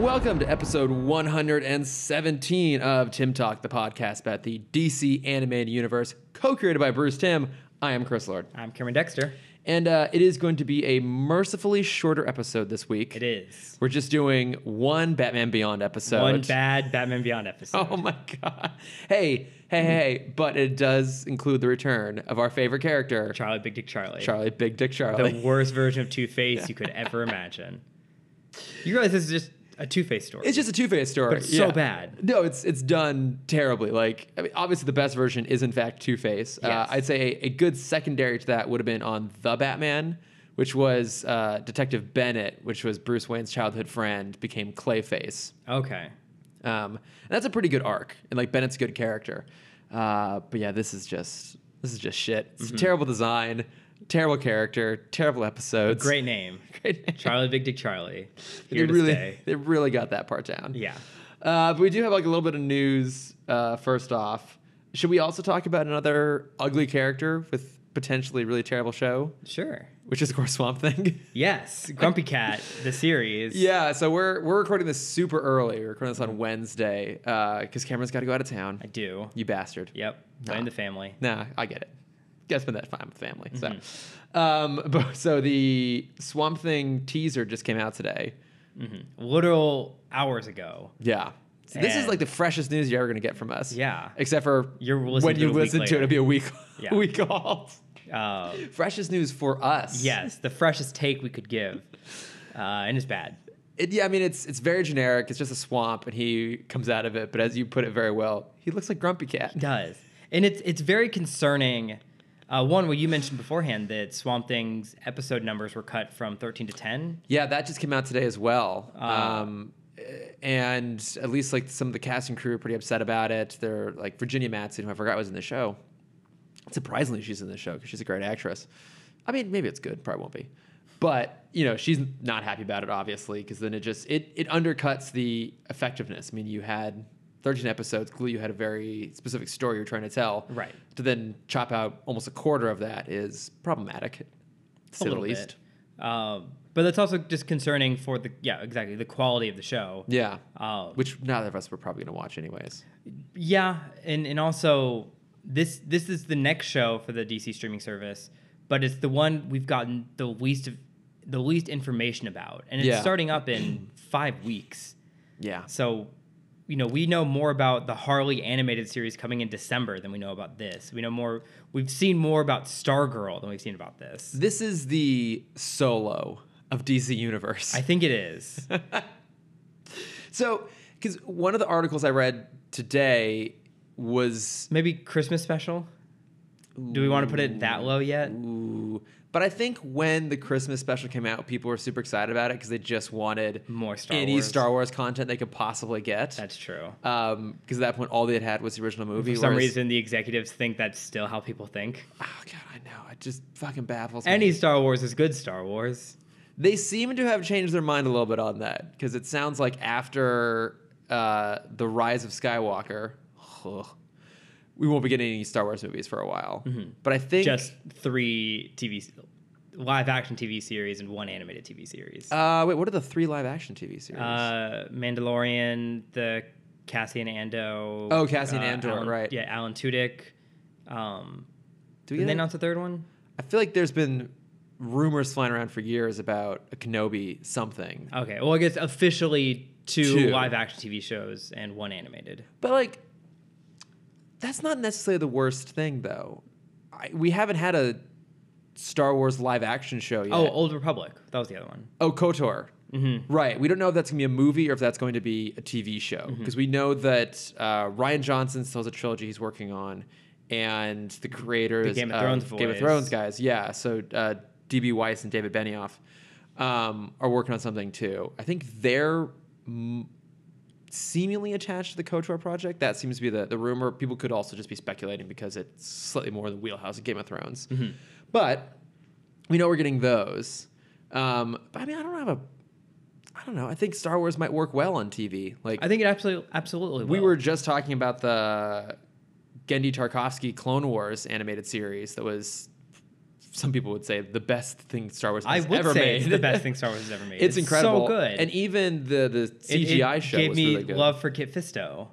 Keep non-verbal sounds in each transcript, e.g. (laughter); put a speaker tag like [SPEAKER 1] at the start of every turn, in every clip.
[SPEAKER 1] Welcome to episode 117 of Tim Talk, the podcast about the DC animated universe, co created by Bruce Tim. I am Chris Lord.
[SPEAKER 2] I'm Cameron Dexter.
[SPEAKER 1] And uh, it is going to be a mercifully shorter episode this week.
[SPEAKER 2] It is.
[SPEAKER 1] We're just doing one Batman Beyond episode.
[SPEAKER 2] One bad Batman Beyond episode.
[SPEAKER 1] (laughs) Oh my God. Hey, hey, hey. But it does include the return of our favorite character,
[SPEAKER 2] Charlie Big Dick Charlie.
[SPEAKER 1] Charlie Big Dick Charlie.
[SPEAKER 2] The worst version of Two Face you could
[SPEAKER 1] (laughs)
[SPEAKER 2] ever imagine. You realize this is just a Two Face story.
[SPEAKER 1] It's just a two-faced story.
[SPEAKER 2] But it's so bad.
[SPEAKER 1] No, it's it's done terribly. Like I mean, obviously the best version is in fact Two Face. Uh,
[SPEAKER 2] Yes.
[SPEAKER 1] I'd say a, a good secondary to that would have been on the Batman, which was uh, Detective Bennett, which was Bruce Wayne's childhood friend, became Clayface.
[SPEAKER 2] okay.
[SPEAKER 1] Um, and that's a pretty good arc, and like Bennett's a good character. Uh, but yeah, this is just this is just shit. It's
[SPEAKER 2] Mm-hmm.
[SPEAKER 1] terrible design, terrible character, terrible episodes.
[SPEAKER 2] Great name.
[SPEAKER 1] (laughs) Great name.
[SPEAKER 2] Charlie Big Dick Charlie.
[SPEAKER 1] They
[SPEAKER 2] Here to
[SPEAKER 1] really,
[SPEAKER 2] stay.
[SPEAKER 1] they really got that part down.
[SPEAKER 2] Yeah.
[SPEAKER 1] Uh, but we do have like a little bit of news. Uh, first off, should we also talk about another ugly character with potentially really terrible show,
[SPEAKER 2] Sure.
[SPEAKER 1] which is of course Swamp Thing? (laughs)
[SPEAKER 2] Yes. Grumpy Cat, the series.
[SPEAKER 1] yeah. So we're we're recording this super early. We're recording this on Wednesday because Cameron's got to go out of town.
[SPEAKER 2] I do.
[SPEAKER 1] you bastard.
[SPEAKER 2] Yep. Blame the family.
[SPEAKER 1] Nah, I get it. Gotta spend that time with family. So, um, (laughs) but, so the Swamp Thing teaser just came out today.
[SPEAKER 2] Mm-hmm. Literal hours ago.
[SPEAKER 1] Yeah. So this is
[SPEAKER 2] And-
[SPEAKER 1] like the freshest news you're ever gonna get from us.
[SPEAKER 2] Yeah.
[SPEAKER 1] Except for
[SPEAKER 2] You're listening
[SPEAKER 1] when
[SPEAKER 2] to
[SPEAKER 1] you
[SPEAKER 2] it a week
[SPEAKER 1] listen to it,
[SPEAKER 2] later.
[SPEAKER 1] it'll be a week (laughs)
[SPEAKER 2] Yeah.
[SPEAKER 1] week off. (laughs)
[SPEAKER 2] Uh,
[SPEAKER 1] Freshest news for us.
[SPEAKER 2] yes. The freshest take we could give. Uh, and it's bad.
[SPEAKER 1] It, yeah, I mean it's it's very generic. It's just a swamp and he comes out of it, but as you put it very well, he looks like Grumpy Cat.
[SPEAKER 2] does, and it's it's very concerning. Uh, one, well, you mentioned beforehand that Swamp Thing's episode numbers were cut from thirteen to ten.
[SPEAKER 1] Yeah, that just came out today as well.
[SPEAKER 2] Ah.
[SPEAKER 1] um, and at least like some of the cast and crew are pretty upset about it. They're like Virginia Madsen, who I forgot was in the show. Surprisingly, she's in the show because she's a great actress. I mean, maybe it's good, probably won't be, but you know, she's not happy about it, obviously, because then it just it it undercuts the effectiveness. I mean, you had. 13 episodes, Glue, you had a very specific story you're trying to tell.
[SPEAKER 2] Right.
[SPEAKER 1] To then chop out almost a quarter of that is problematic, to say the
[SPEAKER 2] a little
[SPEAKER 1] least.
[SPEAKER 2] bit. Um, but that's also just concerning for the yeah exactly the quality of the show.
[SPEAKER 1] Yeah.
[SPEAKER 2] Um,
[SPEAKER 1] Which neither of us were probably going to watch, anyways.
[SPEAKER 2] yeah, and and also this this is the next show for the DC streaming service, but it's the one we've gotten the least of the least information about, and it's
[SPEAKER 1] Yeah.
[SPEAKER 2] starting up in five weeks.
[SPEAKER 1] Yeah.
[SPEAKER 2] So, you know, we know more about the Harley animated series coming in December than we know about this. We know more. We've seen more about Stargirl than we've seen about this.
[SPEAKER 1] This is the solo of DC Universe.
[SPEAKER 2] I think
[SPEAKER 1] (laughs)
[SPEAKER 2] it is.
[SPEAKER 1] so, because one of the articles I read today was,
[SPEAKER 2] Maybe Christmas special. Do we want to put it that low yet?
[SPEAKER 1] ooh, but I think when the Christmas special came out, people were super excited about it because they just wanted
[SPEAKER 2] More Star
[SPEAKER 1] any
[SPEAKER 2] Wars.
[SPEAKER 1] Star Wars content they could possibly get.
[SPEAKER 2] That's true.
[SPEAKER 1] Because at that point, all they had had was the original movie.
[SPEAKER 2] For some
[SPEAKER 1] whereas-
[SPEAKER 2] reason, the executives think that's still how people think.
[SPEAKER 1] oh god, I know it just fucking baffles me.
[SPEAKER 2] Any Star Wars is good Star Wars.
[SPEAKER 1] They seem to have changed their mind a little bit on that because it sounds like after uh, the rise of Skywalker, ugh, we won't be getting any Star Wars movies for a while. But I think
[SPEAKER 2] Mm-hmm. Just three TV, s- live action TV series and one animated TV series.
[SPEAKER 1] uh, wait, what are the three live action TV series?
[SPEAKER 2] Uh, Mandalorian, the Cassian Ando.
[SPEAKER 1] Oh, Cassian Andor,
[SPEAKER 2] Alan-
[SPEAKER 1] right.
[SPEAKER 2] Yeah, Alan Tudyk. Um,
[SPEAKER 1] Do we
[SPEAKER 2] did
[SPEAKER 1] get
[SPEAKER 2] they
[SPEAKER 1] it?
[SPEAKER 2] announce a third one?
[SPEAKER 1] I feel like there's been rumors flying around for years about a Kenobi something,
[SPEAKER 2] Okay, well, I guess officially two,
[SPEAKER 1] Two.
[SPEAKER 2] live action TV shows and one animated.
[SPEAKER 1] but like that's not necessarily the worst thing though. I, we haven't had a Star Wars live action show yet.
[SPEAKER 2] Oh, Old Republic. That was the other one.
[SPEAKER 1] Oh, Kotor.
[SPEAKER 2] Mm-hmm.
[SPEAKER 1] Right. We don't know if that's going to be a movie or if that's going to be a TV show
[SPEAKER 2] Mm-hmm.
[SPEAKER 1] because we know that uh, Ryan Johnson still has a trilogy he's working on, and the creators
[SPEAKER 2] The Game of Thrones
[SPEAKER 1] Game of
[SPEAKER 2] boys.
[SPEAKER 1] Thrones guys, yeah. So uh, DB Weiss and David Benioff um, are working on something too. I think they're mm, seemingly attached to the Kotor project. That seems to be the, the rumor. People could also just be speculating because it's slightly more in the wheelhouse of Game of Thrones.
[SPEAKER 2] Mm-hmm.
[SPEAKER 1] But we know we're getting those. Um, but I mean, I don't have a, I don't know. I think Star Wars might work well on TV. Like
[SPEAKER 2] I think it absolutely, absolutely.
[SPEAKER 1] we
[SPEAKER 2] will.
[SPEAKER 1] were just talking about the Gendy Tarkovsky Clone Wars animated series that was some people would say the best thing Star Wars
[SPEAKER 2] I
[SPEAKER 1] has
[SPEAKER 2] would
[SPEAKER 1] ever
[SPEAKER 2] say
[SPEAKER 1] made.
[SPEAKER 2] it's
[SPEAKER 1] (laughs)
[SPEAKER 2] the best thing Star Wars has ever made.
[SPEAKER 1] it's, incredible.
[SPEAKER 2] So good.
[SPEAKER 1] And even the the
[SPEAKER 2] It- it
[SPEAKER 1] CGI show
[SPEAKER 2] gave
[SPEAKER 1] was
[SPEAKER 2] me
[SPEAKER 1] really good.
[SPEAKER 2] love for Kit Fisto.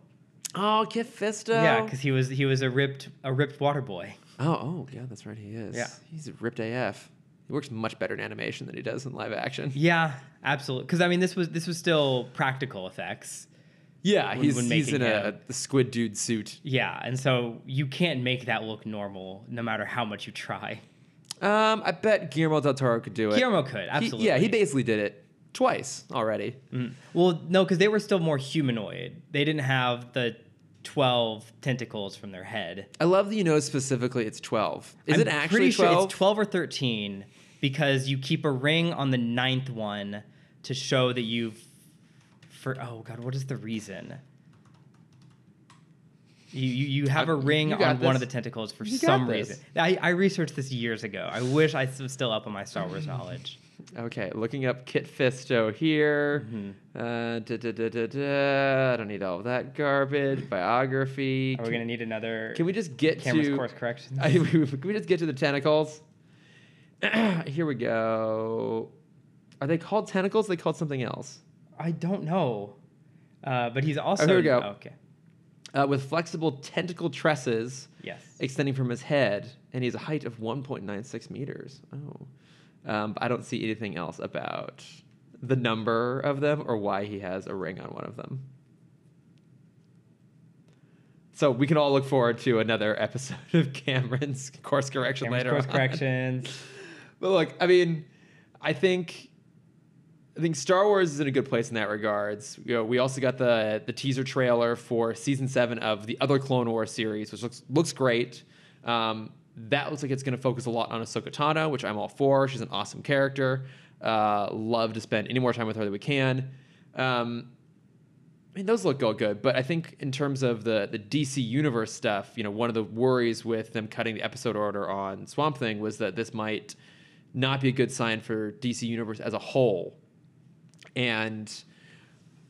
[SPEAKER 1] Oh, Kit Fisto.
[SPEAKER 2] Yeah, because he was he was a ripped a ripped water boy.
[SPEAKER 1] Oh, oh, yeah, that's right. He is.
[SPEAKER 2] Yeah.
[SPEAKER 1] He's ripped AF. He works much better in animation than he does in live action.
[SPEAKER 2] Yeah, absolutely. Because I mean, this was this was still practical effects.
[SPEAKER 1] Yeah,
[SPEAKER 2] When-
[SPEAKER 1] he's,
[SPEAKER 2] when
[SPEAKER 1] he's in
[SPEAKER 2] making
[SPEAKER 1] a,
[SPEAKER 2] him.
[SPEAKER 1] a squid dude suit.
[SPEAKER 2] Yeah, and so you can't make that look normal no matter how much you try.
[SPEAKER 1] Um, I bet Guillermo del Toro could do it.
[SPEAKER 2] Guillermo could
[SPEAKER 1] He-
[SPEAKER 2] absolutely.
[SPEAKER 1] yeah, he basically did it twice already.
[SPEAKER 2] Mm. Well, no, because they were still more humanoid. They didn't have the twelve tentacles from their head.
[SPEAKER 1] I love that you know specifically it's 12. Is
[SPEAKER 2] I'm
[SPEAKER 1] it actually
[SPEAKER 2] pretty
[SPEAKER 1] 12?
[SPEAKER 2] Sure it's twelve or thirteen because you keep a ring on the ninth one to show that you've. For oh god, what is the reason? You you, you have
[SPEAKER 1] I-
[SPEAKER 2] a ring
[SPEAKER 1] you
[SPEAKER 2] on
[SPEAKER 1] got
[SPEAKER 2] one of the
[SPEAKER 1] this.
[SPEAKER 2] tentacles for
[SPEAKER 1] You got
[SPEAKER 2] some
[SPEAKER 1] this.
[SPEAKER 2] reason. I, I researched this years ago. I wish I was still up on my Star Wars knowledge.
[SPEAKER 1] Okay, looking up Kit Fisto here.
[SPEAKER 2] Mm-hmm.
[SPEAKER 1] Uh, da, da, da, da, da. I don't need all of that garbage. Biography.
[SPEAKER 2] Are we gonna need another?
[SPEAKER 1] Can we just get
[SPEAKER 2] camera's
[SPEAKER 1] to
[SPEAKER 2] course correction?
[SPEAKER 1] (laughs) I, can we just get to the tentacles? (clears throat) Here we go. Are they called tentacles? Or they called something else.
[SPEAKER 2] I don't know. Uh, but he's also
[SPEAKER 1] Oh, here we go.
[SPEAKER 2] okay.
[SPEAKER 1] Uh, with flexible tentacle tresses
[SPEAKER 2] Yes.
[SPEAKER 1] extending from his head, and he has a height of 1.96 meters. Oh, um, but I don't see anything else about the number of them or why he has a ring on one of them. So we can all look forward to another episode of Cameron's course correction
[SPEAKER 2] Camera's
[SPEAKER 1] later
[SPEAKER 2] course
[SPEAKER 1] on.
[SPEAKER 2] corrections.
[SPEAKER 1] But look, I mean, I think I think Star Wars is in a good place in that regards. You know, we also got the the teaser trailer for season seven of the other Clone Wars series, which looks looks great. Um, that looks like it's going to focus a lot on Ahsoka Tano, which I'm all for. She's an awesome character. Uh, love to spend any more time with her that we can. Um, I mean, those look all good, but I think in terms of the the DC universe stuff, you know, one of the worries with them cutting the episode order on Swamp Thing was that this might not be a good sign for DC universe as a whole. And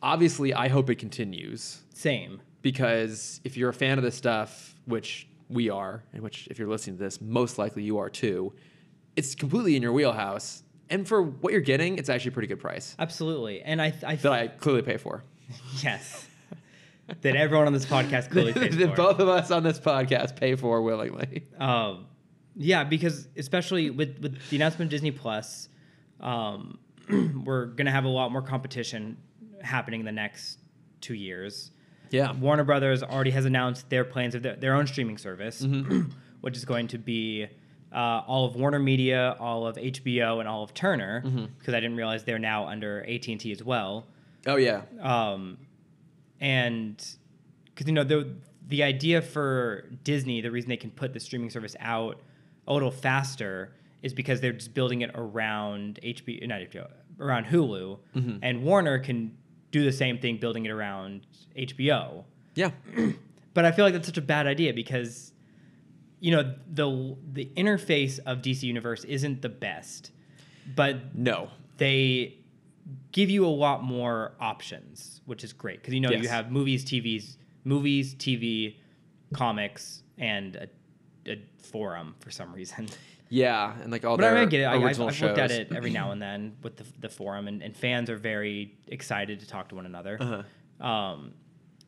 [SPEAKER 1] obviously, I hope it continues
[SPEAKER 2] Same.
[SPEAKER 1] because if you're a fan of this stuff, which we are, and which if you're listening to this, most likely you are too, it's completely in your wheelhouse. And for what you're getting, it's actually a pretty good price
[SPEAKER 2] Absolutely. And I, I
[SPEAKER 1] that I clearly pay for.
[SPEAKER 2] (laughs) yes, that everyone on
[SPEAKER 1] (laughs)
[SPEAKER 2] this podcast clearly pays
[SPEAKER 1] that
[SPEAKER 2] for.
[SPEAKER 1] both of us on this podcast pay for willingly.
[SPEAKER 2] Um, yeah, because especially with, with the announcement of Disney Plus, um, (clears throat) we're gonna have a lot more competition happening in the next two years.
[SPEAKER 1] Yeah.
[SPEAKER 2] Warner Brothers already has announced their plans of their, their own streaming service,
[SPEAKER 1] Mm-hmm.
[SPEAKER 2] (clears throat) which is going to be uh, all of Warner Media, all of HBO, and all of Turner.
[SPEAKER 1] Mm-hmm.
[SPEAKER 2] Because I didn't realize they're now under AT and T as well.
[SPEAKER 1] Oh yeah.
[SPEAKER 2] Um, and because you know the the idea for Disney, the reason they can put the streaming service out a little faster is because they're just building it around HBO, not HBO, around Hulu, and Warner can do the same thing, building it around HBO.
[SPEAKER 1] Yeah.
[SPEAKER 2] But I feel like that's such a bad idea because, you know, the the interface of DC Universe isn't the best, but
[SPEAKER 1] No.
[SPEAKER 2] they give you a lot more options, which is great because you know you
[SPEAKER 1] Yes.
[SPEAKER 2] have movies, TVs, movies, TV, comics, and a, a forum for
[SPEAKER 1] (laughs)
[SPEAKER 2] some reason.
[SPEAKER 1] Yeah, and like all
[SPEAKER 2] But I,
[SPEAKER 1] their
[SPEAKER 2] mean, I get it. I, I've,
[SPEAKER 1] original
[SPEAKER 2] I've
[SPEAKER 1] shows.
[SPEAKER 2] looked at it every now and then with the, the forum, and, and fans are very excited to talk to one another.
[SPEAKER 1] Uh-huh.
[SPEAKER 2] Um,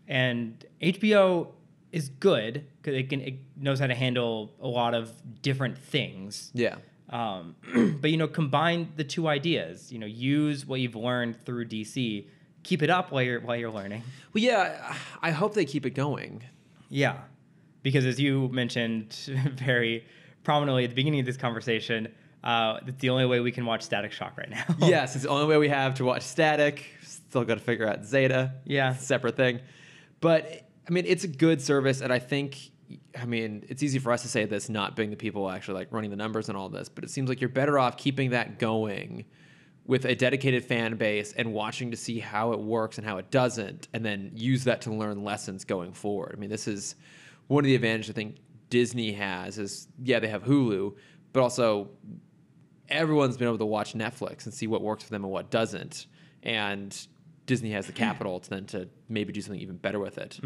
[SPEAKER 2] and HBO is good because it can it knows how to handle a lot of different things.
[SPEAKER 1] Yeah.
[SPEAKER 2] Um, (clears throat) but you know, combine the two ideas. You know, use what you've learned through DC, keep it up while you're while you're learning.
[SPEAKER 1] Well, yeah. I hope they keep it going.
[SPEAKER 2] Yeah, because as you mentioned (laughs) very prominently at the beginning of this conversation, uh, it's the only way we can watch Static Shock
[SPEAKER 1] (laughs)
[SPEAKER 2] right now.
[SPEAKER 1] yes, it's the only way we have to watch Static. Still got to figure out Zeta.
[SPEAKER 2] Yeah.
[SPEAKER 1] Separate thing. But I mean, it's a good service, and I think. I mean, it's easy for us to say this, not being the people actually like running the numbers and all this, but it seems like you're better off keeping that going with a dedicated fan base and watching to see how it works and how it doesn't, and then use that to learn lessons going forward. I mean, this is one of the advantages I think Disney has is yeah, they have Hulu, but also everyone's been able to watch Netflix and see what works for them and what doesn't.
[SPEAKER 2] Hmm.
[SPEAKER 1] And Disney has the capital to then to maybe do something even better with it.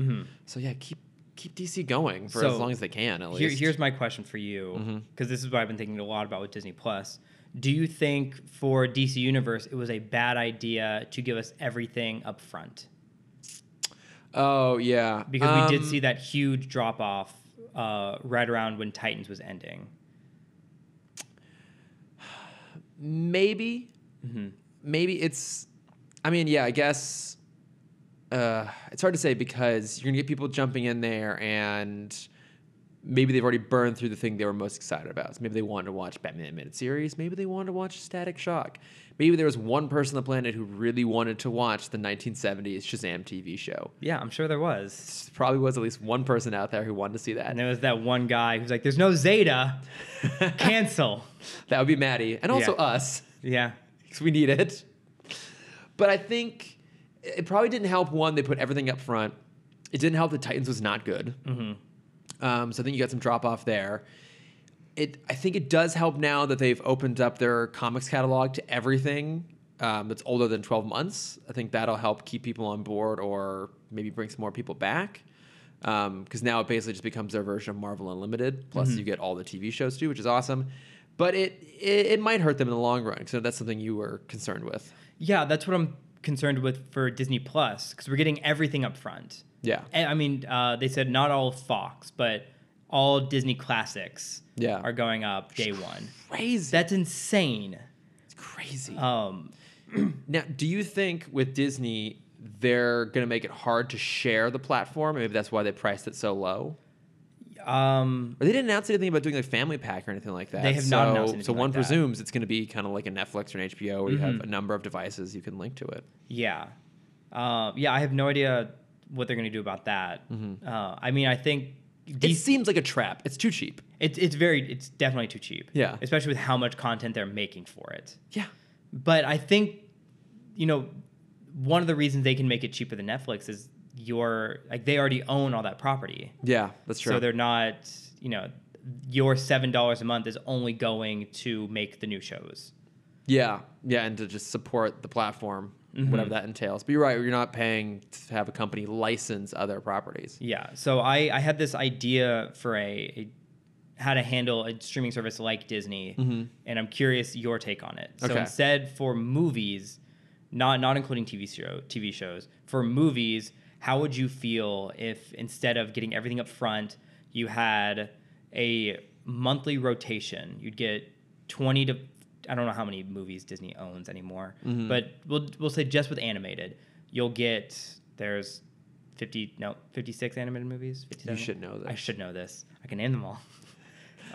[SPEAKER 1] So yeah, keep keep DC going for as
[SPEAKER 2] Mm-hmm. So,
[SPEAKER 1] long as they can. At least Mm-hmm.
[SPEAKER 2] Here, here's my question for you, because this is what I've been thinking a lot about with Disney Plus. Do you think for DC Universe it was a bad idea to give us everything up front?
[SPEAKER 1] oh yeah,
[SPEAKER 2] Because we did
[SPEAKER 1] Um,
[SPEAKER 2] see that huge drop off uh, right around when Titans was ending.
[SPEAKER 1] maybe maybe it's i mean yeah i guess uh, it's hard to say because you're gonna get people jumping in there and maybe they've already burned through the thing they were most excited about so maybe they wanted to watch batman animated series maybe they wanted to watch static shock maybe there was one person on the planet who really wanted to watch the 1970s shazam tv show
[SPEAKER 2] Yeah, I'm sure there was.
[SPEAKER 1] There probably was at least one person out there who wanted to see that
[SPEAKER 2] And there was that one guy who's like, "There's no (laughs) Zeta, cancel."
[SPEAKER 1] that would be maddie and also
[SPEAKER 2] Yeah.
[SPEAKER 1] us
[SPEAKER 2] Yeah,
[SPEAKER 1] because we need it. But I think it probably didn't help. One, they put everything up front. It didn't help. The Titans was not good. Um, so I think you got some drop off there. It, I think it does help now that they've opened up their comics catalog to everything um, that's older than 12 months. I think that'll help keep people on board or maybe bring some more people back. Because now it basically just becomes their version of Marvel Unlimited. Plus, you get all the TV shows too, which is awesome. But it, it it might hurt them in the long run. So that's something you were concerned with.
[SPEAKER 2] yeah, that's what I'm concerned with for Disney Plus because we're getting everything up front.
[SPEAKER 1] Yeah.
[SPEAKER 2] And, I mean, uh, they said not all Fox, but all Disney classics
[SPEAKER 1] Yeah.
[SPEAKER 2] are going up day one.
[SPEAKER 1] Crazy.
[SPEAKER 2] That's insane.
[SPEAKER 1] That's crazy.
[SPEAKER 2] Um,
[SPEAKER 1] Now, do you think with Disney they're going to make it hard to share the platform? Maybe that's why they priced it so low.
[SPEAKER 2] um,
[SPEAKER 1] Or they didn't announce anything about doing a family pack or anything like that.
[SPEAKER 2] They have not
[SPEAKER 1] So-
[SPEAKER 2] announced anything
[SPEAKER 1] So one
[SPEAKER 2] like that. Mm-hmm.
[SPEAKER 1] presumes it's going to be kind of like a Netflix or an HBO, where you have a number of devices you can link to it.
[SPEAKER 2] yeah. Uh, yeah, I have no idea what they're going to do about that.
[SPEAKER 1] Mm-hmm.
[SPEAKER 2] Uh, I mean, I think
[SPEAKER 1] It
[SPEAKER 2] DC,
[SPEAKER 1] seems like a trap. It's too cheap.
[SPEAKER 2] it's, it's very, it's definitely too cheap.
[SPEAKER 1] Yeah.
[SPEAKER 2] Especially with how much content they're making for it.
[SPEAKER 1] Yeah.
[SPEAKER 2] But I think, you know, one of the reasons they can make it cheaper than Netflix is your, like, they already own all that property.
[SPEAKER 1] Yeah, that's true.
[SPEAKER 2] So they're not, you know, your seven dollars a month is only going to make the new shows.
[SPEAKER 1] yeah, yeah, and to just support the platform,
[SPEAKER 2] Mm-hmm.
[SPEAKER 1] whatever that entails. But you're right. You're not paying to have a company license other properties.
[SPEAKER 2] Yeah. So I, I had this idea for a, a how to handle a streaming service like Disney, and I'm curious your take on it. So
[SPEAKER 1] Mm-hmm. Okay.
[SPEAKER 2] instead, for movies, not not including TV show TV shows, for movies, how would you feel if instead of getting everything up front, you had a monthly rotation? You'd get 20 to I don't know how many movies Disney owns anymore,
[SPEAKER 1] Mm-hmm.
[SPEAKER 2] but we'll we'll say just with animated, you'll get there's 50 no 56 animated movies. 57?
[SPEAKER 1] should know
[SPEAKER 2] I
[SPEAKER 1] this.
[SPEAKER 2] should know this. I can name them all. (laughs)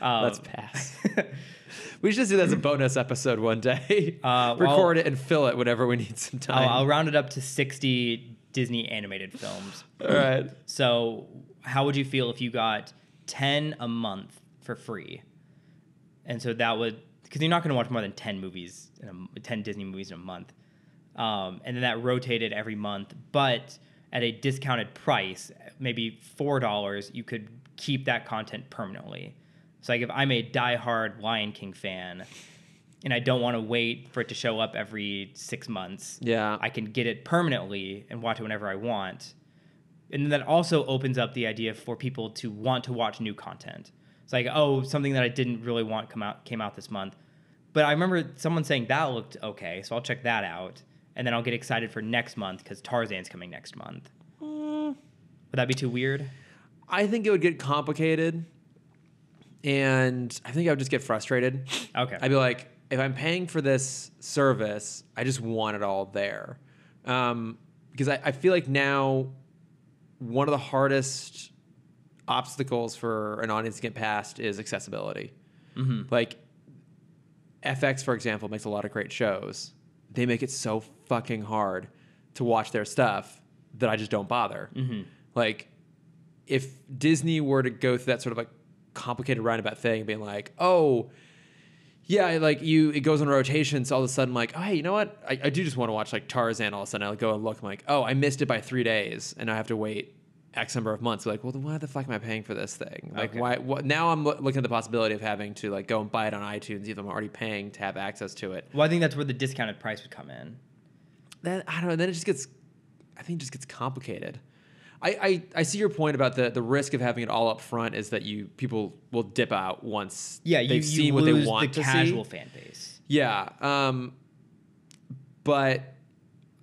[SPEAKER 2] Um,
[SPEAKER 1] Let's pass. (laughs) We should just do that as a bonus episode one day.
[SPEAKER 2] Uh,
[SPEAKER 1] (laughs)
[SPEAKER 2] well-
[SPEAKER 1] Record it and fill it whenever we need some
[SPEAKER 2] (laughs) I'll,
[SPEAKER 1] time.
[SPEAKER 2] I'll round it up to 60 Disney animated films.
[SPEAKER 1] All right.
[SPEAKER 2] So, how would you feel if you got 10 a month for free? And so that would, because you're not going to watch more than 10 movies, in a m 10 Disney movies in a month. Um, and then that rotated every month, but at a discounted price, maybe $4, you could keep that content permanently. So, like if I'm a diehard Lion King fan and I don't want to wait for it to show up every six months,
[SPEAKER 1] Yeah.
[SPEAKER 2] I can get it permanently and watch it whenever I want. And that also opens up the idea for people to want to watch new content. It's like, oh, something that I didn't really want come out came out this month. But I remember someone saying that looked okay, so I'll check that out. And then I'll get excited for next month because Tarzan's coming next month. Would that be too weird?
[SPEAKER 1] I think it would get complicated. And I think I would just get frustrated.
[SPEAKER 2] Okay.
[SPEAKER 1] I'd be like, if I'm paying for this service, I just want it all there. Um, because I, I feel like now one of the hardest obstacles for an audience to get past is accessibility. Like FX, for example, makes a lot of great shows. They make it so fucking hard to watch their stuff that I just don't bother. Like, if Disney were to go through that sort of like complicated roundabout thing, being like, oh, yeah, like you, it goes on rotation. So all of a sudden, like, oh, hey, you know what? I, I do just want to watch like Tarzan. All of a sudden, I go and look. I'm like, oh, I missed it by three days, and I have to wait X number of months. Like, well, then why the fuck am I paying for this thing? Like,
[SPEAKER 2] Okay.
[SPEAKER 1] why? What, now I'm lo- looking at the possibility of having to like go and buy it on iTunes, even though I'm already paying to have access to it.
[SPEAKER 2] Well, I think that's where the discounted price would come in.
[SPEAKER 1] Then I don't know. Then it just gets, I think, it just gets complicated. I, I, I see your point about the, the risk of having it all up front is that you people will dip out once
[SPEAKER 2] Yeah,
[SPEAKER 1] they've
[SPEAKER 2] you, you
[SPEAKER 1] seen
[SPEAKER 2] lose
[SPEAKER 1] what they want
[SPEAKER 2] the
[SPEAKER 1] to
[SPEAKER 2] casual
[SPEAKER 1] see.
[SPEAKER 2] fan base.
[SPEAKER 1] Yeah, um, but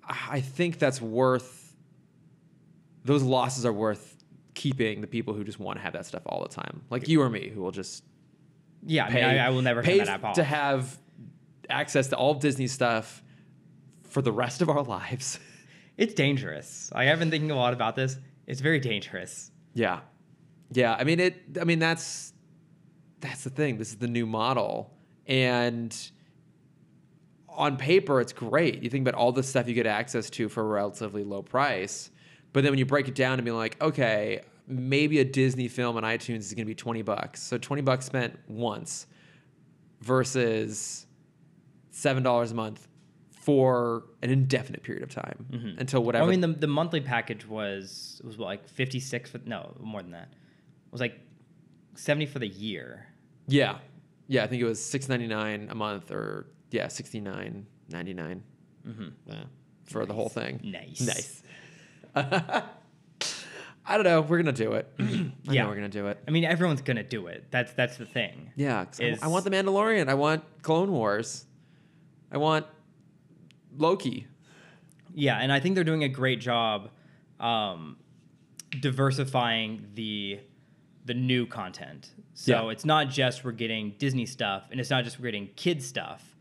[SPEAKER 1] I think that's worth. Those losses are worth keeping the people who just want to have that stuff all the time, like you or me, who will just
[SPEAKER 2] Yeah, I, mean,
[SPEAKER 1] pay.
[SPEAKER 2] I, I will never
[SPEAKER 1] pay
[SPEAKER 2] have that app
[SPEAKER 1] to
[SPEAKER 2] off.
[SPEAKER 1] have access to all of Disney stuff for the rest of our (laughs) lives.
[SPEAKER 2] It's dangerous. Like, I've been thinking a lot about this. It's very dangerous.
[SPEAKER 1] Yeah. Yeah. I mean it I mean that's that's the thing. This is the new model. And on paper it's great. You think about all the stuff you get access to for a relatively low price. But then when you break it down and be like, okay, maybe a Disney film on iTunes is gonna be twenty bucks. So twenty bucks spent once versus seven dollars a month for an indefinite period of time until whatever
[SPEAKER 2] I mean, the, the monthly package was was what, like fifty six for no more than that. It was like seventy for the year.
[SPEAKER 1] Yeah, yeah. I think it was six ninety nine a month, or yeah, sixty nine ninety nine yeah, for the whole thing.
[SPEAKER 2] Nice.
[SPEAKER 1] nice. (laughs) I don't know. We're gonna do
[SPEAKER 2] (clears throat)
[SPEAKER 1] it. I
[SPEAKER 2] Yeah.
[SPEAKER 1] know we're gonna do it.
[SPEAKER 2] I mean, everyone's gonna do it. That's that's the thing.
[SPEAKER 1] Yeah, 'cause I-
[SPEAKER 2] Is-
[SPEAKER 1] I want the Mandalorian. I want Clone Wars. I want
[SPEAKER 2] (laughs)
[SPEAKER 1] Loki.
[SPEAKER 2] Yeah, and I think they're doing a great job um, diversifying the the new content. So
[SPEAKER 1] Yeah.
[SPEAKER 2] it's not just we're getting Disney stuff, and it's not just we're getting kids stuff,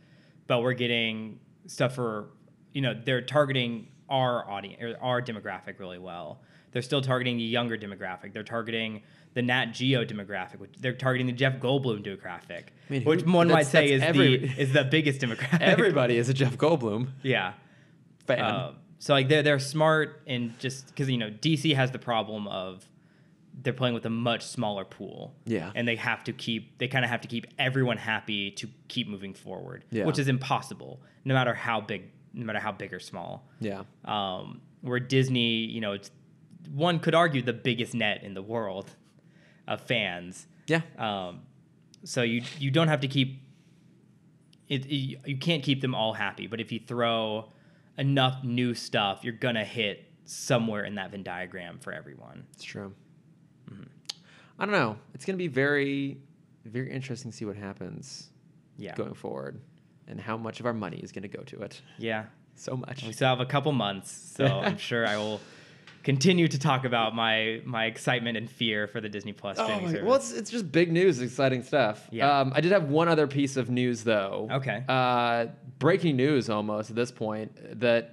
[SPEAKER 2] but we're getting stuff for you know they're targeting our audience or our demographic really well. They're still targeting the younger demographic. They're targeting the Nat Geo demographic. Which they're targeting the Jeff Goldblum demographic,
[SPEAKER 1] I mean,
[SPEAKER 2] which
[SPEAKER 1] who-
[SPEAKER 2] one might
[SPEAKER 1] that's-
[SPEAKER 2] say is
[SPEAKER 1] that's every-
[SPEAKER 2] the is the biggest
[SPEAKER 1] (laughs)
[SPEAKER 2] demographic.
[SPEAKER 1] Everybody is a Jeff Goldblum
[SPEAKER 2] yeah.
[SPEAKER 1] fan.
[SPEAKER 2] Um, so like they're they're smart and just because you know DC has the problem of they're playing with a much smaller pool.
[SPEAKER 1] Yeah.
[SPEAKER 2] and they have to keep they kind of have to keep everyone happy to keep moving forward.
[SPEAKER 1] Yeah.
[SPEAKER 2] which is impossible no matter how big no matter how big or small.
[SPEAKER 1] yeah,
[SPEAKER 2] Um, where Disney, you know, it's one could argue the biggest net in the world of fans.
[SPEAKER 1] yeah,
[SPEAKER 2] Um, so you you don't have to keep it, it. You can't keep them all happy, but if you throw enough new stuff, you're gonna hit somewhere in that Venn diagram for everyone.
[SPEAKER 1] it's true. Mm-hmm. I don't know. It's gonna be very, very interesting to see what happens.
[SPEAKER 2] Yeah,
[SPEAKER 1] going forward and how much of our money is going to go to it.
[SPEAKER 2] yeah.
[SPEAKER 1] So much.
[SPEAKER 2] We still have a couple months, so
[SPEAKER 1] (laughs)
[SPEAKER 2] I'm sure I will continue to talk about my my excitement and fear for the Disney Plus
[SPEAKER 1] Oh
[SPEAKER 2] streaming
[SPEAKER 1] my,
[SPEAKER 2] service.
[SPEAKER 1] well, it's, it's just big news, exciting stuff.
[SPEAKER 2] Yeah.
[SPEAKER 1] Um, I did have one other piece of news, though.
[SPEAKER 2] Okay.
[SPEAKER 1] Uh, breaking news almost at this point that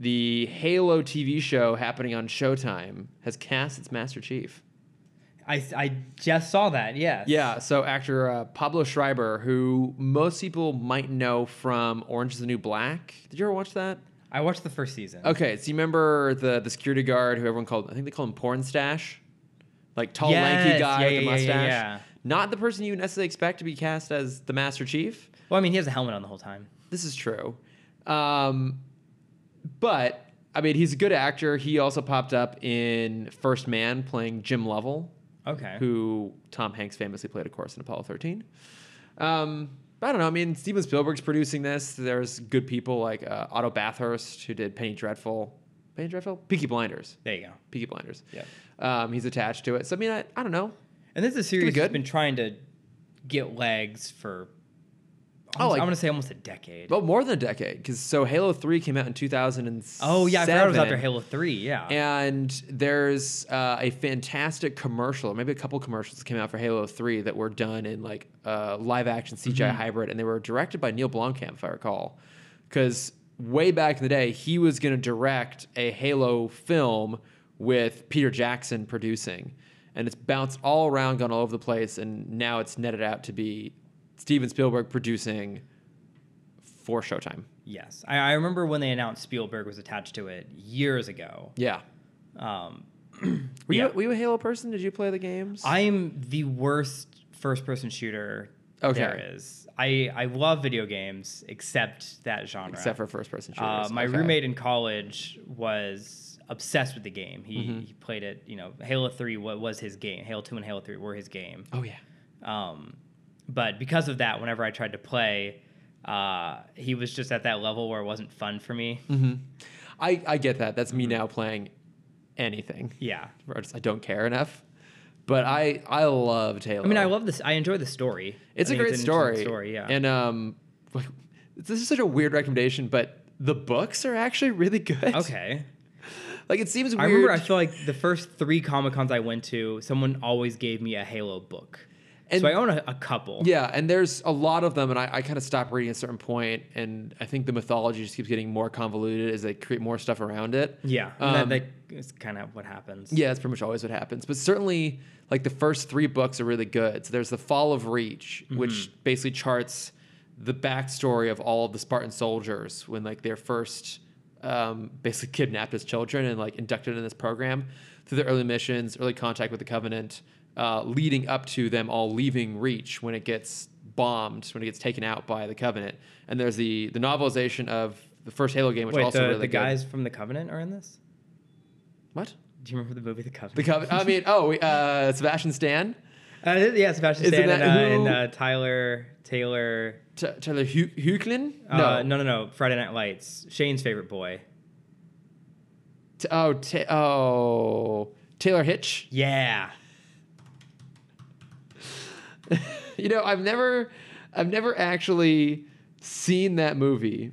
[SPEAKER 1] the Halo TV show happening on Showtime has cast its Master Chief.
[SPEAKER 2] I I just saw that. Yes.
[SPEAKER 1] Yeah, so actor uh, Pablo Schreiber, who most people might know from Orange is the New Black. Did you ever watch that?
[SPEAKER 2] I watched the first season.
[SPEAKER 1] Okay, so you remember the the security guard who everyone called? I think they call him Porn Stash, like tall lanky
[SPEAKER 2] Yes,
[SPEAKER 1] guy with a
[SPEAKER 2] yeah, yeah, yeah,
[SPEAKER 1] mustache.
[SPEAKER 2] yeah, yeah.
[SPEAKER 1] Not the person you necessarily expect to be cast as the Master Chief.
[SPEAKER 2] Well, I mean, he has a helmet on the whole time.
[SPEAKER 1] This is true, um, but I mean he's a good actor. He also popped up in First Man playing Jim Lovell,
[SPEAKER 2] Okay.
[SPEAKER 1] who Tom Hanks famously played, of course, in Apollo 13. Um, but I don't know. I mean, Steven Spielberg's producing this. There's good people like uh, Otto Bathurst, who did Penny Dreadful. Penny Dreadful? Peaky Blinders.
[SPEAKER 2] There you go.
[SPEAKER 1] Peaky Blinders.
[SPEAKER 2] Yeah.
[SPEAKER 1] Um, he's attached to it. So, I mean, I, I don't know.
[SPEAKER 2] And this is a
[SPEAKER 1] gonna
[SPEAKER 2] series
[SPEAKER 1] be
[SPEAKER 2] that's
[SPEAKER 1] good.
[SPEAKER 2] been trying to get legs for.
[SPEAKER 1] Oh,
[SPEAKER 2] almost-
[SPEAKER 1] like-
[SPEAKER 2] I want to say almost a decade.
[SPEAKER 1] Well, more than a decade. Because so Halo 3 came out in 2007.
[SPEAKER 2] oh yeah, I forgot it was after Halo Three. Yeah.
[SPEAKER 1] And there's uh, a fantastic commercial, maybe a couple commercials that came out for Halo 3 that were done in like uh, live action CGI hybrid, and they were directed by Neil Blomkamp, if I recall. Because way back in the day, he was going to direct a Halo film with Peter Jackson producing. And it's bounced all around, gone all over the place, and now it's netted out to be Steven Spielberg producing for Showtime.
[SPEAKER 2] yes, I, I remember when they announced Spielberg was attached to it years ago.
[SPEAKER 1] Yeah.
[SPEAKER 2] Um,
[SPEAKER 1] Were,
[SPEAKER 2] Yeah.
[SPEAKER 1] you, were you a Halo person? Did you play the games?
[SPEAKER 2] I'm the worst first-person shooter
[SPEAKER 1] Okay.
[SPEAKER 2] there is. I I love video games except that genre.
[SPEAKER 1] except for first person
[SPEAKER 2] Uh,
[SPEAKER 1] shooters.
[SPEAKER 2] my
[SPEAKER 1] Okay.
[SPEAKER 2] roommate in college was obsessed with the game. He,
[SPEAKER 1] Mm-hmm.
[SPEAKER 2] he played it. You know, Halo Three wa- was his game. Halo Two and Halo Three were his game.
[SPEAKER 1] Oh yeah.
[SPEAKER 2] Um, but because of that, whenever I tried to play, uh, he was Mm-hmm. just at that level where it wasn't fun for me. Mm-hmm.
[SPEAKER 1] I I get that. That's me now playing anything. (laughs)
[SPEAKER 2] Yeah.
[SPEAKER 1] Or just I don't care enough. But I I love Halo.
[SPEAKER 2] I mean, I love this. I enjoy the story.
[SPEAKER 1] It's
[SPEAKER 2] I
[SPEAKER 1] a great
[SPEAKER 2] think an interesting
[SPEAKER 1] story.
[SPEAKER 2] Story, yeah.
[SPEAKER 1] And um, this is such a weird recommendation, but the books are actually (laughs) really good.
[SPEAKER 2] okay.
[SPEAKER 1] Like it seems weird.
[SPEAKER 2] I remember. I feel like the first three Comic Cons I went to, someone always gave me a Halo book.
[SPEAKER 1] And-
[SPEAKER 2] so I own a, a couple.
[SPEAKER 1] Yeah, and there's a lot of them, and I, I kind of stopped reading at a certain point, and I think the mythology just keeps getting more convoluted as they create more stuff around it.
[SPEAKER 2] Yeah.
[SPEAKER 1] Um,
[SPEAKER 2] and that, that is kind of what happens.
[SPEAKER 1] Yeah, that's pretty much always what happens. But certainly, like the first three books are really good. So there's the Fall of Reach,
[SPEAKER 2] Mm-hmm.
[SPEAKER 1] which basically charts the backstory of all of the Spartan soldiers when like they're first um, basically kidnapped as children and like inducted in this program through their early missions, early contact with the Covenant, uh, leading up to them all leaving Reach when it gets bombed, when it gets taken out by the Covenant. And there's the the novelization of the first Halo game, which
[SPEAKER 2] Wait,
[SPEAKER 1] also
[SPEAKER 2] the,
[SPEAKER 1] really
[SPEAKER 2] the
[SPEAKER 1] good.
[SPEAKER 2] guys from the Covenant are in this.
[SPEAKER 1] what.
[SPEAKER 2] Do you remember the movie The Covenant?
[SPEAKER 1] The Covenant. I mean, oh, we- uh, Sebastian Stan.
[SPEAKER 2] Uh, yeah, Sebastian
[SPEAKER 1] Isn't
[SPEAKER 2] Stan and,
[SPEAKER 1] that
[SPEAKER 2] uh,
[SPEAKER 1] who-
[SPEAKER 2] and uh, Tyler Taylor.
[SPEAKER 1] T- Tyler Hu- Huechlin? no.
[SPEAKER 2] Uh, no, no, no. Friday Night Lights. Shane's favorite boy.
[SPEAKER 1] T- oh, ta- oh, Taylor Hitch. (laughs)
[SPEAKER 2] Yeah.
[SPEAKER 1] You know, I've never, I've never actually seen that movie,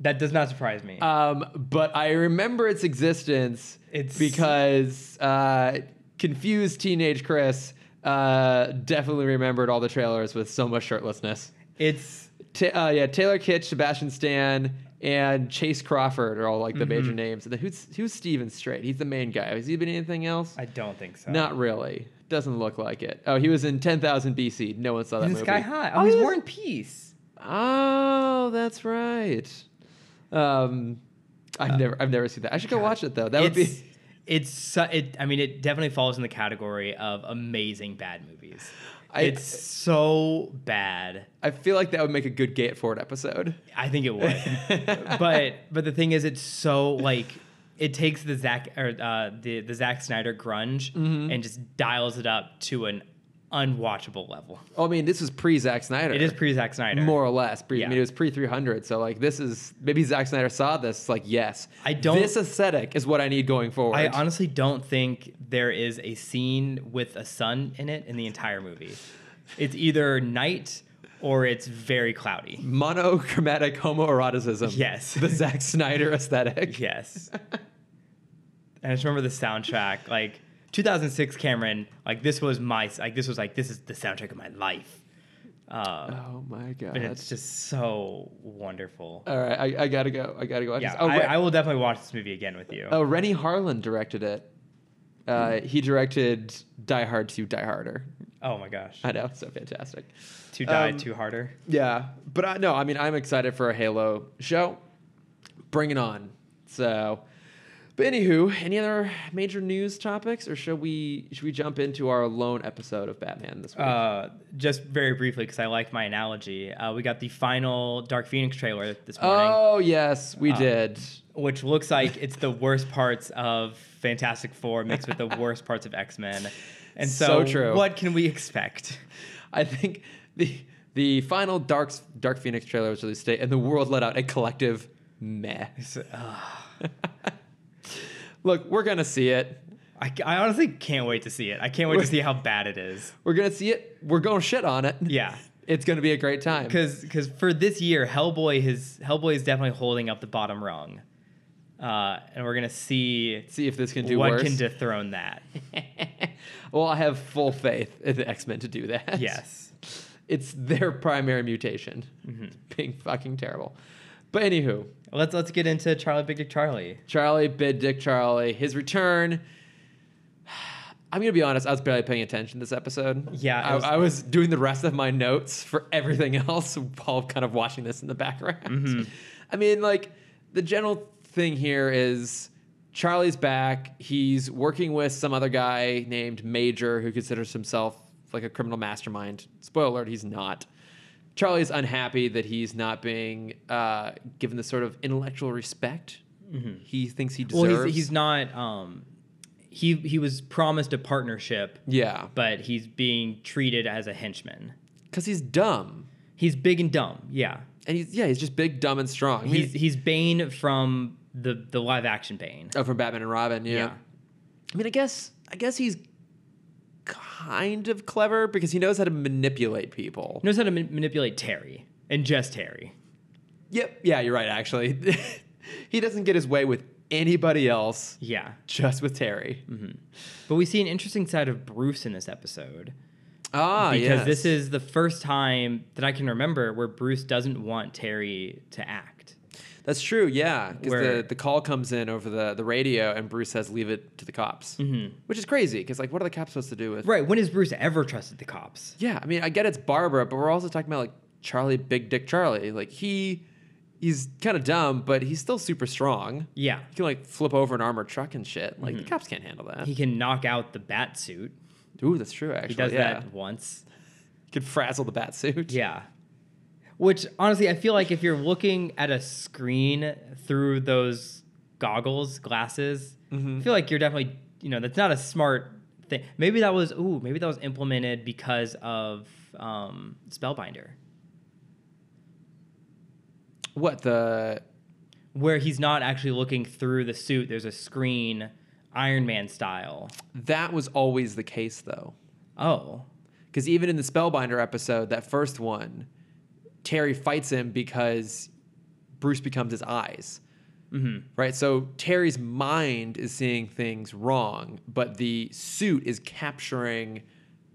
[SPEAKER 2] That does not surprise me.
[SPEAKER 1] um, but I remember its existence.
[SPEAKER 2] It's-
[SPEAKER 1] because uh, confused teenage Chris uh, definitely remembered all the trailers with so much shirtlessness.
[SPEAKER 2] it's
[SPEAKER 1] Ta uh, yeah, Taylor Kitsch, Sebastian Stan, and Chase Crawford are all like the major
[SPEAKER 2] Mm-hmm.
[SPEAKER 1] names. And then who's who's Steven Strait? He's the main guy. Has he been in anything else?
[SPEAKER 2] I don't think so.
[SPEAKER 1] Not really. Doesn't look like it. Oh, he was in 10,000 BC. No one saw that
[SPEAKER 2] He's
[SPEAKER 1] movie.
[SPEAKER 2] in Sky High. Oh, he's
[SPEAKER 1] he
[SPEAKER 2] War
[SPEAKER 1] was-
[SPEAKER 2] and Peace.
[SPEAKER 1] Oh, that's right. Um, I've never, I've never seen that. I should go watch it though. That would
[SPEAKER 2] Uh, it's,
[SPEAKER 1] be.
[SPEAKER 2] it's su- it. I mean, it definitely falls in the category of amazing bad movies.
[SPEAKER 1] I-
[SPEAKER 2] it's so bad.
[SPEAKER 1] I feel like that would make a good Gate Forward episode.
[SPEAKER 2] I think it would.
[SPEAKER 1] (laughs)
[SPEAKER 2] but but the thing is, it's so like it takes the Zack or uh, the the Zack Snyder grunge
[SPEAKER 1] Mm-hmm.
[SPEAKER 2] and just dials it up to an unwatchable level.
[SPEAKER 1] Oh, I mean, this was pre Zack Snyder.
[SPEAKER 2] It is pre Zack Snyder.
[SPEAKER 1] more or less. Pre, I
[SPEAKER 2] Yeah.
[SPEAKER 1] mean, it was pre 300. So like, this is maybe Zack Snyder saw this. Like, yes,
[SPEAKER 2] I don't-
[SPEAKER 1] This aesthetic is what I need going forward.
[SPEAKER 2] I honestly don't think there is a scene with a sun in it in the entire movie. It's either night or it's very cloudy.
[SPEAKER 1] Monochromatic homoeroticism.
[SPEAKER 2] Yes. (laughs)
[SPEAKER 1] the Zack Snyder aesthetic.
[SPEAKER 2] Yes. And I just remember the soundtrack, like 2006 Cameron, like this was my, like this was like, this is the soundtrack of my life. Uh,
[SPEAKER 1] Oh my god.
[SPEAKER 2] but it's just so wonderful.
[SPEAKER 1] All right, I, I gotta go. I gotta go watch
[SPEAKER 2] yeah,
[SPEAKER 1] this. Oh,
[SPEAKER 2] I,
[SPEAKER 1] Re-
[SPEAKER 2] I will definitely watch this movie again with you.
[SPEAKER 1] oh, Rennie Harlan directed it. Uh, he directed Die Hard 2, Die Harder.
[SPEAKER 2] Oh my gosh.
[SPEAKER 1] I know, so fantastic.
[SPEAKER 2] To die,
[SPEAKER 1] Uh, um,
[SPEAKER 2] too harder.
[SPEAKER 1] Yeah, but I, no, I mean, I'm excited for a Halo show. Bring it on. So, but anywho, any other major news topics, or should we should we jump into our lone episode of Batman this week?
[SPEAKER 2] Uh, just very briefly, because I like my analogy. Uh, we got the final Dark Phoenix trailer this morning, Um,
[SPEAKER 1] oh yes, we did.
[SPEAKER 2] which looks like it's the worst parts of Fantastic Four
[SPEAKER 1] (laughs)
[SPEAKER 2] mixed with the worst parts of X Men. And
[SPEAKER 1] So
[SPEAKER 2] so,
[SPEAKER 1] true.
[SPEAKER 2] what can we expect?
[SPEAKER 1] I think the the final Dark Dark Phoenix trailer was released today, and the world let out a collective meh.
[SPEAKER 2] So, uh,
[SPEAKER 1] (laughs) Look, we're gonna see it.
[SPEAKER 2] I, I honestly can't wait to see it. I can't wait to see how bad it is.
[SPEAKER 1] We're gonna see it. We're gonna shit on it.
[SPEAKER 2] Yeah.
[SPEAKER 1] it's gonna be a great time.
[SPEAKER 2] because because for this year, Hellboy is Hellboy is definitely holding up the bottom rung, uh, and we're gonna see
[SPEAKER 1] See if this can do
[SPEAKER 2] what
[SPEAKER 1] worse.
[SPEAKER 2] can
[SPEAKER 1] (laughs)
[SPEAKER 2] dethrone that.
[SPEAKER 1] well, I have full faith in the X Men to do that.
[SPEAKER 2] yes, Mm-hmm.
[SPEAKER 1] it's their primary mutation, being fucking terrible. But anywho,
[SPEAKER 2] let's let's get into Charlie Big Dick Charlie.
[SPEAKER 1] Charlie bid Dick Charlie his return. (sighs) I'm gonna be honest. I was barely paying attention this episode.
[SPEAKER 2] Yeah, it
[SPEAKER 1] I,
[SPEAKER 2] was-
[SPEAKER 1] I was doing the rest of my notes for everything (laughs) else while kind of watching this in the background.
[SPEAKER 2] Mm-hmm.
[SPEAKER 1] I mean, like the general thing here is Charlie's back. He's working with some other guy named Major who considers himself like a criminal mastermind. Spoiler alert: he's not. Charlie's unhappy that he's not being uh, given the sort of intellectual respect he thinks he deserves.
[SPEAKER 2] Mm-hmm. Well, he's, he's not. Um, he he was promised a partnership,
[SPEAKER 1] yeah,
[SPEAKER 2] but he's being treated as a henchman.
[SPEAKER 1] because he's dumb,
[SPEAKER 2] He's big and dumb. Yeah,
[SPEAKER 1] and he's yeah, he's just big, dumb, and strong. I mean,
[SPEAKER 2] he's he's Bane from the the live action Bane.
[SPEAKER 1] oh, from Batman and Robin. Yeah.
[SPEAKER 2] Yeah.
[SPEAKER 1] I mean, I guess I guess he's kind of clever because he knows how to manipulate people.
[SPEAKER 2] Knows how to ma- manipulate Terry and just Terry.
[SPEAKER 1] Yep. Yeah, you're right. Actually, (laughs) he doesn't get his way with anybody else,
[SPEAKER 2] Yeah.
[SPEAKER 1] just with Terry.
[SPEAKER 2] Mm-hmm. But we see an interesting side of Bruce in this episode.
[SPEAKER 1] Ah,
[SPEAKER 2] because
[SPEAKER 1] yes.
[SPEAKER 2] this is the first time that I can remember where Bruce doesn't want Terry to act.
[SPEAKER 1] that's true. Yeah, because
[SPEAKER 2] Where-
[SPEAKER 1] the, the call comes in over the, the radio, and Bruce says, "Leave it to the cops," which is crazy. Because like, what are the cops supposed to do with?
[SPEAKER 2] Mm-hmm. Right. When has Bruce ever trusted the cops?
[SPEAKER 1] Yeah, I mean, I get it's Barbara, but we're also talking about like Charlie, Big Dick Charlie. Like he, he's kind of dumb, but he's still super strong.
[SPEAKER 2] Yeah.
[SPEAKER 1] He can like flip over an armored truck and shit. Like the cops can't handle that.
[SPEAKER 2] Mm-hmm. He can knock out the bat suit.
[SPEAKER 1] Ooh, that's true. Actually,
[SPEAKER 2] He does
[SPEAKER 1] yeah.
[SPEAKER 2] that once.
[SPEAKER 1] He could frazzle the bat suit.
[SPEAKER 2] Yeah. Which honestly, I feel like if you're looking at a screen through those goggles, glasses,
[SPEAKER 1] Mm-hmm.
[SPEAKER 2] I feel like you're definitely, you know, that's not a smart thing. Maybe that was, ooh, maybe that was implemented because of um, Spellbinder,
[SPEAKER 1] What the?
[SPEAKER 2] where he's not actually looking through the suit. There's a screen, Iron Man style.
[SPEAKER 1] That was always the case though,
[SPEAKER 2] Oh,
[SPEAKER 1] because even in the Spellbinder episode, that first one, Terry fights him because Bruce becomes his eyes.
[SPEAKER 2] mm-hmm.
[SPEAKER 1] Right. So Terry's mind is seeing things wrong, but the suit is capturing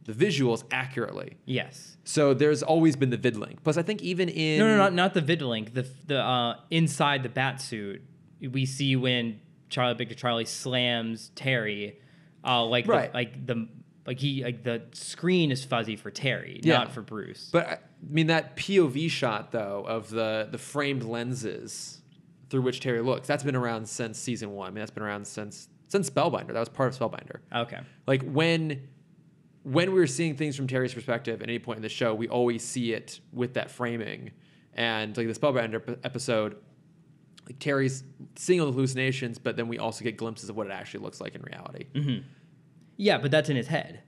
[SPEAKER 1] the visuals accurately.
[SPEAKER 2] yes.
[SPEAKER 1] So there's always been the vid link. Plus, I think even in
[SPEAKER 2] No, no, not not the vidlink. The the uh, inside the bat suit we see when Charlie Big Dick Charlie slams Terry, uh, like
[SPEAKER 1] Right.
[SPEAKER 2] the, like the like he like the screen is fuzzy for Terry,
[SPEAKER 1] Yeah.
[SPEAKER 2] not for Bruce.
[SPEAKER 1] But I I mean that POV shot though of the the framed lenses through which Terry looks. That's been around since season one. I mean that's been around since since Spellbinder. That was part of Spellbinder.
[SPEAKER 2] okay,
[SPEAKER 1] Like when when we were seeing things from Terry's perspective at any point in the show, we always see it with that framing. And like the Spellbinder p- episode, like Terry's seeing all the hallucinations, but then we also get glimpses of what it actually looks like in reality.
[SPEAKER 2] Mm-hmm. yeah, but that's in his head,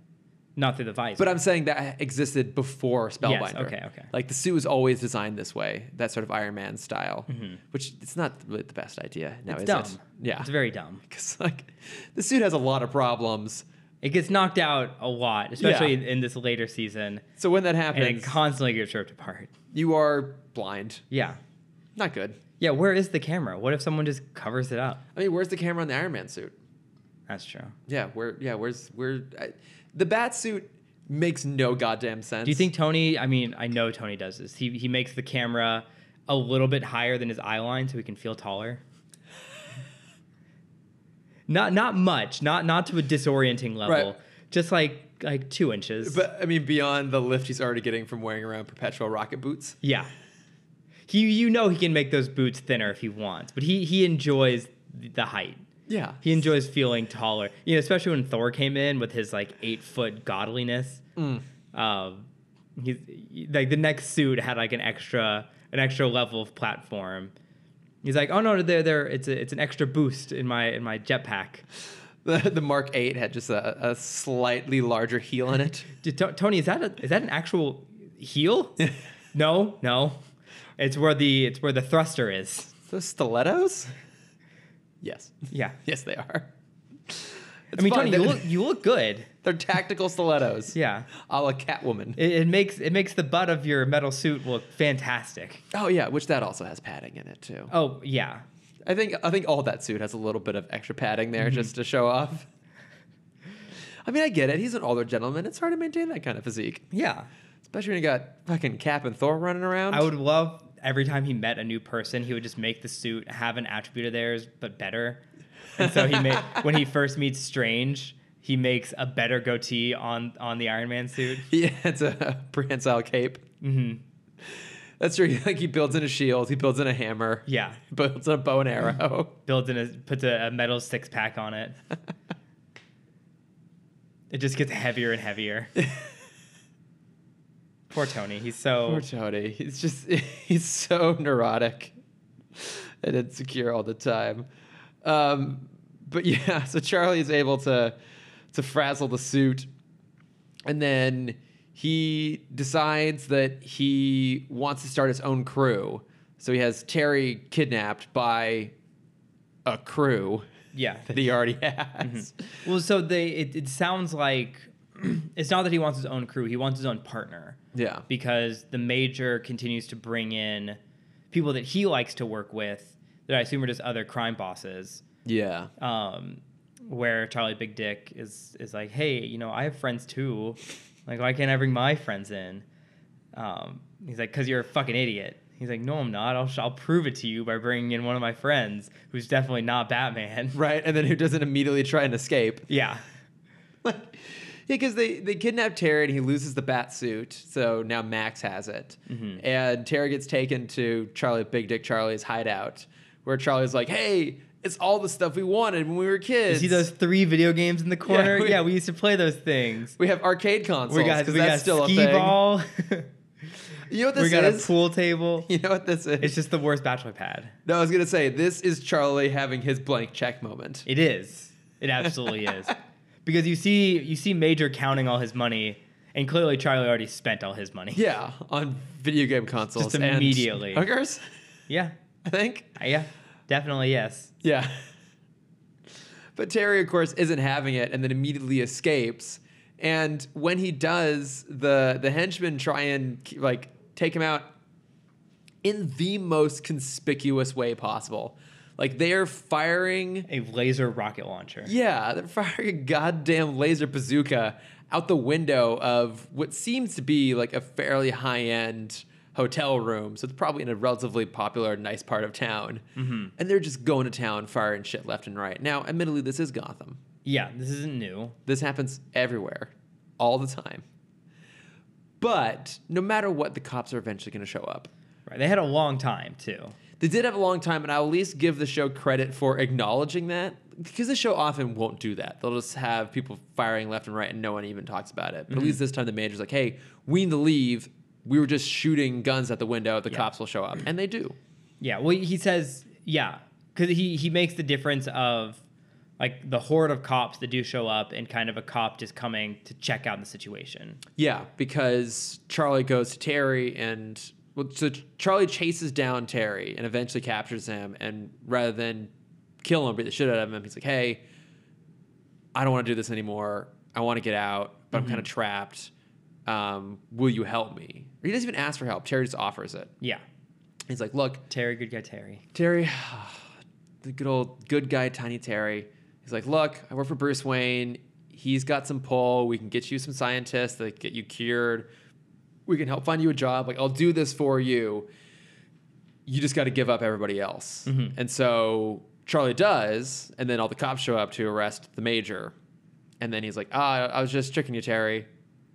[SPEAKER 2] not through the visor.
[SPEAKER 1] But I'm saying that existed before Spellbinder.
[SPEAKER 2] okay, okay.
[SPEAKER 1] Like the suit was always designed this way, that sort of Iron Man style, which it's not really the best idea now,
[SPEAKER 2] Mm-hmm. it's
[SPEAKER 1] is
[SPEAKER 2] dumb.
[SPEAKER 1] it? Yeah, (laughs)
[SPEAKER 2] it's very dumb.
[SPEAKER 1] because like the suit has a lot of problems.
[SPEAKER 2] It gets knocked out a lot, especially in this later season,
[SPEAKER 1] So when that
[SPEAKER 2] and it
[SPEAKER 1] happens,
[SPEAKER 2] constantly gets ripped apart.
[SPEAKER 1] you are blind.
[SPEAKER 2] Yeah,
[SPEAKER 1] Not good.
[SPEAKER 2] yeah. Where is the camera? What if someone just covers it up?
[SPEAKER 1] I mean, where's the camera on the Iron Man suit?
[SPEAKER 2] That's true.
[SPEAKER 1] Yeah, where? Yeah, where's where? I, the bat suit makes no goddamn sense.
[SPEAKER 2] Do you think Tony? I mean, I know Tony does this. He he makes the camera a little bit higher than his eye line so he can feel taller. (laughs) not not much. Not not to a disorienting level.
[SPEAKER 1] Right.
[SPEAKER 2] Just like like two inches.
[SPEAKER 1] But I mean, beyond the lift he's already getting from wearing around perpetual rocket boots.
[SPEAKER 2] yeah, he you know he can make those boots thinner if he wants, but he he enjoys the height.
[SPEAKER 1] Yeah,
[SPEAKER 2] He enjoys feeling taller. You know, especially when Thor came in with his like eight foot godliness. Um, he's like the next suit had like an extra an extra level of platform. He's like, oh no, there, there, it's a, it's an extra boost in my in my jetpack.
[SPEAKER 1] (laughs) The, the Mark Eight had just a, a slightly larger heel in
[SPEAKER 2] (laughs)
[SPEAKER 1] it. (laughs)
[SPEAKER 2] Did To- Tony, is that a, is that an actual heel? no, no, it's where the it's where the thruster is.
[SPEAKER 1] Those stilettos? Yes, (laughs)
[SPEAKER 2] Yeah,
[SPEAKER 1] yes, they are. It's
[SPEAKER 2] I mean,
[SPEAKER 1] fine.
[SPEAKER 2] Tony, you
[SPEAKER 1] they're,
[SPEAKER 2] look you look good.
[SPEAKER 1] (laughs) they're tactical stilettos.
[SPEAKER 2] Yeah,
[SPEAKER 1] a la Catwoman.
[SPEAKER 2] it, it makes it makes the butt of your metal suit look fantastic.
[SPEAKER 1] Oh yeah, which that also has padding in it too.
[SPEAKER 2] Oh yeah,
[SPEAKER 1] I think I think all that suit has a little bit of extra padding there
[SPEAKER 2] Mm-hmm.
[SPEAKER 1] just to show off. (laughs) I mean, I get it. He's an older gentleman. It's hard to maintain that kind of physique,
[SPEAKER 2] yeah.
[SPEAKER 1] especially when you got fucking Cap and Thor running around.
[SPEAKER 2] I would love every time he met a new person, he would just make the suit have an attribute of theirs but better. And so he
[SPEAKER 1] (laughs)
[SPEAKER 2] made when he first meets Strange, he makes a better goatee on on the Iron Man suit.
[SPEAKER 1] Yeah, it's a prehensile cape.
[SPEAKER 2] hmm
[SPEAKER 1] That's true. (laughs) Like he builds in a shield. He builds in a hammer.
[SPEAKER 2] Yeah,
[SPEAKER 1] builds a bow and arrow. (laughs)
[SPEAKER 2] builds in a puts a, a metal six pack on it. it just gets heavier and heavier. Poor Tony, he's so
[SPEAKER 1] Poor Tony. He's just (laughs) he's so neurotic and insecure all the time. Um, but yeah, (laughs) so Charlie is able to to frazzle the suit, and then he decides that he wants to start his own crew. (laughs) So he has Terry kidnapped by a crew.
[SPEAKER 2] yeah.
[SPEAKER 1] that he already has.
[SPEAKER 2] Well, so they it, it sounds like (clears throat) it's not that he wants his own crew; he wants his own partner
[SPEAKER 1] Yeah.
[SPEAKER 2] because the major continues to bring in people that he likes to work with that I assume are just other crime bosses.
[SPEAKER 1] Yeah.
[SPEAKER 2] um, where Charlie Big Dick is is like, hey, you know, I have friends too. Like, why can't I bring my friends in? Um, he's like, because you're a fucking idiot. He's like, no, I'm not. I'll, sh- I'll prove it to you by bringing in one of my friends who's definitely not Batman.
[SPEAKER 1] Right. And then who doesn't immediately try and escape?
[SPEAKER 2] (laughs) Yeah.
[SPEAKER 1] (laughs) Like, yeah, because they, they kidnap Terry and he loses the bat suit. So now Max has it.
[SPEAKER 2] Mm-hmm.
[SPEAKER 1] And Terry gets taken to Charlie, Big Dick Charlie's hideout, where Charlie's like, hey, it's all the stuff we wanted when we were kids.
[SPEAKER 2] You see those three video games in the corner? Yeah,
[SPEAKER 1] we-
[SPEAKER 2] we, used to play those things.
[SPEAKER 1] We have arcade consoles.
[SPEAKER 2] We got
[SPEAKER 1] 'cause
[SPEAKER 2] we
[SPEAKER 1] that's
[SPEAKER 2] got
[SPEAKER 1] still
[SPEAKER 2] skee
[SPEAKER 1] a thing.
[SPEAKER 2] ball.
[SPEAKER 1] (laughs) You know what this
[SPEAKER 2] we got
[SPEAKER 1] is?
[SPEAKER 2] a pool table.
[SPEAKER 1] (laughs) You know what this is?
[SPEAKER 2] It's just the worst bachelor pad.
[SPEAKER 1] no, I was gonna say this is Charlie having his blank check moment.
[SPEAKER 2] It is. It
[SPEAKER 1] (laughs)
[SPEAKER 2] absolutely is. Because you see you see Major counting all his money, and clearly Charlie already spent all his money.
[SPEAKER 1] Yeah, on video game consoles. and
[SPEAKER 2] immediately.
[SPEAKER 1] hookers,
[SPEAKER 2] Yeah. Uh,
[SPEAKER 1] I think.
[SPEAKER 2] Yeah. Definitely yes.
[SPEAKER 1] Yeah. (laughs) But Terry, of course, isn't having it, and then immediately escapes. And when he does, the the henchmen try and ke- like take him out in the most conspicuous way possible. Like they are firing
[SPEAKER 2] A laser rocket launcher.
[SPEAKER 1] Yeah, they're firing a goddamn laser bazooka out the window of what seems to be like a fairly high end hotel room. So it's probably in a relatively popular, nice part of town. And they're just going to town, firing shit left and right. Now, admittedly, this is Gotham.
[SPEAKER 2] Yeah, this isn't new.
[SPEAKER 1] This happens everywhere, all the time. But no matter what, the cops are eventually going to show up.
[SPEAKER 2] Right. They had a long time too.
[SPEAKER 1] They did have a long time, and I'll at least give the show credit for acknowledging that because the show often won't do that. They'll just have people firing left and right, and no one even talks about it. But at least this time, the manager's like, "Hey, we need to leave. We were just shooting guns at the window. The cops will show up, and they do."
[SPEAKER 2] Yeah. Well, he says yeah, because he he makes the difference of like the horde of cops that do show up and kind of a cop just coming to check out the situation.
[SPEAKER 1] Yeah, because Charlie goes to Terry and well, so Charlie chases down Terry and eventually captures him. And rather than kill him, beat the shit out of him, he's like, "Hey, I don't want to do this anymore. I want to get out, but I'm kind of trapped. Um, will you help me?" He doesn't even ask for help. Terry just offers it.
[SPEAKER 2] Yeah.
[SPEAKER 1] He's like, "Look,
[SPEAKER 2] Terry, good guy Terry.
[SPEAKER 1] Terry, (sighs) the good old good guy, Tiny Terry. He's like, look, I work for Bruce Wayne. He's got some pull. We can get you some scientists that get you cured. We can help find you a job. Like, I'll do this for you. You just got to give up everybody else. And so Charlie does, and then all the cops show up to arrest the major. And then he's like, ah, I was just tricking you, Terry.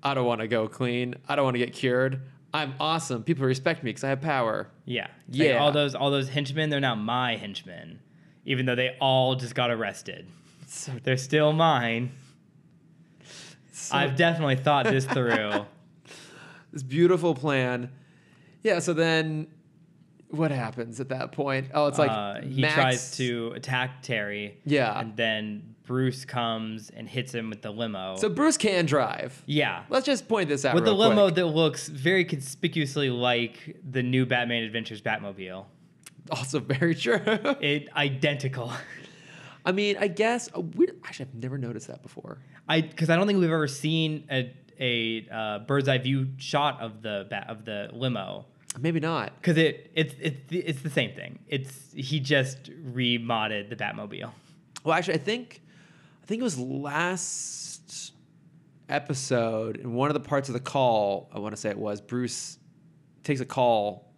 [SPEAKER 1] I don't want to go clean. I don't want to get cured. I'm awesome. People respect me because I have power.
[SPEAKER 2] Yeah. It's like
[SPEAKER 1] Yeah.
[SPEAKER 2] all those all those henchmen, they're now my henchmen. Even though they all just got arrested.
[SPEAKER 1] So,
[SPEAKER 2] They're still mine.
[SPEAKER 1] so
[SPEAKER 2] I've definitely thought this through.
[SPEAKER 1] this beautiful plan. Yeah, so then what happens at that point? Oh, (laughs) it's like
[SPEAKER 2] uh, he
[SPEAKER 1] Max-
[SPEAKER 2] tries to attack Terry.
[SPEAKER 1] Yeah.
[SPEAKER 2] And then Bruce comes and hits him with the limo.
[SPEAKER 1] So Bruce can drive.
[SPEAKER 2] yeah.
[SPEAKER 1] Let's just point this out.
[SPEAKER 2] With the
[SPEAKER 1] real
[SPEAKER 2] limo
[SPEAKER 1] quick. (laughs)
[SPEAKER 2] that looks very conspicuously like the new Batman Adventures Batmobile.
[SPEAKER 1] also very true. (laughs)
[SPEAKER 2] It identical. (laughs)
[SPEAKER 1] I mean, I guess a weird, actually I've never noticed that before.
[SPEAKER 2] I because I don't think we've ever seen a a uh, bird's eye view shot of the ba- of the limo.
[SPEAKER 1] Maybe not.
[SPEAKER 2] Because it it's it's the, it's the same thing. It's he just remodded the Batmobile.
[SPEAKER 1] Well, actually, I think I think it was last episode in one of the parts of the call. I want to say it was Bruce takes a call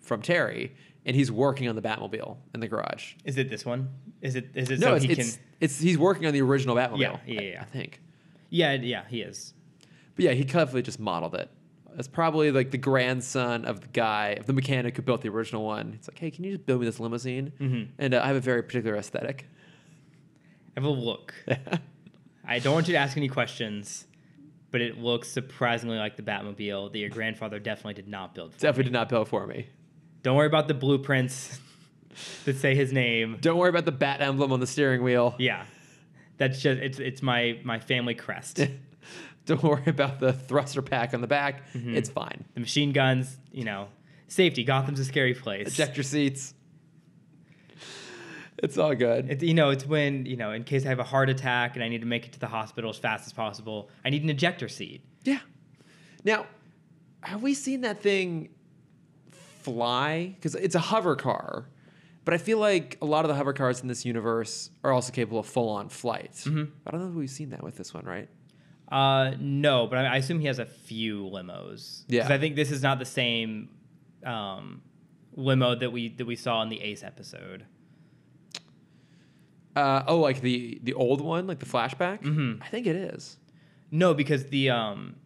[SPEAKER 1] from Terry, and he's working on the Batmobile in the garage.
[SPEAKER 2] Is it this one? Is it is it
[SPEAKER 1] No,
[SPEAKER 2] so
[SPEAKER 1] it's,
[SPEAKER 2] he
[SPEAKER 1] it's,
[SPEAKER 2] can?
[SPEAKER 1] it's he's working on the original Batmobile.
[SPEAKER 2] Yeah, yeah,
[SPEAKER 1] I-
[SPEAKER 2] yeah.
[SPEAKER 1] I, think.
[SPEAKER 2] Yeah, yeah, he is.
[SPEAKER 1] But yeah, he cleverly just modeled it. It's probably like the grandson of the guy, of the mechanic who built the original one. It's like, hey, can you just build me this limousine?
[SPEAKER 2] Mm-hmm.
[SPEAKER 1] And uh, I have a very particular aesthetic.
[SPEAKER 2] Have
[SPEAKER 1] (laughs)
[SPEAKER 2] a look. I don't want you to ask any questions, but it looks surprisingly like the Batmobile that your grandfather definitely did not build. For.
[SPEAKER 1] Definitely did not build for me.
[SPEAKER 2] Don't worry about the blueprints (laughs) that say his name.
[SPEAKER 1] Don't worry about the bat emblem on the steering wheel.
[SPEAKER 2] Yeah, that's just it's it's my my family
[SPEAKER 1] (laughs)
[SPEAKER 2] crest. the
[SPEAKER 1] Don't worry about the thruster pack on the back.
[SPEAKER 2] Mm-hmm.
[SPEAKER 1] It's fine.
[SPEAKER 2] machine guns, you know, safety. Gotham's a scary place.
[SPEAKER 1] Eject your seats. It's all good.
[SPEAKER 2] It, you know, it's when you know, in case I have a heart attack and I need to make it to the hospital as fast as possible, I need an ejector seat.
[SPEAKER 1] yeah. Now, have we seen that thing fly? Because it's a hover car, but I feel like a lot of the hover cars in this universe are also capable of full-on flight.
[SPEAKER 2] Mm-hmm.
[SPEAKER 1] I don't know if we've seen that with this one, right?
[SPEAKER 2] Uh, no, but I, I assume he has a few limos. 'Cause
[SPEAKER 1] Yeah.
[SPEAKER 2] I think this is not the same um, limo that we that we saw in the Ace episode.
[SPEAKER 1] Uh, oh, like the the old one, like the flashback.
[SPEAKER 2] Mm-hmm.
[SPEAKER 1] I think it is.
[SPEAKER 2] No, because the um,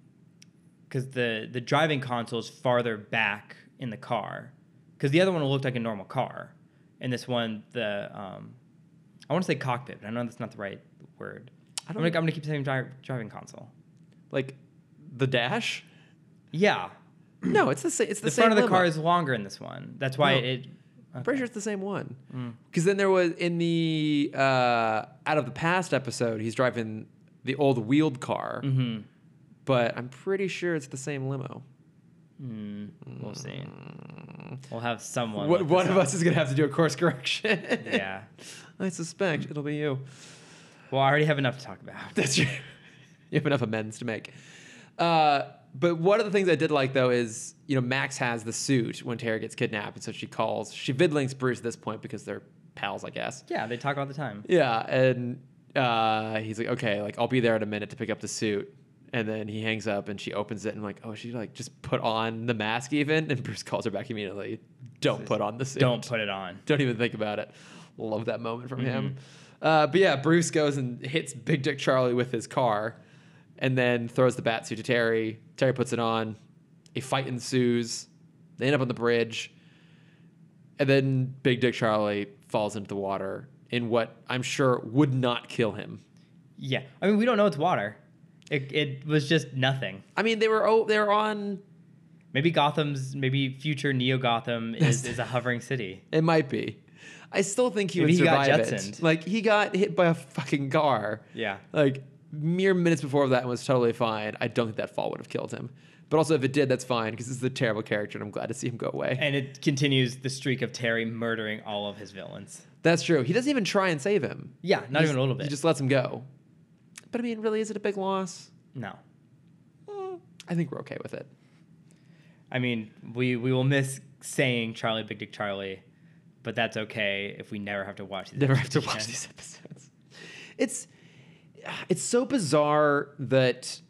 [SPEAKER 2] because the the driving console is farther back in the car. Because the other one looked like a normal car, and this one the um, I want to say cockpit, but I know that's not the right word.
[SPEAKER 1] I
[SPEAKER 2] I
[SPEAKER 1] don't-
[SPEAKER 2] don't. I'm gonna, I'm gonna keep saying dri- driving console.
[SPEAKER 1] Like the dash.
[SPEAKER 2] Yeah,
[SPEAKER 1] (clears throat) No, it's the same. It's the,
[SPEAKER 2] the,
[SPEAKER 1] same
[SPEAKER 2] front of the
[SPEAKER 1] limo.
[SPEAKER 2] car is longer in this one. That's why
[SPEAKER 1] No.
[SPEAKER 2] it.
[SPEAKER 1] I'm pretty sure it's the same one.
[SPEAKER 2] Mm.
[SPEAKER 1] Because then there was in the uh, out of the past episode, he's driving the old wheeled car,
[SPEAKER 2] hmm
[SPEAKER 1] but I'm pretty sure it's the same limo.
[SPEAKER 2] Mm, we'll see. We'll have someone.
[SPEAKER 1] Mm. What,
[SPEAKER 2] look
[SPEAKER 1] one
[SPEAKER 2] this
[SPEAKER 1] of
[SPEAKER 2] up.
[SPEAKER 1] us is gonna have to do a course correction. (laughs)
[SPEAKER 2] Yeah.
[SPEAKER 1] I suspect it'll be you.
[SPEAKER 2] Well, I already have enough to talk about.
[SPEAKER 1] (laughs) That's true. you have enough amends to make. Uh, but one of the things I did like though is you know Max has the suit when Tara gets kidnapped, and so she calls. She vidlinks Bruce at this point because they're pals, I guess.
[SPEAKER 2] Yeah, they talk all the time.
[SPEAKER 1] Yeah, and uh, he's like, okay, like I'll be there in a minute to pick up the suit. And then he hangs up and she opens it and I'm like, oh, she like just put on the mask even. And Bruce calls her back immediately. Don't put on the suit.
[SPEAKER 2] Don't put it on.
[SPEAKER 1] Don't even think about it. Love that moment from him.
[SPEAKER 2] Mm-hmm.
[SPEAKER 1] Uh, but yeah, Bruce goes and hits Big Dick Charlie with his car and then throws the bat suit to Terry. Terry puts it on. A fight ensues. They end up on the bridge. And then Big Dick Charlie falls into the water in what I'm sure would not kill him.
[SPEAKER 2] Yeah, I mean, we don't know it's water. It, it was just nothing.
[SPEAKER 1] I mean, they were oh, they were on.
[SPEAKER 2] Maybe Gotham's, maybe future
[SPEAKER 1] (laughs)
[SPEAKER 2] Neo Gotham is, is a hovering city.
[SPEAKER 1] It might be. I still think he
[SPEAKER 2] Maybe
[SPEAKER 1] would
[SPEAKER 2] he got
[SPEAKER 1] survive it.
[SPEAKER 2] Jetsoned.
[SPEAKER 1] Like he got hit by a fucking car.
[SPEAKER 2] Yeah.
[SPEAKER 1] Like mere minutes before that and was totally fine. I don't think that fall would have killed him. But also, if it did, that's fine because this is a terrible character, and I'm glad to see him go away.
[SPEAKER 2] And it continues the streak of Terry murdering all of his villains.
[SPEAKER 1] That's true. He doesn't even try and save him.
[SPEAKER 2] Yeah, not
[SPEAKER 1] He
[SPEAKER 2] even a little bit.
[SPEAKER 1] He just lets him go. But I mean, really, is it a big loss?
[SPEAKER 2] no.
[SPEAKER 1] Mm, I think we're okay with it.
[SPEAKER 2] I mean, we, we will miss saying Charlie Big Dick Charlie, but that's okay if we never have to watch these.
[SPEAKER 1] Never have (laughs) to
[SPEAKER 2] episodes
[SPEAKER 1] watch
[SPEAKER 2] again.
[SPEAKER 1] these episodes. It's it's so bizarre that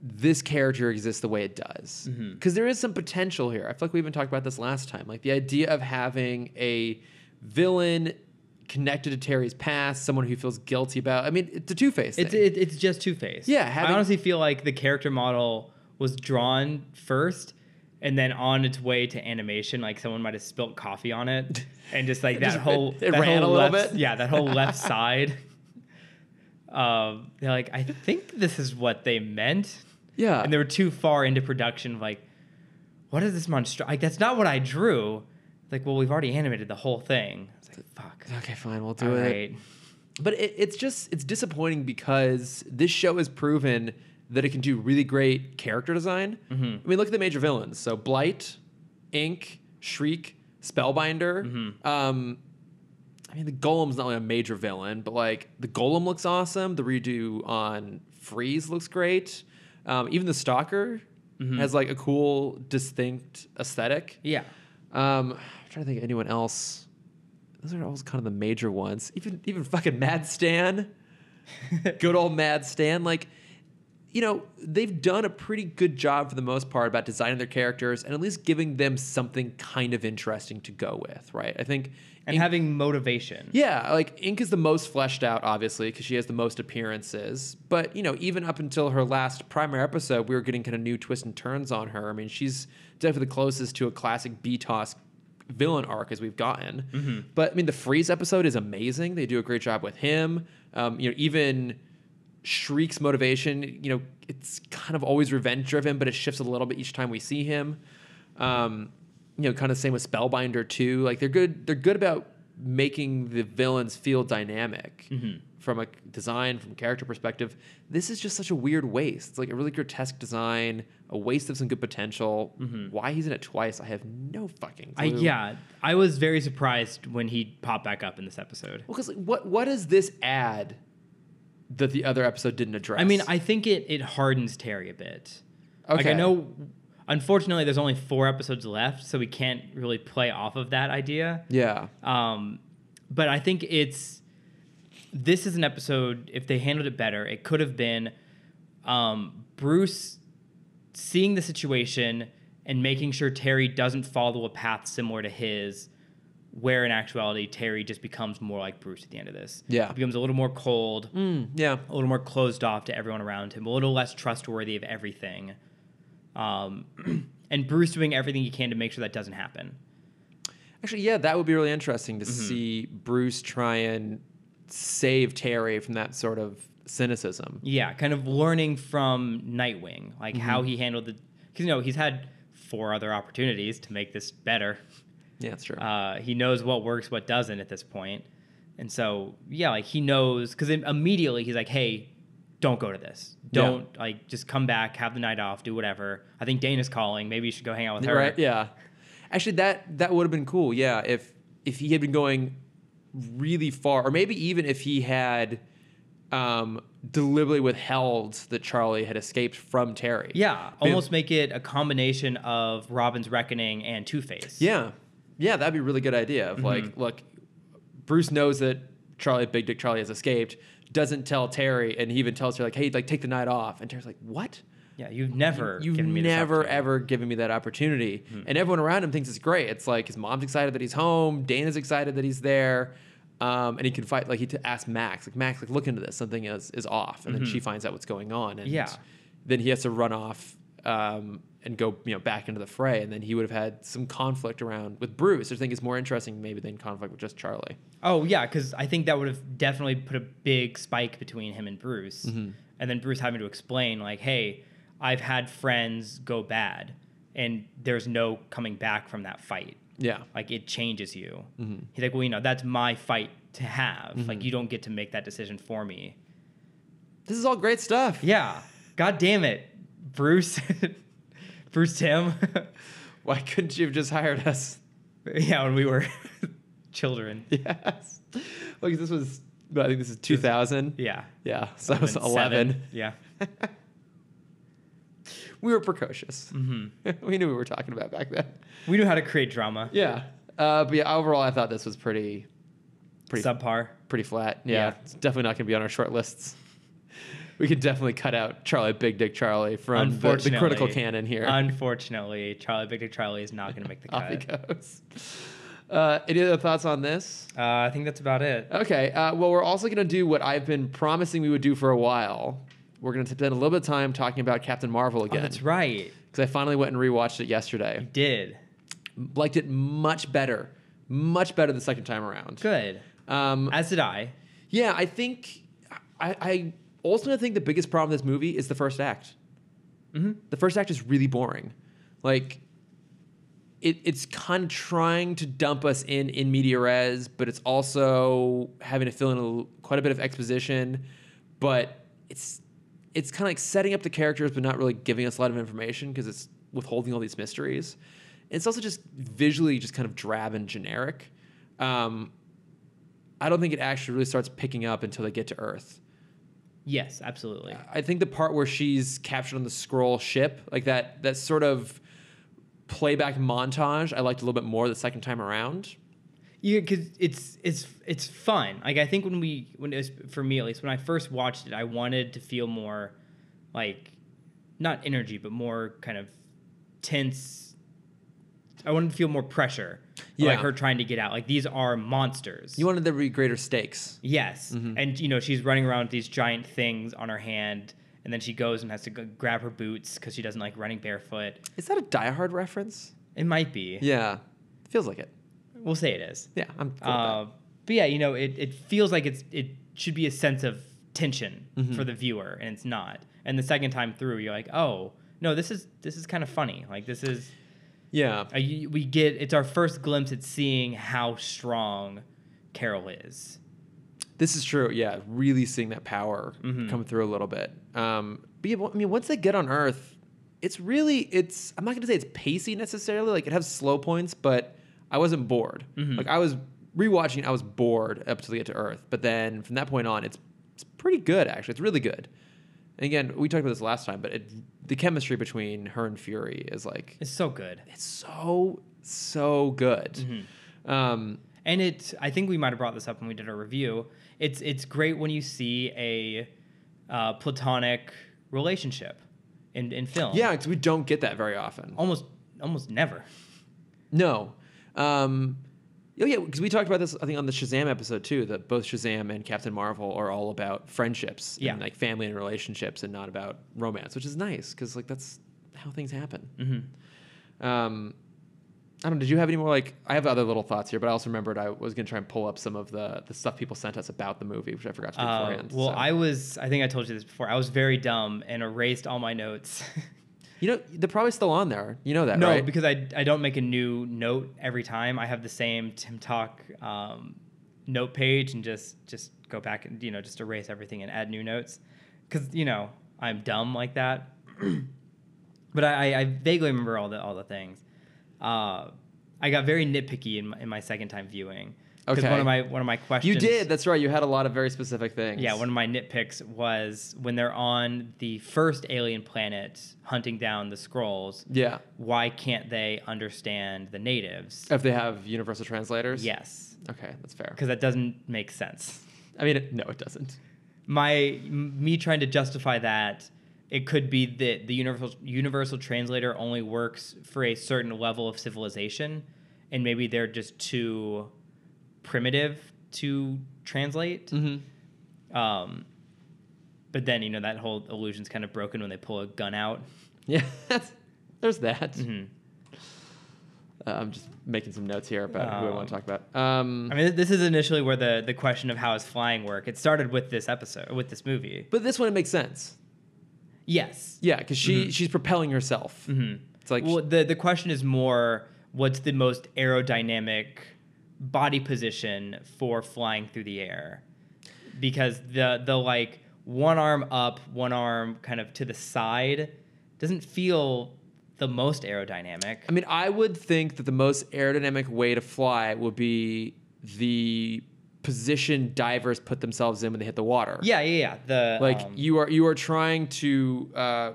[SPEAKER 1] this character exists the way it does because
[SPEAKER 2] Mm-hmm.
[SPEAKER 1] is some potential here. I feel like we even talked about this last time, like the idea of having a villain connected to Terry's past, someone who feels guilty about. I mean, it's a Two Face.
[SPEAKER 2] It's it, it's just Two Face.
[SPEAKER 1] Yeah, having-
[SPEAKER 2] I honestly feel like the character model was drawn first, and then on its way to animation, like someone might have spilt coffee
[SPEAKER 1] (laughs)
[SPEAKER 2] on it, and just like
[SPEAKER 1] It
[SPEAKER 2] that
[SPEAKER 1] just-
[SPEAKER 2] whole
[SPEAKER 1] it- it
[SPEAKER 2] that
[SPEAKER 1] ran
[SPEAKER 2] whole
[SPEAKER 1] a little
[SPEAKER 2] left-
[SPEAKER 1] bit.
[SPEAKER 2] Yeah, that whole
[SPEAKER 1] (laughs)
[SPEAKER 2] left side. Um, they're like, I think this is what they meant,
[SPEAKER 1] yeah,
[SPEAKER 2] and they were too far into production. of, Like, what is this monster? Like, that's not what I drew. Like, well, we've already animated the whole thing. It's like, fuck.
[SPEAKER 1] okay, fine, we'll
[SPEAKER 2] All
[SPEAKER 1] do it.
[SPEAKER 2] right.
[SPEAKER 1] But it, it's just it's disappointing because this show has proven that it can do really great character design. I mean, look at the major villains: so Blight, Ink, Shriek, Spellbinder. Um, I mean, the Golem's not only a major villain, but like the Golem looks awesome. The redo on Freeze looks great. Um, even the Stalker has like a cool, distinct aesthetic.
[SPEAKER 2] Yeah.
[SPEAKER 1] Um, I'm trying to think of anyone else. Those are always kind of the major ones. Even even fucking Mad Stan, good old Mad Stan. Like, you know, they've done a pretty good job for the most part about designing their characters and at least giving them something kind of interesting to go with, right? I think.
[SPEAKER 2] And having motivation.
[SPEAKER 1] Yeah, like Ink is the most fleshed out, obviously, because she has the most appearances. But you know, even up until her last primary episode, we were getting kind of new twists and turns on her. I mean, she's definitely the closest to a classic BTOS villain arc as we've gotten. But I mean, the Freeze episode is amazing. They do a great job with him. Um, you know, even Shriek's motivation, you know, it's kind of always revenge driven, but it shifts a little bit each time we see him. Um, you know, kind of same with
[SPEAKER 2] Mm-hmm.
[SPEAKER 1] Spellbinder too. Like they're good, they're good about making the villains feel dynamic. from a design, from a character perspective, this is just such a weird waste. It's like a really grotesque design, a waste of some good potential. Why he's in it twice, I have no fucking
[SPEAKER 2] Mm-hmm. I,
[SPEAKER 1] clue.
[SPEAKER 2] yeah, I was very surprised when he popped back up in this episode.
[SPEAKER 1] Well, because like, what what does this add that the other episode didn't address?
[SPEAKER 2] I mean, I think it it hardens Terry a bit. Like I
[SPEAKER 1] Okay.
[SPEAKER 2] know unfortunately there's only 4 episodes left, so we can't really play off of that idea.
[SPEAKER 1] yeah,
[SPEAKER 2] Um but I think it's this is an episode if they handled it better, it could have been um Bruce seeing the situation and making sure Terry doesn't follow a path similar to his where in actuality Terry just becomes more like Bruce at the end of this.
[SPEAKER 1] Yeah.
[SPEAKER 2] Becomes a little more cold
[SPEAKER 1] Mm, yeah.
[SPEAKER 2] a little more closed off to everyone around him, a little less trustworthy of everything. Um, (clears throat) and Bruce doing everything he can to make sure that doesn't happen.
[SPEAKER 1] Actually, yeah, that would be really interesting to see Bruce try and save Terry from that sort of cynicism.
[SPEAKER 2] Yeah, kind of learning from Nightwing, like
[SPEAKER 1] Mm-hmm.
[SPEAKER 2] how he handled the. Because, you know, he's had four other opportunities to make this better.
[SPEAKER 1] Yeah, that's true.
[SPEAKER 2] Uh, he knows what works, what doesn't at this point. And so, yeah, like he knows, because immediately he's like, hey, don't go to this.
[SPEAKER 1] Yeah.
[SPEAKER 2] Don't, like, just come back, have the night off, do whatever. I think Dana's calling. Maybe you should go hang out with her.
[SPEAKER 1] Right? Yeah. Actually, that that would have been cool. Yeah, if if he had been going really far, or maybe even if he had um, deliberately withheld that Charlie had escaped from Terry.
[SPEAKER 2] Yeah,
[SPEAKER 1] Been-
[SPEAKER 2] almost make it a combination of Robin's Reckoning and Two Face.
[SPEAKER 1] Yeah. Yeah, that'd be a really good idea. Of like, look, Bruce knows that Charlie, Big Dick Charlie, has escaped. Doesn't tell Terry, and he even tells her like, "Hey, like take the night off." And Terry's like, "What?
[SPEAKER 2] yeah. You've never,
[SPEAKER 1] You've
[SPEAKER 2] given me this
[SPEAKER 1] never
[SPEAKER 2] opportunity. Hmm.
[SPEAKER 1] ever given me that opportunity." And everyone around him thinks it's great. It's like his mom's excited that he's home. Dana's excited that he's there. Um, and he can fight. Like he t- asks Max, like Max, like look into this. Something is is off, and then she finds out what's going on. And
[SPEAKER 2] Mm-hmm. Yeah.
[SPEAKER 1] then he has to run off um, and go you know back into the fray and then he would have had some conflict around with bruce which i think is more interesting maybe than conflict with just charlie
[SPEAKER 2] Oh yeah, because I think that would have definitely put a big spike between him and Bruce, and then Bruce having to explain like, hey, I've had friends go bad, and there's no coming back from that fight.
[SPEAKER 1] yeah
[SPEAKER 2] Like it changes you. He's like, well, you know, that's my fight to have. Like you don't get to make that decision for me.
[SPEAKER 1] this is all great stuff
[SPEAKER 2] Yeah. God damn it, Bruce. (laughs) Bruce Tim. (laughs)
[SPEAKER 1] why couldn't you have just hired us (laughs)
[SPEAKER 2] yeah, when we were (laughs) children.
[SPEAKER 1] yes look this was i think this is 2000
[SPEAKER 2] Yeah.
[SPEAKER 1] yeah (laughs) so i was
[SPEAKER 2] Seven. (laughs)
[SPEAKER 1] 11
[SPEAKER 2] Yeah.
[SPEAKER 1] we were precocious (laughs) we knew what we were talking about back then
[SPEAKER 2] Mm-hmm. We knew how to create drama.
[SPEAKER 1] yeah uh, but yeah overall i thought this was pretty pretty
[SPEAKER 2] Subpar.
[SPEAKER 1] pretty flat. Yeah,
[SPEAKER 2] Yeah.
[SPEAKER 1] it's definitely not going to be on our short lists. (laughs) We could definitely cut out Charlie Big Dick Charlie from the, the
[SPEAKER 2] Unfortunately.
[SPEAKER 1] critical canon here. Oh
[SPEAKER 2] Unfortunately, Charlie Big Dick Charlie is not going to make
[SPEAKER 1] (laughs)
[SPEAKER 2] the
[SPEAKER 1] Off he
[SPEAKER 2] cut. Uh,
[SPEAKER 1] goes. Uh, any other thoughts on this?
[SPEAKER 2] Uh, I think that's about it.
[SPEAKER 1] Okay. Uh, well, we're also going to do what I've been promising we would do for a while. We're going to spend a little bit of time talking about Captain Marvel
[SPEAKER 2] Oh,
[SPEAKER 1] again
[SPEAKER 2] that's
[SPEAKER 1] because
[SPEAKER 2] right.
[SPEAKER 1] I finally went and rewatched it
[SPEAKER 2] You
[SPEAKER 1] yesterday.
[SPEAKER 2] did.
[SPEAKER 1] Liked it much better, much better the second time around.
[SPEAKER 2] Good.
[SPEAKER 1] Um,
[SPEAKER 2] As did I.
[SPEAKER 1] Yeah, I think I, I ultimately think the biggest problem with this movie is the first act. The first act is really boring. Like it, it's kind of trying to dump us in in media res, but it's also having to fill in a, l- quite a bit of exposition. But it's it's kind of like setting up the characters, but not really giving us a lot of information because it's withholding all these mysteries. It's also just visually just kind of drab and generic. Um, I don't think it actually really starts picking up until they get to Earth.
[SPEAKER 2] Yes, absolutely.
[SPEAKER 1] I think the part where she's captured on the scroll ship, like that that sort of playback montage, I liked a little bit more the second time around.
[SPEAKER 2] Yeah, because it's it's it's fun. Like I think when we when it was for me at least when I first watched it, I wanted to feel more like not energy, but more kind of tense. I wanted to feel more pressure.
[SPEAKER 1] Yeah.
[SPEAKER 2] Like her trying to get out. Like these are monsters.
[SPEAKER 1] You wanted there to be greater stakes.
[SPEAKER 2] yes. And you know she's running around with these giant things on her hand, and then she goes and has to go grab her boots because she doesn't like running barefoot.
[SPEAKER 1] Is that a Die Hard reference?
[SPEAKER 2] It might be.
[SPEAKER 1] Yeah, feels like it.
[SPEAKER 2] We'll say it is.
[SPEAKER 1] Yeah, I'm. Cool
[SPEAKER 2] Uh,
[SPEAKER 1] with
[SPEAKER 2] but yeah, you know, it, it feels like it's it should be a sense of tension for the viewer, and it's not. And the second time through, you're like, oh no, this is this is kind of funny. Like this is
[SPEAKER 1] that. yeah,
[SPEAKER 2] uh, you- we get it's our first glimpse at seeing how strong Carol is.
[SPEAKER 1] This is true. Yeah, really seeing that power come through a little bit. Um, but yeah, well, I mean, once they get on Earth, it's really it's. I'm not gonna say it's pacey necessarily. Like it has slow points, but I wasn't bored. Like I was rewatching, I was bored up till they get to Earth. But then from that point on, it's it's pretty good actually. It's really good. And again, we talked about this last time, but it, the chemistry between her and Fury is like
[SPEAKER 2] It's so good.
[SPEAKER 1] it's so so good.
[SPEAKER 2] Mm-hmm.
[SPEAKER 1] Um,
[SPEAKER 2] And it, I think we might have brought this up when we did our review. It's it's great when you see a uh, platonic relationship in in film.
[SPEAKER 1] yeah, 'cause we don't get that very often.
[SPEAKER 2] almost almost never.
[SPEAKER 1] No. Um, oh yeah, because we talked about this I think on the Shazam episode too. That both Shazam and Captain Marvel are all about friendships
[SPEAKER 2] Yeah.
[SPEAKER 1] and like family and relationships, and not about romance, which is nice because like that's how things happen.
[SPEAKER 2] Mm-hmm.
[SPEAKER 1] Um, I don't. know, Did you have any more? Like, I have other little thoughts here, but I also remembered I was gonna try and pull up some of the the stuff people sent us about the movie, which I forgot to do
[SPEAKER 2] Uh,
[SPEAKER 1] beforehand.
[SPEAKER 2] well,
[SPEAKER 1] so.
[SPEAKER 2] I was I think I told you this before. I was very dumb and erased all my notes. (laughs)
[SPEAKER 1] you know they're probably still on there. You know that,
[SPEAKER 2] no,
[SPEAKER 1] right?
[SPEAKER 2] because I I don't make a new note every time. I have the same Tim Talk um, note page and just just go back and you know just erase everything and add new notes because you know I'm dumb like that. (clears throat) but I, I- I vaguely remember all the all the things. Uh, I got very nitpicky in my, in my second time viewing because
[SPEAKER 1] Okay.
[SPEAKER 2] one of my one of my questions
[SPEAKER 1] you did. That's right. You had a lot of very specific things.
[SPEAKER 2] Yeah, one of my nitpicks was when they're on the first alien planet hunting down the scrolls.
[SPEAKER 1] yeah.
[SPEAKER 2] Why can't they understand the natives?
[SPEAKER 1] If they have universal translators.
[SPEAKER 2] Yes,
[SPEAKER 1] Okay, that's fair.
[SPEAKER 2] because that doesn't make sense.
[SPEAKER 1] I mean, it- no, it doesn't.
[SPEAKER 2] My m- me trying to justify that it could be that the universal universal translator only works for a certain level of civilization, and maybe they're just too primitive to translate. Um, but then you know that whole illusion's kind of broken when they pull a gun out.
[SPEAKER 1] Yeah, (laughs) that's- there's that.
[SPEAKER 2] Mhm.
[SPEAKER 1] Uh, I'm just making some notes here about who I
[SPEAKER 2] Um,
[SPEAKER 1] want to talk about. Um,
[SPEAKER 2] I mean, this is initially where the the question of how is flying work. It started with this episode, with this movie.
[SPEAKER 1] but this one it makes sense.
[SPEAKER 2] Yes.
[SPEAKER 1] Yeah, because she she's propelling herself.
[SPEAKER 2] Mhm.
[SPEAKER 1] It's Mm-hmm. like
[SPEAKER 2] Mm-hmm. well, the the question is more what's the most aerodynamic body position for flying through the air, because the the like one arm up, one arm kind of to the side, doesn't feel the most aerodynamic.
[SPEAKER 1] I mean, I would think that the most aerodynamic way to fly would be the position divers put themselves in when they hit the water.
[SPEAKER 2] yeah, yeah, yeah. The
[SPEAKER 1] like
[SPEAKER 2] um,
[SPEAKER 1] you are you are trying to uh,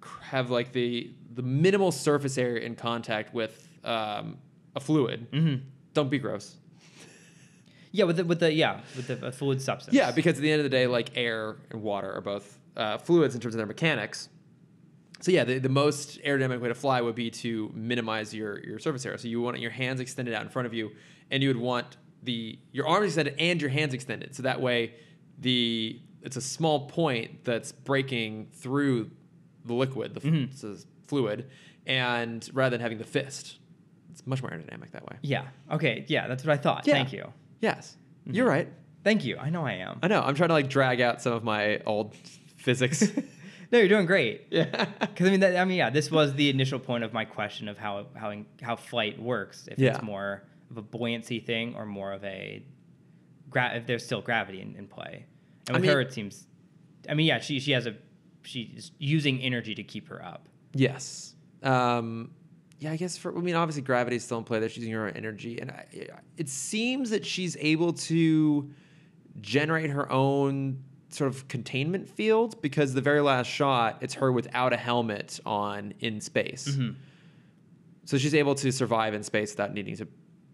[SPEAKER 1] cr- have like the the minimal surface area in contact with um, a fluid. Don't be gross.
[SPEAKER 2] yeah with the with the yeah with the a fluid substance.
[SPEAKER 1] Yeah, because at the end of the day, like air and water are both uh, fluids in terms of their mechanics. So yeah, the, the most aerodynamic way to fly would be to minimize your your surface area. So you want your hands extended out in front of you, and you would want the your arms extended and your hands extended. So that way, the it's a small point that's breaking through the liquid, the f- it's a fluid, and rather than having the fist, it's much more aerodynamic that way.
[SPEAKER 2] yeah. Okay. Yeah, that's what I thought.
[SPEAKER 1] Yeah.
[SPEAKER 2] Thank you.
[SPEAKER 1] Yes, you're right.
[SPEAKER 2] Thank you. I know I am.
[SPEAKER 1] I know. I'm trying to like drag out some of my old physics.
[SPEAKER 2] (laughs) No, you're doing great.
[SPEAKER 1] yeah.
[SPEAKER 2] Because I mean, that, I mean, yeah, this was the initial point of my question of how how how flight works. If
[SPEAKER 1] Yeah.
[SPEAKER 2] it's more of a buoyancy thing or more of a gra- if there's still gravity in, in play. And
[SPEAKER 1] I
[SPEAKER 2] with her,
[SPEAKER 1] mean-
[SPEAKER 2] it seems. I mean, yeah, she she has a she's using energy to keep her up.
[SPEAKER 1] Yes. Um, yeah, I guess for, I mean, obviously gravity's still in play there. She's using her own energy. And I, it seems that she's able to generate her own sort of containment field because the very last shot, it's her without a helmet on in space.
[SPEAKER 2] Mm-hmm.
[SPEAKER 1] So she's able to survive in space without needing to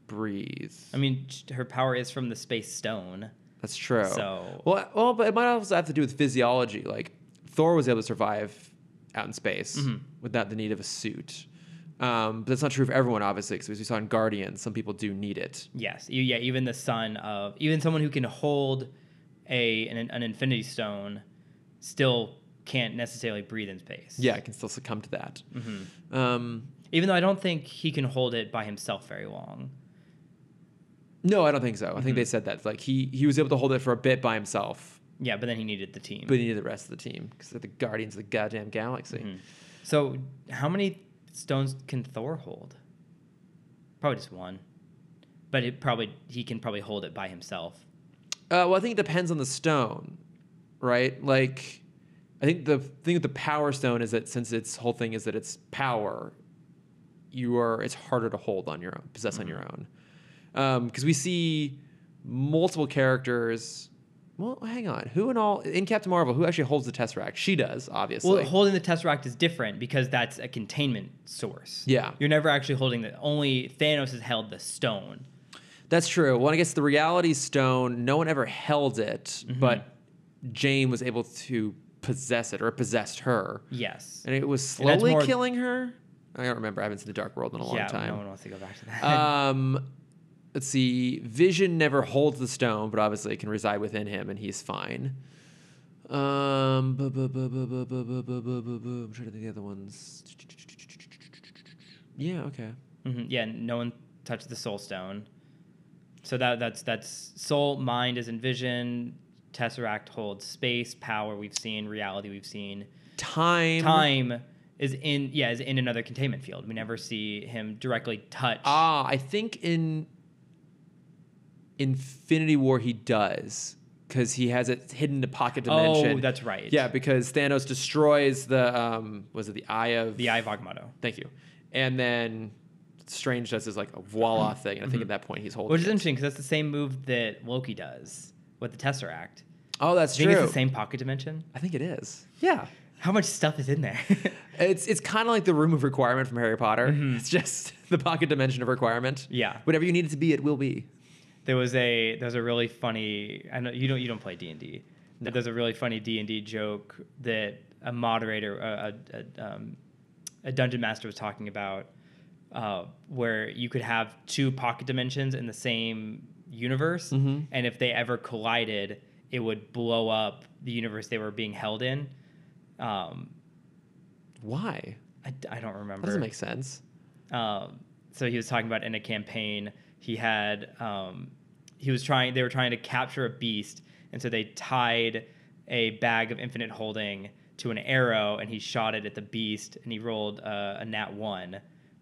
[SPEAKER 1] breathe.
[SPEAKER 2] I mean, sh- her power is from the space stone.
[SPEAKER 1] That's true.
[SPEAKER 2] So-
[SPEAKER 1] well, well, but it might also have to do with physiology. Like Thor was able to survive out in space without the need of a suit. Um, but that's not true for everyone, obviously, because as we saw in Guardians, some people do need it.
[SPEAKER 2] Yes, e- yeah, even the son of even someone who can hold a an, an infinity stone still can't necessarily breathe in space. Mm-hmm.
[SPEAKER 1] Yeah, I can still succumb to that. Um,
[SPEAKER 2] Even though I don't think he can hold it by himself very long.
[SPEAKER 1] no, I don't think so. I think they said that like he he was able to hold it for a bit by himself,
[SPEAKER 2] Yeah, but then he needed the team. Hmm.
[SPEAKER 1] but he needed the rest of the team because they're the Guardians of the goddamn galaxy.
[SPEAKER 2] Mm-hmm. so, how many stones can Thor hold? Probably just one. But it probably he can probably hold it by himself.
[SPEAKER 1] Uh, well, I think it depends on the stone, right? Like, I think the thing with the power stone is that since its whole thing is that it's power, you are it's harder to hold on your own, possess on your own, because we see multiple characters. Well, hang on. Who in all in Captain Marvel? Who actually holds the Tesseract? She does, obviously.
[SPEAKER 2] Well, holding the Tesseract is different because that's a containment source.
[SPEAKER 1] Yeah.
[SPEAKER 2] You're never actually holding the only Thanos has held the stone.
[SPEAKER 1] That's true. Well, I guess the Reality Stone, no one ever held it, but Jane was able to possess it or it possessed her,
[SPEAKER 2] Yes.
[SPEAKER 1] and it was
[SPEAKER 2] And that's
[SPEAKER 1] slowly
[SPEAKER 2] more-
[SPEAKER 1] killing her. I don't remember. I haven't seen the Dark World in a long
[SPEAKER 2] yeah,
[SPEAKER 1] time. (laughs)
[SPEAKER 2] no one wants to go back to that.
[SPEAKER 1] Um, let's see. Vision never holds the stone, but obviously it can reside within him, and he's fine. Um, bu- bu- bu- bu- bu- bu- bu- bu- bu- bu- bu- I'm trying to think of the other ones. Yeah. Okay.
[SPEAKER 2] Mhm, Yeah, no one touched the soul stone. So that that's that's soul, mind is in vision. Tesseract holds space, power we've seen, reality we've seen.
[SPEAKER 1] Time.
[SPEAKER 2] Time is in yeah, is in another containment field. We never see him directly touch.
[SPEAKER 1] Ah, I think in Infinity War he does because he has it hidden in a pocket dimension.
[SPEAKER 2] oh, that's right.
[SPEAKER 1] yeah, because Thanos destroys the um, was it the Eye of
[SPEAKER 2] The Eye of Agamotto.
[SPEAKER 1] Thank you. And then Strange does his like a voila thing, and I think at that point he's holding.
[SPEAKER 2] Mm-hmm. Which is
[SPEAKER 1] it.
[SPEAKER 2] interesting because that's the same move that Loki does with the Tesseract.
[SPEAKER 1] oh, that's
[SPEAKER 2] Do you think
[SPEAKER 1] true.
[SPEAKER 2] it's the same pocket dimension?
[SPEAKER 1] I think it is. Yeah,
[SPEAKER 2] How much stuff is in there? (laughs)
[SPEAKER 1] it's it's kind of like the room of requirement from Harry Potter. It's just (laughs) the pocket dimension of requirement.
[SPEAKER 2] Mm-hmm. Yeah.
[SPEAKER 1] whatever you need it to be, it will be.
[SPEAKER 2] there was a there was a really funny I know you don't you don't play D and D, but there's a really funny D and D joke that a moderator a, a, a, um, a dungeon master was talking about uh, where you could have two pocket dimensions in the same universe,
[SPEAKER 1] Mm-hmm.
[SPEAKER 2] and if they ever collided, it would blow up the universe they were being held in. Um,
[SPEAKER 1] Why?
[SPEAKER 2] I, I don't
[SPEAKER 1] That
[SPEAKER 2] remember.
[SPEAKER 1] doesn't make sense.
[SPEAKER 2] Um, so he was talking about in a campaign he had um, he was trying they were trying to capture a beast, and so they tied a bag of infinite holding to an arrow, and he shot it at the beast, and he rolled uh, a nat one,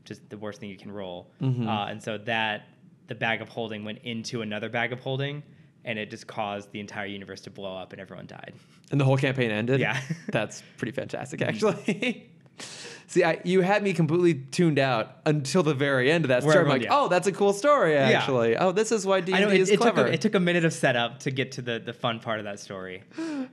[SPEAKER 2] which is the worst thing you can roll.
[SPEAKER 1] Mm-hmm.
[SPEAKER 2] Uh, and so that the bag of holding went into another bag of holding, and it just caused the entire universe to blow up, and everyone died.
[SPEAKER 1] And the whole campaign ended.
[SPEAKER 2] Yeah.
[SPEAKER 1] (laughs)
[SPEAKER 2] Mm.
[SPEAKER 1] that's pretty fantastic, actually. (laughs) See, I, you had me completely tuned out until the very end of that
[SPEAKER 2] Where
[SPEAKER 1] story. I'm
[SPEAKER 2] everyone-
[SPEAKER 1] like,
[SPEAKER 2] yeah.
[SPEAKER 1] oh, that's a cool story, actually. Oh, this is why D&D
[SPEAKER 2] I know it,
[SPEAKER 1] is
[SPEAKER 2] it took
[SPEAKER 1] clever.
[SPEAKER 2] a, it took a minute of setup to get to the, the fun part of that story.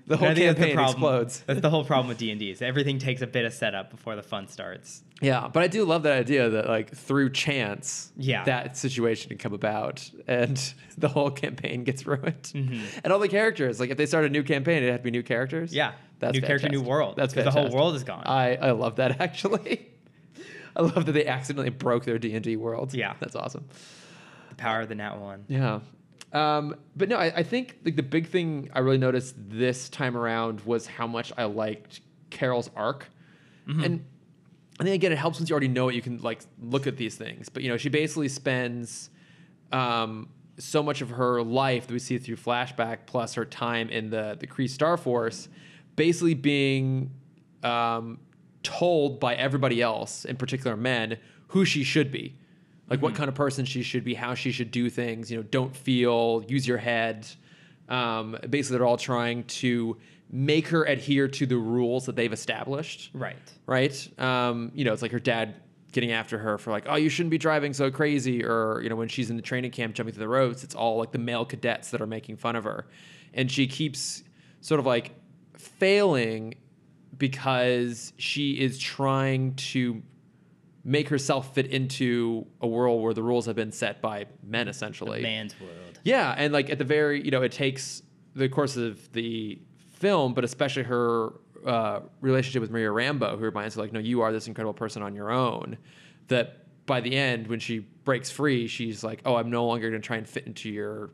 [SPEAKER 1] the whole
[SPEAKER 2] And I think
[SPEAKER 1] campaign
[SPEAKER 2] that's the problem.
[SPEAKER 1] explodes.
[SPEAKER 2] That's the whole problem with D and D is everything takes a bit of setup before the fun starts.
[SPEAKER 1] Yeah, but I do love that idea that like through chance,
[SPEAKER 2] Yeah.
[SPEAKER 1] that situation can come about, and (laughs) the whole campaign gets ruined,
[SPEAKER 2] Mm-hmm.
[SPEAKER 1] and all the characters. Like if they start a new campaign, it'd have to be new characters.
[SPEAKER 2] Yeah,
[SPEAKER 1] that's
[SPEAKER 2] new character, new
[SPEAKER 1] fantastic.
[SPEAKER 2] world.
[SPEAKER 1] That's
[SPEAKER 2] 'cause the whole
[SPEAKER 1] fantastic.
[SPEAKER 2] world is gone.
[SPEAKER 1] I I love that (laughs) actually. I love that they accidentally broke their D and D world.
[SPEAKER 2] Yeah.
[SPEAKER 1] that's awesome.
[SPEAKER 2] the power of the nat one.
[SPEAKER 1] Yeah. Um, but no, I, I think like the big thing I really noticed this time around was how much I liked Carol's arc.
[SPEAKER 2] Mm-hmm.
[SPEAKER 1] And I think again it helps once you already know it, you can like look at these things. But you know, she basically spends um so much of her life that we see through flashback plus her time in the the Kree Star Force basically being um told by everybody else, in particular men, who she should be. Like what kind of person she should be, how she should do things, you know, don't feel, use your head. Um, basically, they're all trying to make her adhere to the rules that they've established
[SPEAKER 2] Right.
[SPEAKER 1] right? Um, you know, it's like her dad getting after her for like, oh, you shouldn't be driving so crazy, or you know, when she's in the training camp jumping through the ropes, it's all like the male cadets that are making fun of her, and she keeps sort of like failing because she is trying to make herself fit into a world where the rules have been set by men essentially
[SPEAKER 2] Man's world.
[SPEAKER 1] yeah, and like at the very, you know, it takes the course of the film, but especially her uh, relationship with Maria Rambo, who reminds her like, no, you are this incredible person on your own. That by the end, when she breaks free, she's like, oh, I'm no longer going to try and fit into your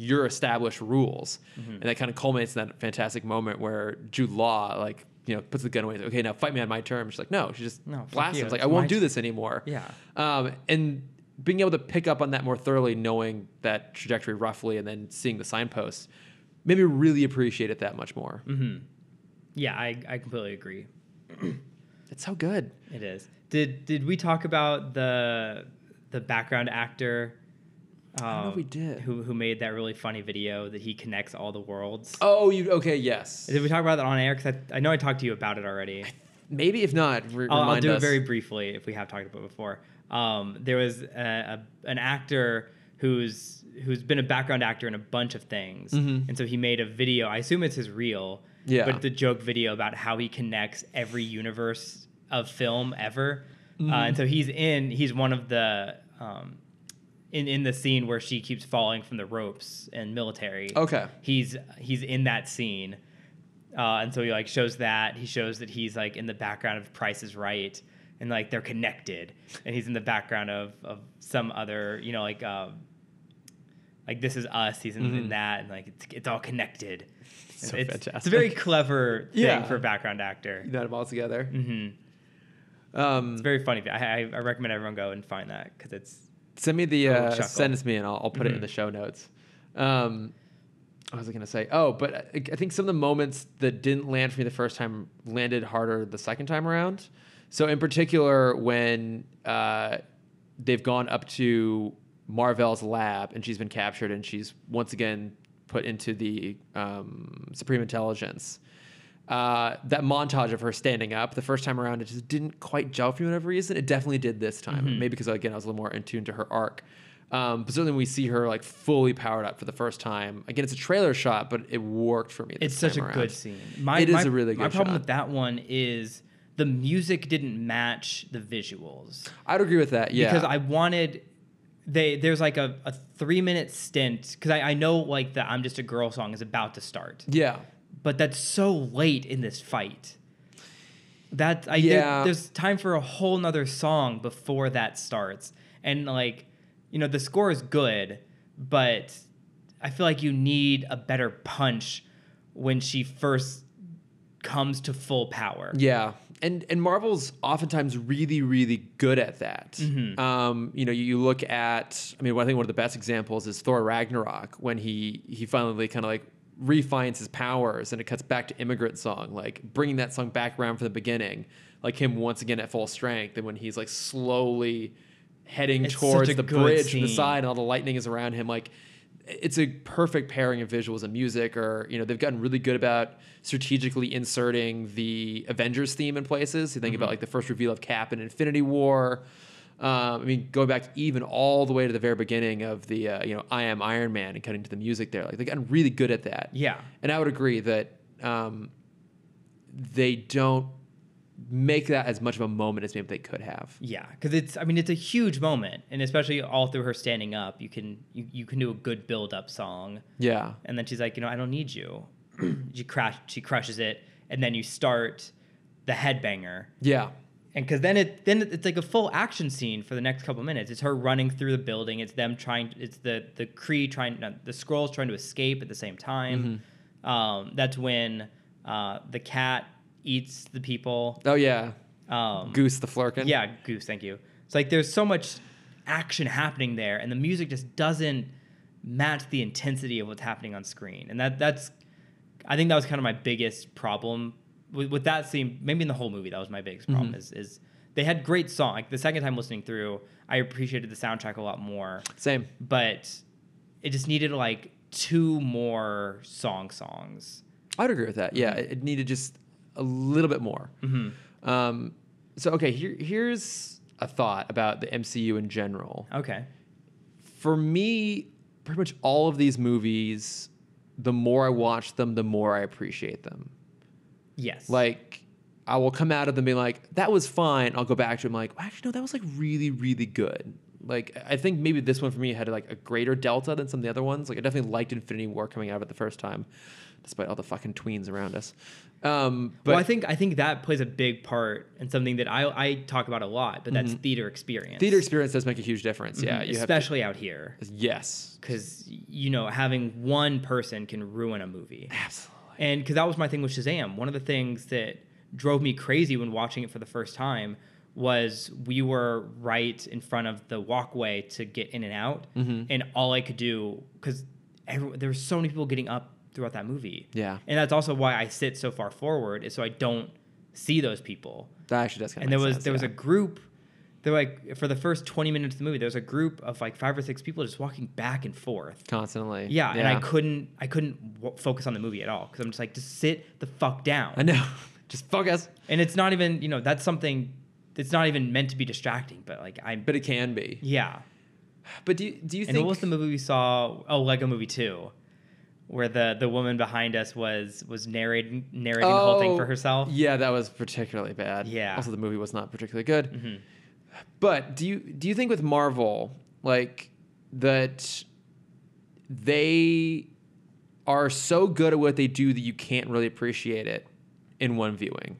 [SPEAKER 1] your established rules,
[SPEAKER 2] Mm-hmm.
[SPEAKER 1] and that kind of culminates in that fantastic moment where Jude Law like. You know, puts the gun away. he's like, Okay, now fight me on my terms. She's like, no. She just
[SPEAKER 2] No, fuck
[SPEAKER 1] blasts
[SPEAKER 2] you,
[SPEAKER 1] him. It's like,
[SPEAKER 2] it's
[SPEAKER 1] I won't
[SPEAKER 2] my
[SPEAKER 1] do this anymore.
[SPEAKER 2] Yeah.
[SPEAKER 1] Um, and being able to pick up on that more thoroughly, knowing that trajectory roughly, and then seeing the signposts, made me really appreciate it that much more.
[SPEAKER 2] Mm-hmm. Yeah, I, I completely agree.
[SPEAKER 1] It's so good.
[SPEAKER 2] It is. Did did we talk about the the background actor
[SPEAKER 1] I don't know if
[SPEAKER 2] um,
[SPEAKER 1] we did.
[SPEAKER 2] Who who made that really funny video that he connects all the worlds?
[SPEAKER 1] Oh, you okay? Yes.
[SPEAKER 2] Did we talk about that on air? Because I, I know I talked to you about it already.
[SPEAKER 1] Maybe if not, re-
[SPEAKER 2] I'll, I'll
[SPEAKER 1] remind
[SPEAKER 2] do
[SPEAKER 1] us.
[SPEAKER 2] it very briefly if we have talked about it before. Um, there was a, a, an actor who's who's been a background actor in a bunch of things,
[SPEAKER 1] Mhm.
[SPEAKER 2] and so he made a video. I assume it's his reel,
[SPEAKER 1] Yeah.
[SPEAKER 2] but the joke video about how he connects every universe of film ever.
[SPEAKER 1] Mm-hmm.
[SPEAKER 2] Uh, and so he's in. He's one of the. Um, in, in the scene where she keeps falling from the ropes and military
[SPEAKER 1] Okay.
[SPEAKER 2] he's he's in that scene uh, and so he like shows that he shows that he's like in the background of price is right and like they're connected and he's in the background of of some other you know like um like this is us he's in, in that and like it's, it's all connected
[SPEAKER 1] So
[SPEAKER 2] And it's, it's a
[SPEAKER 1] fantastic.
[SPEAKER 2] very clever thing
[SPEAKER 1] Yeah.
[SPEAKER 2] for a background actor
[SPEAKER 1] You got them all together.
[SPEAKER 2] hmm
[SPEAKER 1] Um,
[SPEAKER 2] Mm. it's very funny I, I I recommend everyone go and find that because it's
[SPEAKER 1] send me the
[SPEAKER 2] I'll
[SPEAKER 1] uh,
[SPEAKER 2] chuckle.
[SPEAKER 1] send it to me and I'll, I'll put it in
[SPEAKER 2] Mhm.
[SPEAKER 1] the show notes. Um, what was I gonna say? Oh, but I, I think some of the moments that didn't land for me the first time landed harder the second time around. So in particular, when uh, they've gone up to Marvel's lab and she's been captured and she's once again put into the um, Supreme Intelligence. Uh, that montage of her standing up the first time around, it just didn't quite gel for me for whatever reason. It definitely did this time.
[SPEAKER 2] Mm-hmm.
[SPEAKER 1] Maybe because again, I was a little more in tune to her arc. Um, but certainly, when we see her like fully powered up for the first time. Again, it's a trailer shot, but it worked for me. This
[SPEAKER 2] It's such a
[SPEAKER 1] time around.
[SPEAKER 2] good scene. My,
[SPEAKER 1] It is
[SPEAKER 2] my-
[SPEAKER 1] a really
[SPEAKER 2] My
[SPEAKER 1] good
[SPEAKER 2] problem
[SPEAKER 1] shot.
[SPEAKER 2] with that one is the music didn't match the visuals
[SPEAKER 1] I'd agree with that. Yeah,
[SPEAKER 2] because I wanted they there's like a, a three minute stint because I, I know like the I'm just a girl song is about to start,
[SPEAKER 1] yeah,
[SPEAKER 2] but that's so late in this fight. That I
[SPEAKER 1] Yeah.
[SPEAKER 2] there, there's time for a whole nother song before that starts, and like you know the score is good, but I feel like you need a better punch when she first comes to full power.
[SPEAKER 1] Yeah, and and Marvel's oftentimes really really good at that.
[SPEAKER 2] Mm-hmm.
[SPEAKER 1] Um, you know, you, you look at I mean, I think one of the best examples is Thor Ragnarok when he he finally kind of like refines his powers and it cuts back to immigrant song like bringing that song back around from the beginning like him once again at full strength and when he's like slowly heading
[SPEAKER 2] It's such
[SPEAKER 1] towards
[SPEAKER 2] a
[SPEAKER 1] the
[SPEAKER 2] good
[SPEAKER 1] bridge from the
[SPEAKER 2] scene.
[SPEAKER 1] side and all the lightning is around him like it's a perfect pairing of visuals and music or you know they've gotten really good about strategically inserting the avengers theme in places you think
[SPEAKER 2] Mm-hmm.
[SPEAKER 1] about like the first reveal of cap in infinity war um, i mean going back even all the way to the very beginning of the uh, you know i am iron man and cutting to the music there like they've gotten really good at that
[SPEAKER 2] Yeah.
[SPEAKER 1] and i would agree that um, they don't make that as much of a moment as maybe they could have
[SPEAKER 2] Yeah, because it's I mean it's a huge moment, and especially all through her standing up, you can you, you can do a good build up song,
[SPEAKER 1] yeah
[SPEAKER 2] and then she's like, you know, I don't need you. (clears throat) she crash she crushes it, and then you start the headbanger,
[SPEAKER 1] yeah
[SPEAKER 2] and because then it then it's like a full action scene for the next couple minutes. It's her running through the building. It's them trying. It's the the Kree trying no, the scrolls trying to escape at the same time. Um, that's when uh, the cat eats the people.
[SPEAKER 1] oh yeah
[SPEAKER 2] Um,
[SPEAKER 1] goose the flurkin
[SPEAKER 2] yeah, Goose, thank you. It's like there's so much action happening there, and the music just doesn't match the intensity of what's happening on screen. And that that's, I think that was kind of my biggest problem with, with that scene. Maybe in the whole movie, that was my biggest problem. Is is they had great song. Like the second time listening through, I appreciated the soundtrack a lot more,
[SPEAKER 1] same
[SPEAKER 2] but it just needed like two more song songs.
[SPEAKER 1] I'd agree with that. Yeah, it it needed just a little bit more. Um, so okay, here here's a thought about the MCU in general.
[SPEAKER 2] Okay.
[SPEAKER 1] For me, pretty much all of these movies, the more I watch them, the more I appreciate them.
[SPEAKER 2] Yes.
[SPEAKER 1] Like I will come out of them being like, that was fine. I'll go back to them like, actually no, that was like really, really good. Like I think maybe this one for me had like a greater delta than some of the other ones. Like I definitely liked Infinity War coming out of it the first time, despite all the fucking tweens around us. Um, but
[SPEAKER 2] well, I think I think that plays a big part and something that I, I talk about a lot, but that's theater experience.
[SPEAKER 1] Mm-hmm.
[SPEAKER 2] Mm-hmm.
[SPEAKER 1] theater experience does make a huge difference. Yeah, you
[SPEAKER 2] especially out here,
[SPEAKER 1] have to, yes,
[SPEAKER 2] because you know having one person can ruin a movie.
[SPEAKER 1] absolutely.
[SPEAKER 2] And because that was my thing with Shazam. One of the things that drove me crazy when watching it for the first time was we were right in front of the walkway to get in and out,
[SPEAKER 1] Mm-hmm.
[SPEAKER 2] and all I could do because there were so many people getting up throughout that movie.
[SPEAKER 1] Yeah.
[SPEAKER 2] and that's also why I sit so far forward is so I don't see those people.
[SPEAKER 1] That actually does kind of.
[SPEAKER 2] and there was there was a group they're like for the first 20 minutes of the movie there's a group of like five or six people just walking back and forth
[SPEAKER 1] constantly.
[SPEAKER 2] yeah, and i couldn't i couldn't w- focus on the movie at all because i'm just like just sit the fuck down
[SPEAKER 1] I know. (laughs) Just focus.
[SPEAKER 2] and it's not even you know that's something that's not even meant to be distracting but like i'm
[SPEAKER 1] But it can be.
[SPEAKER 2] yeah
[SPEAKER 1] But do you, do you
[SPEAKER 2] and
[SPEAKER 1] think?
[SPEAKER 2] what was the movie we saw oh lego movie 2 where the the woman behind us was was narrating narrating the whole thing for
[SPEAKER 1] Oh,
[SPEAKER 2] herself
[SPEAKER 1] Yeah, that was particularly bad.
[SPEAKER 2] Yeah. Mm-hmm.
[SPEAKER 1] Also, the movie was not particularly good. But do you do you think with Marvel like that they are so good at what they do that you can't really appreciate it in one viewing?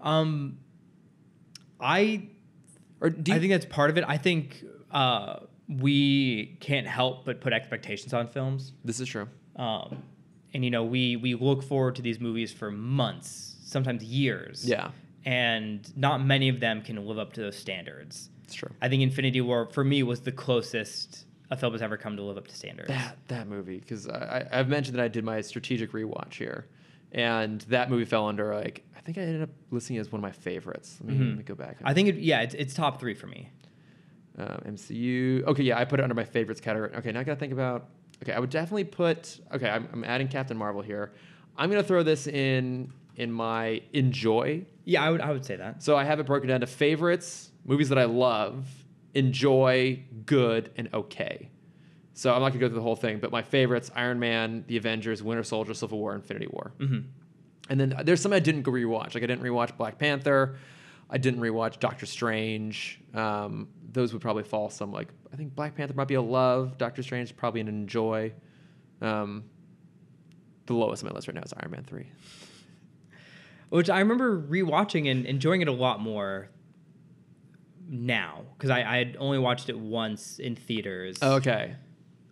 [SPEAKER 2] um i
[SPEAKER 1] Or do you,
[SPEAKER 2] I think that's part of it. I think uh, we can't help but put expectations on films,
[SPEAKER 1] this is true?
[SPEAKER 2] um, and you know we we look forward to these movies for months, sometimes years.
[SPEAKER 1] Yeah,
[SPEAKER 2] and not many of them can live up to those standards.
[SPEAKER 1] it's true.
[SPEAKER 2] I think Infinity War for me was the closest a film has ever come to live up to standards.
[SPEAKER 1] That that movie because I, I- I've mentioned that I did my strategic rewatch here, and that movie fell under like I think I ended up listing it as one of my favorites. Let me, let me go back. and-
[SPEAKER 2] Mm-hmm. I think it, yeah, it's, it's top three for me.
[SPEAKER 1] Um, MCU. Okay, yeah, I put it under my favorites category. Okay, now I gotta think about. Okay, I would definitely put. Okay, I'm, I'm adding Captain Marvel here. I'm gonna throw this in in my enjoy.
[SPEAKER 2] Yeah, I would I would say that.
[SPEAKER 1] So I have it broken down to favorites, movies that I love, enjoy, good, and okay. So I'm not gonna go through the whole thing, but my favorites: Iron Man, The Avengers, Winter Soldier, Civil War, Infinity War.
[SPEAKER 2] Mhm.
[SPEAKER 1] And then there's some I didn't go rewatch. Like I didn't rewatch Black Panther. I didn't rewatch Doctor Strange. Um, those would probably fall some like I think Black Panther might be a love. Doctor Strange is probably an enjoy. Um, the lowest on my list right now is Iron Man three.
[SPEAKER 2] which I remember rewatching and enjoying it a lot more now because I, I had only watched it once in theaters.
[SPEAKER 1] Oh, Okay.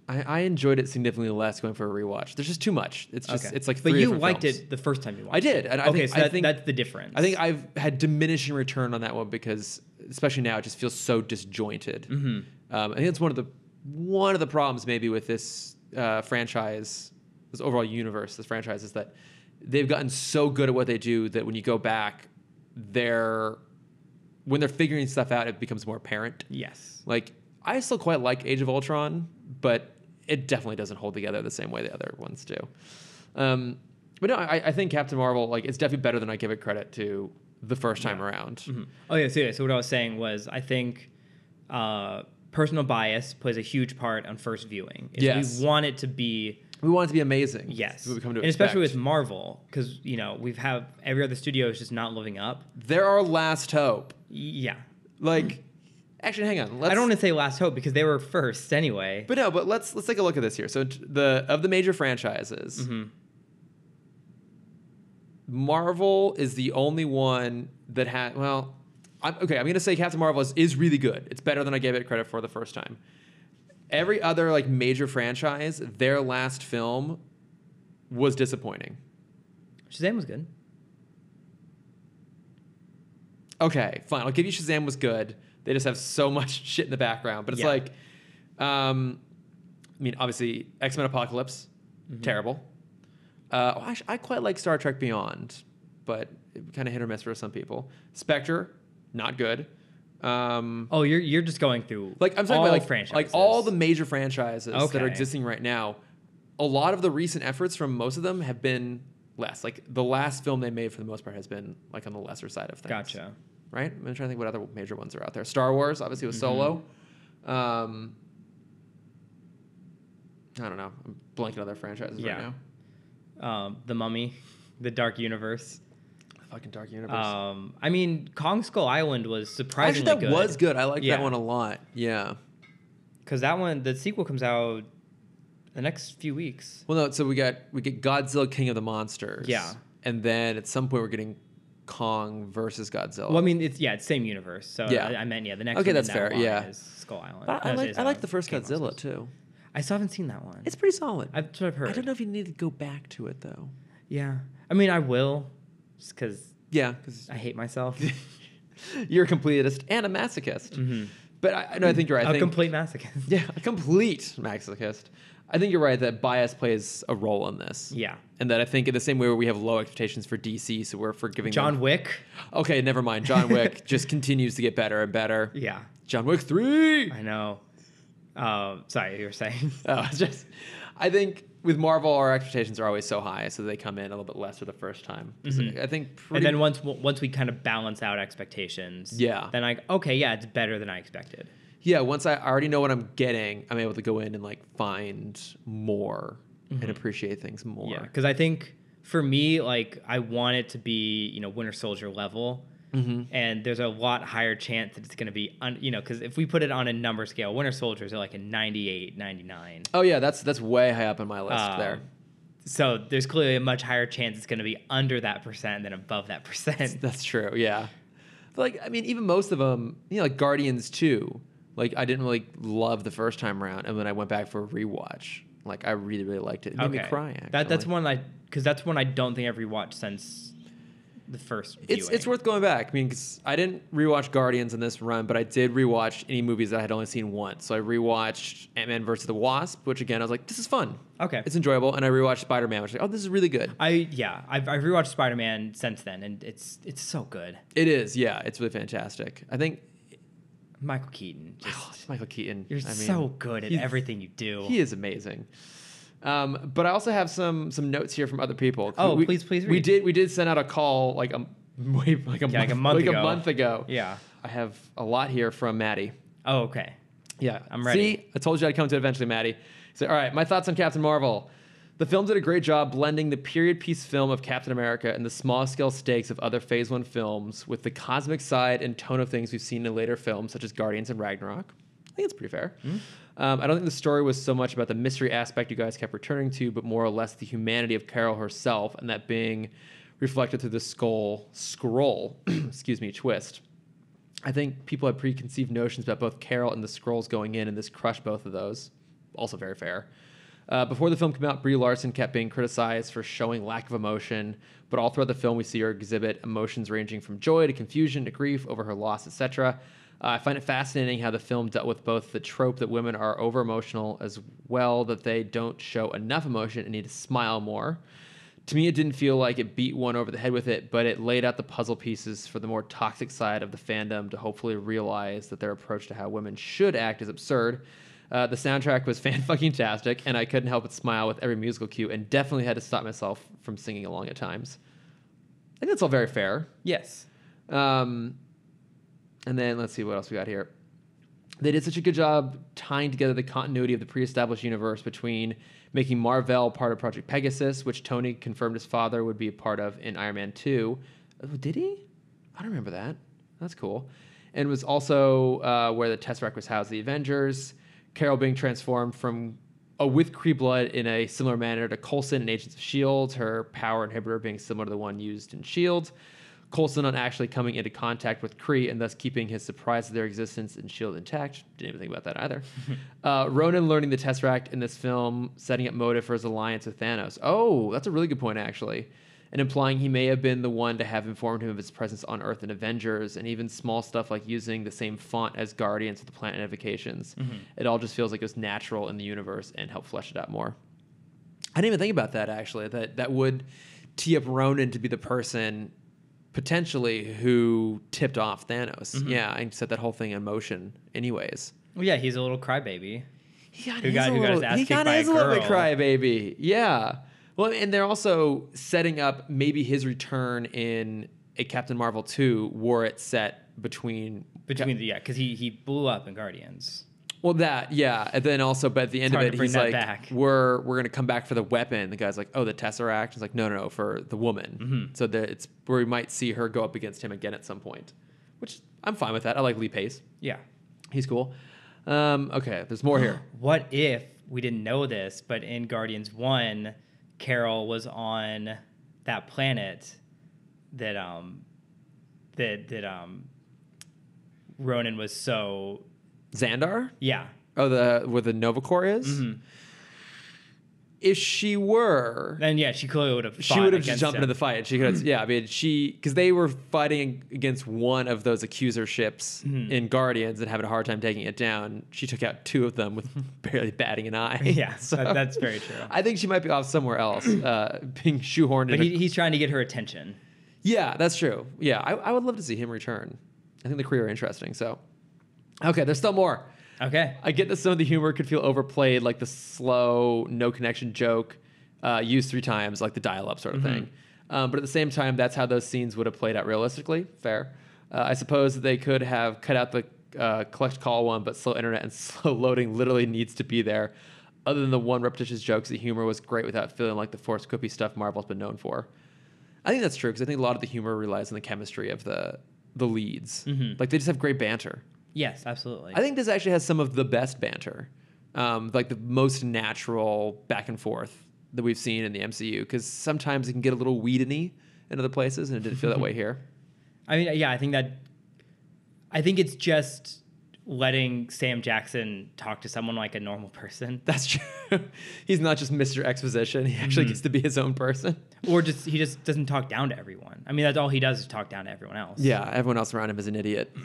[SPEAKER 1] I, I enjoyed it significantly less going for a rewatch. There's just too much. It's just it's like.
[SPEAKER 2] but
[SPEAKER 1] three
[SPEAKER 2] you
[SPEAKER 1] different
[SPEAKER 2] liked
[SPEAKER 1] films.
[SPEAKER 2] it the first time you watched.
[SPEAKER 1] I did, and I
[SPEAKER 2] okay,
[SPEAKER 1] think-
[SPEAKER 2] so
[SPEAKER 1] I
[SPEAKER 2] that,
[SPEAKER 1] think-
[SPEAKER 2] that's the difference.
[SPEAKER 1] I think I've had diminishing return on that one because, especially now, it just feels so disjointed.
[SPEAKER 2] Mm-hmm.
[SPEAKER 1] Um, I think that's one of the one of the problems maybe with this uh, franchise, this overall universe, this franchise is that they've gotten so good at what they do that when you go back, they're when they're figuring stuff out, it becomes more apparent.
[SPEAKER 2] yes.
[SPEAKER 1] Like I still quite like Age of Ultron, but it definitely doesn't hold together the same way the other ones do. Um, but no, I, I think Captain Marvel like it's definitely better than I give it credit to the first time around.
[SPEAKER 2] Mhm. Oh yeah. So yeah. So what I was saying was I think uh, personal bias plays a huge part on first viewing. Is
[SPEAKER 1] Yes.
[SPEAKER 2] We want it to be
[SPEAKER 1] We want it to be amazing.
[SPEAKER 2] yes.
[SPEAKER 1] That's what we come to
[SPEAKER 2] and especially with
[SPEAKER 1] expect.
[SPEAKER 2] Marvel because you know we've have every other studio is just not living up.
[SPEAKER 1] they're our last hope.
[SPEAKER 2] Yeah.
[SPEAKER 1] Like, actually, hang on. Let's,
[SPEAKER 2] I don't want to say last hope because they were first anyway.
[SPEAKER 1] But no, but let's let's take a look at this here. So t- the of the major franchises,
[SPEAKER 2] Mm-hmm.
[SPEAKER 1] Marvel is the only one that had. Well, I'm, okay, I'm gonna say Captain Marvel is, is really good. It's better than I gave it credit for the first time. Every other like major franchise, their last film was disappointing.
[SPEAKER 2] Shazam was good.
[SPEAKER 1] Okay, fine. I'll give you Shazam was good. They just have so much (laughs) shit in the background, but it's
[SPEAKER 2] Yeah.
[SPEAKER 1] like, um, I mean, obviously X Men Apocalypse,
[SPEAKER 2] Mm-hmm.
[SPEAKER 1] terrible. Uh, oh, actually, I quite like Star Trek Beyond, but it kind of hit or miss for some people. Spectre, not good. Um,
[SPEAKER 2] Oh, you're you're just going through
[SPEAKER 1] like I'm talking
[SPEAKER 2] all
[SPEAKER 1] about like
[SPEAKER 2] franchises,
[SPEAKER 1] like all the major franchises that are
[SPEAKER 2] Okay.
[SPEAKER 1] existing right now. A lot of the recent efforts from most of them have been less. Like the last film they made for the most part has been like on the lesser side of things
[SPEAKER 2] Gotcha.
[SPEAKER 1] right? I'm trying to think what other major ones are out there. Star Wars, obviously, was Solo.
[SPEAKER 2] Mm-hmm.
[SPEAKER 1] Um, I don't know. I'm blanking on their franchises
[SPEAKER 2] Yeah.
[SPEAKER 1] right now.
[SPEAKER 2] Um, the Mummy, the Dark Universe.
[SPEAKER 1] Fucking Dark Universe.
[SPEAKER 2] Um, I mean, Kong Skull Island was
[SPEAKER 1] Actually,
[SPEAKER 2] surprisingly
[SPEAKER 1] that
[SPEAKER 2] good.
[SPEAKER 1] was good. I liked
[SPEAKER 2] Yeah.
[SPEAKER 1] that one a lot. Yeah.
[SPEAKER 2] because that one, the sequel comes out the next few weeks.
[SPEAKER 1] Well, no. So we got we get Godzilla, King of the Monsters.
[SPEAKER 2] Yeah.
[SPEAKER 1] And then at some point we're getting Kong versus Godzilla.
[SPEAKER 2] Well, I mean, it's yeah, it's same universe. So
[SPEAKER 1] Yeah.
[SPEAKER 2] I, I meant yeah, the next.
[SPEAKER 1] Okay,
[SPEAKER 2] one in
[SPEAKER 1] that's
[SPEAKER 2] that
[SPEAKER 1] fair,
[SPEAKER 2] line
[SPEAKER 1] yeah.
[SPEAKER 2] is Skull Island.
[SPEAKER 1] but I, I
[SPEAKER 2] Uh,
[SPEAKER 1] like
[SPEAKER 2] is,
[SPEAKER 1] I
[SPEAKER 2] uh,
[SPEAKER 1] like the first
[SPEAKER 2] King of
[SPEAKER 1] Godzilla
[SPEAKER 2] Monsters.
[SPEAKER 1] too.
[SPEAKER 2] I still haven't seen that one.
[SPEAKER 1] It's pretty solid.
[SPEAKER 2] I've, that's what I've heard.
[SPEAKER 1] I don't know if you need to go back to it though.
[SPEAKER 2] Yeah, I mean, I will, just because
[SPEAKER 1] Yeah, because (laughs)
[SPEAKER 2] I hate myself.
[SPEAKER 1] you're a completist and a masochist.
[SPEAKER 2] Mhm.
[SPEAKER 1] But I no, I think you're right. I
[SPEAKER 2] a
[SPEAKER 1] think,
[SPEAKER 2] complete masochist.
[SPEAKER 1] (laughs) Yeah, a complete masochist. I think you're right that bias plays a role in this.
[SPEAKER 2] (laughs) Yeah.
[SPEAKER 1] And that I think in the same way we have low expectations for DC, so we're forgiving
[SPEAKER 2] John
[SPEAKER 1] them-
[SPEAKER 2] Wick.
[SPEAKER 1] Okay, never mind.
[SPEAKER 2] (laughs)
[SPEAKER 1] John Wick just continues to get better and better.
[SPEAKER 2] Yeah,
[SPEAKER 1] John Wick three. (laughs)
[SPEAKER 2] I know. Uh, sorry, you were saying.
[SPEAKER 1] Oh, it's just I think with Marvel, our expectations are always so high, so they come in a little bit lesser the first time. So I think
[SPEAKER 2] Mm-hmm. and
[SPEAKER 1] pretty,
[SPEAKER 2] then once once we kind of balance out expectations,
[SPEAKER 1] Yeah.
[SPEAKER 2] Then like, okay, yeah, it's better than I expected.
[SPEAKER 1] yeah, once I already know what I'm getting, I'm able to go in and like find more and appreciate things more.
[SPEAKER 2] Mm-hmm. Yeah, because I think for me, like I want it to be you know Winter Soldier level, and there's a lot higher chance that it's going to be un- you know because if we put it on a number scale, Winter Soldiers are like a 98, 99.
[SPEAKER 1] Oh yeah, that's that's way high up on my list
[SPEAKER 2] Um,
[SPEAKER 1] there.
[SPEAKER 2] So there's clearly a much higher chance it's going to be under that percent than above that percent.
[SPEAKER 1] That's true. Yeah. But like I mean, even most of them, you know, like Guardians two. Like I didn't really love the first time around, and when I went back for a rewatch, like I really really liked it. It made me cry. Actually.
[SPEAKER 2] That, that's one I because that's one I don't think I've rewatched since the first.
[SPEAKER 1] It's it's
[SPEAKER 2] viewing.
[SPEAKER 1] worth going back. I mean, 'cause I didn't rewatch Guardians in this run, but I did rewatch any movies that I had only seen once. So I rewatched Ant Man versus the Wasp, which again I was like, this is fun.
[SPEAKER 2] okay.
[SPEAKER 1] It's enjoyable, and I rewatched Spider Man, which like, oh, this is really good.
[SPEAKER 2] I yeah I've, I've rewatched Spider Man since then and it's it's so good.
[SPEAKER 1] It is, yeah, it's really fantastic. I think
[SPEAKER 2] Michael Keaton, just
[SPEAKER 1] oh, it's Michael Keaton.
[SPEAKER 2] You're
[SPEAKER 1] I mean,
[SPEAKER 2] so good at
[SPEAKER 1] he's-
[SPEAKER 2] everything you do.
[SPEAKER 1] He is amazing. Um, but I also have some some notes here from other people.
[SPEAKER 2] Oh,
[SPEAKER 1] We-
[SPEAKER 2] please, please
[SPEAKER 1] We
[SPEAKER 2] read.
[SPEAKER 1] did we did send out a call like a (laughs) way like a
[SPEAKER 2] Yeah, like a
[SPEAKER 1] month-
[SPEAKER 2] month
[SPEAKER 1] like
[SPEAKER 2] ago.
[SPEAKER 1] a month ago.
[SPEAKER 2] yeah.
[SPEAKER 1] I have a lot here from Maddie.
[SPEAKER 2] Oh, okay.
[SPEAKER 1] Yeah,
[SPEAKER 2] I'm ready.
[SPEAKER 1] See, I told you I'd come to it eventually, Maddie. So, all right, my thoughts on Captain Marvel. The film did a great job blending the period piece film of Captain America and the small scale stakes of other Phase One films with the cosmic side and tone of things we've seen in later films such as Guardians and Ragnarok. I think it's pretty fair.
[SPEAKER 2] Mm-hmm.
[SPEAKER 1] Um, I don't think the story was so much about the mystery aspect you guys kept returning to, but more or less the humanity of Carol herself and that being reflected through the skull scroll, (clears throat) excuse me, twist. I think people had preconceived notions about both Carol and the Scrolls going in, and this crushed both of those. Also, very fair. Uh, before the film came out, Brie Larson kept being criticized for showing lack of emotion, but all throughout the film, we see her exhibit emotions ranging from joy to confusion to grief over her loss, etc. Uh, I find it fascinating how the film dealt with both the trope that women are over emotional as well that they don't show enough emotion and need to smile more. To me, it didn't feel like it beat one over the head with it, but it laid out the puzzle pieces for the more toxic side of the fandom to hopefully realize that their approach to how women should act is absurd. Uh, the soundtrack was (laughs) fan fucking tastic, and I couldn't help but smile with every musical cue, and definitely had to stop myself from singing along at times. I think that's all very fair.
[SPEAKER 2] Yes.
[SPEAKER 1] Um, and then let's see what else we got here. They did such a good job tying together the continuity of the pre-established universe between making Marvel part of Project Pegasus, which Tony confirmed his father would be a part of in Iron Man 2. Oh, did he? I don't remember that. That's cool. And was also uh, where the Tesseract was housed, the Avengers, Carol being transformed from uh, with Kree blood in a similar manner to Coulson in Agents of S.H.I.E.L.D., E her power inhibitor being similar to the one used in S.H.I.E.L.D., Coulson on actually coming into contact with Kree and thus keeping his surprise of their existence and shield intact. Didn't even think about that either. uh, Ronan learning the Tesseract in this film, setting up motive for his alliance with Thanos. Oh, that's a really good point, actually. And implying he may have been the one to have informed him of his presence on Earth in Avengers, and even small stuff like using the same font as Guardians of the Planet Invocations. It all just feels like it was natural in the universe and helped flesh it out more. I didn't even think about that actually. That that would tee up Ronan to be the person potentially who tipped off Thanos. Yeah, and set that whole thing in motion. Anyways,
[SPEAKER 2] Well, yeah, he's a little crybaby.
[SPEAKER 1] he got
[SPEAKER 2] Who got-
[SPEAKER 1] a
[SPEAKER 2] who got his
[SPEAKER 1] little-
[SPEAKER 2] ass
[SPEAKER 1] he
[SPEAKER 2] kicked
[SPEAKER 1] got
[SPEAKER 2] by a
[SPEAKER 1] his a little bit
[SPEAKER 2] girl.
[SPEAKER 1] crybaby. Yeah. Well, and they're also setting up maybe his return in a Captain Marvel two, were it set between
[SPEAKER 2] Between the yeah, because he he blew up in Guardians.
[SPEAKER 1] Well, that yeah, and then also, but at the end of
[SPEAKER 2] hard to
[SPEAKER 1] it,
[SPEAKER 2] bring
[SPEAKER 1] he's
[SPEAKER 2] that
[SPEAKER 1] like,
[SPEAKER 2] back.
[SPEAKER 1] "We're we're gonna come back for the weapon." The guy's like, "Oh, the tesseract." He's like, "No, no, no, for the woman."
[SPEAKER 2] Mm-hmm.
[SPEAKER 1] So that it's where we might see her go up against him again at some point, which I'm fine with that. I like Lee Pace;
[SPEAKER 2] Yeah.
[SPEAKER 1] he's cool. Um, okay, there's more
[SPEAKER 2] (gasps)
[SPEAKER 1] here.
[SPEAKER 2] What if we didn't know this, but in Guardians One, Carol was on that planet that um that that um Ronan was so
[SPEAKER 1] Xandar?
[SPEAKER 2] yeah Mm-hmm.
[SPEAKER 1] Oh, the where the Nova Corps is. if she were,
[SPEAKER 2] Then yeah, she clearly would have.
[SPEAKER 1] she would have just jumped into the fight. She could,
[SPEAKER 2] Mm-hmm.
[SPEAKER 1] have, yeah. I mean, she because they were fighting against one of those accuser ships
[SPEAKER 2] Mm-hmm.
[SPEAKER 1] in Guardians and having a hard time taking it down. She took out two of them
[SPEAKER 2] (laughs)
[SPEAKER 1] with barely batting an eye.
[SPEAKER 2] Yeah,
[SPEAKER 1] (laughs) So
[SPEAKER 2] that, that's very true.
[SPEAKER 1] I think she might be off somewhere
[SPEAKER 2] (clears throat)
[SPEAKER 1] else, uh, being shoehorned.
[SPEAKER 2] But
[SPEAKER 1] in a-
[SPEAKER 2] he, he's trying to get her attention.
[SPEAKER 1] yeah, that's true. Yeah, I, I would love to see him return. I think the crew are interesting. So, okay, there's still more.
[SPEAKER 2] Okay.
[SPEAKER 1] I get that some of the humor could feel overplayed, like the slow, no connection joke uh, used three times, like the dial up sort of thing. Um, but at the same time, that's how those scenes would have played out realistically. Fair. Uh, I suppose that they could have cut out the uh, collect call one, but slow internet and (laughs) slow loading literally needs to be there. Other than the one repetitious jokes, the humor was great without feeling like the forced quippy stuff Marvel's been known for. I think that's true because I think a lot of the humor relies on the chemistry of the the leads. Like they just have great banter.
[SPEAKER 2] Yes, absolutely.
[SPEAKER 1] I think this actually has some of the best banter, um, like the most natural back and forth that we've seen in the MCU. Because sometimes it can get a little weedeny in other places, and it didn't feel that way here.
[SPEAKER 2] I mean, yeah, I think that. I think it's just letting Sam Jackson talk to someone like a normal person,
[SPEAKER 1] That's true. (laughs) He's not just Mr. Exposition. He actually gets to be his own person.
[SPEAKER 2] or just he just doesn't talk down to everyone. I mean, that's all he does is talk down to everyone else.
[SPEAKER 1] Yeah, everyone else around him is an idiot.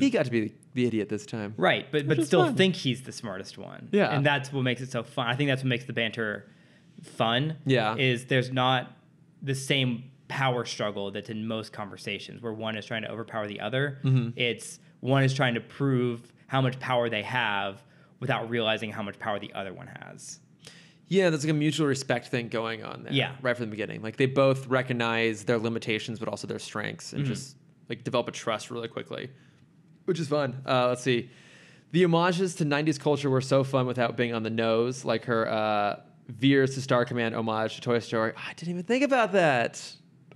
[SPEAKER 1] He got to be the, the idiot this time.
[SPEAKER 2] Right, but
[SPEAKER 1] Which
[SPEAKER 2] but
[SPEAKER 1] is
[SPEAKER 2] still
[SPEAKER 1] fun.
[SPEAKER 2] think he's the smartest one.
[SPEAKER 1] Yeah.
[SPEAKER 2] and that's what makes it so fun. I think that's what makes the banter fun.
[SPEAKER 1] Yeah.
[SPEAKER 2] is there's not the same power struggle that's in most conversations where one is trying to overpower the other.
[SPEAKER 1] Mm-hmm.
[SPEAKER 2] It's one is trying to prove how much power they have without realizing how much power the other one has.
[SPEAKER 1] Yeah, there's like a mutual respect thing going on there.
[SPEAKER 2] Yeah.
[SPEAKER 1] Right from the beginning. Like they both recognize their limitations, but also their strengths and just like develop a trust really quickly, Mm-hmm. which is fun. Uh, let's see. The homages to 90s culture were so fun without being on the nose, like her uh, Veers to Star Command homage to Toy Story. I didn't even think about that.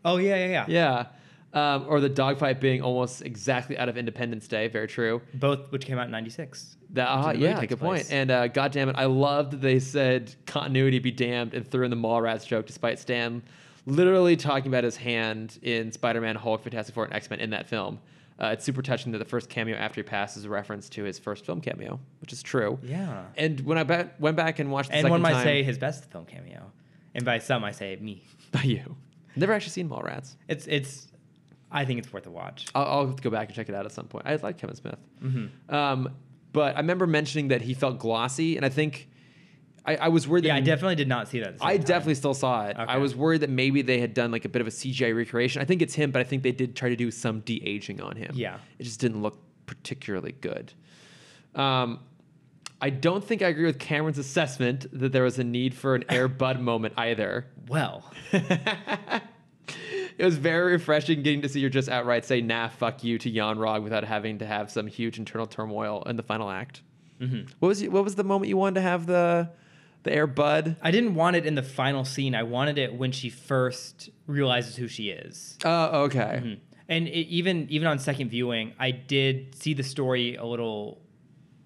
[SPEAKER 2] Oh yeah, yeah, yeah.
[SPEAKER 1] Yeah. Um, or the dogfight being almost exactly out of Independence Day. Very true.
[SPEAKER 2] Both which came out in '96.
[SPEAKER 1] That, uh,
[SPEAKER 2] the movie
[SPEAKER 1] yeah,
[SPEAKER 2] takes
[SPEAKER 1] good
[SPEAKER 2] place.
[SPEAKER 1] point. And uh, God damn it, I loved that they said continuity be damned and threw in the Mallrats joke, despite Stan literally talking about his hand in Spider-Man, Hulk, Fantastic Four, and X-Men in that film. Uh, it's super touching that the first cameo after he passed is a reference to his first film cameo, which is true.
[SPEAKER 2] Yeah,
[SPEAKER 1] And when I ba- went back and watched the
[SPEAKER 2] and
[SPEAKER 1] second
[SPEAKER 2] one might
[SPEAKER 1] time,
[SPEAKER 2] say his best film cameo, and by some I say me.
[SPEAKER 1] (laughs) by you, never actually seen Mallrats.
[SPEAKER 2] It's it's. I think it's worth a watch. Mm-hmm.
[SPEAKER 1] I'll, I'll have to go back and check it out at some point. I like Kevin Smith. Um, but I remember mentioning that he felt glossy, and I think I, I was worried.
[SPEAKER 2] Yeah,
[SPEAKER 1] that
[SPEAKER 2] I definitely did not see that. at the
[SPEAKER 1] I
[SPEAKER 2] same time.
[SPEAKER 1] definitely still saw it. I
[SPEAKER 2] Okay.
[SPEAKER 1] was worried that maybe they had done like a bit of a CGI recreation. I think it's him, but I think they did try to do some de aging on him.
[SPEAKER 2] Yeah.
[SPEAKER 1] It just didn't look particularly good. Um, I don't think I agree with Cameron's assessment that there was a need for an Air
[SPEAKER 2] (laughs)
[SPEAKER 1] Bud moment either. (laughs)
[SPEAKER 2] Well,
[SPEAKER 1] It was very refreshing getting to see her just outright say "Nah, fuck you" to Jan Rog without having to have some huge internal turmoil in the final act.
[SPEAKER 2] Mm-hmm.
[SPEAKER 1] What was you, what was the moment you wanted to have the the Air Bud?
[SPEAKER 2] I didn't want it in the final scene. I wanted it when she first realizes who she is.
[SPEAKER 1] Oh, okay.
[SPEAKER 2] Mhm. And it, even even on second viewing, I did see the story a little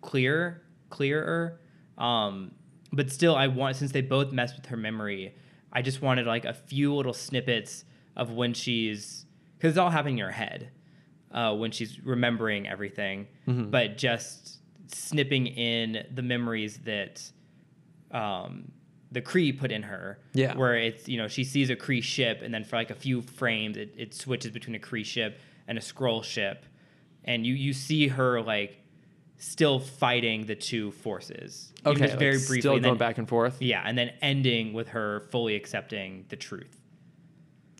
[SPEAKER 2] clearer, clearer. Um, but still, I want since they both messed with her memory, I just wanted like a few little snippets of when she's because it's all happening in her head uh, when she's remembering everything, but just snipping in the memories that um, the Cree put in her.
[SPEAKER 1] Yeah.
[SPEAKER 2] Where it's, you know, she sees a Cree ship, and then for like a few frames, it, it switches between a Cree ship and a scroll ship. And you, you see her like still fighting the two forces. Even
[SPEAKER 1] Okay,
[SPEAKER 2] just very
[SPEAKER 1] like,
[SPEAKER 2] briefly.
[SPEAKER 1] Still
[SPEAKER 2] and
[SPEAKER 1] going
[SPEAKER 2] then-
[SPEAKER 1] back and forth.
[SPEAKER 2] Yeah. And then ending with her fully accepting the truth.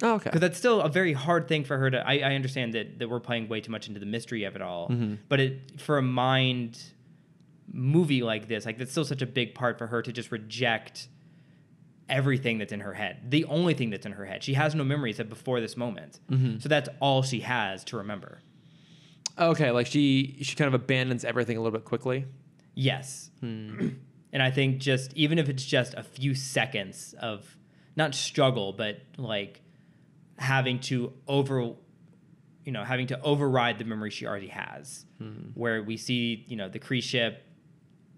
[SPEAKER 1] Oh, okay.
[SPEAKER 2] Because that's still a very hard thing for her to. I, I understand that, that we're playing way too much into the mystery of it all, but it for a mind movie like this, like that's still such a big part for her to just reject everything that's in her head. The only thing that's in her head, she has no memories of before this moment, so that's all she has to remember.
[SPEAKER 1] Okay, like she she kind of abandons everything a little bit quickly.
[SPEAKER 2] Yes. (clears throat) and I think just even if it's just a few seconds of not struggle, but like having to over, you know, having to override the memory she already has, where we see, you know, the Kree ship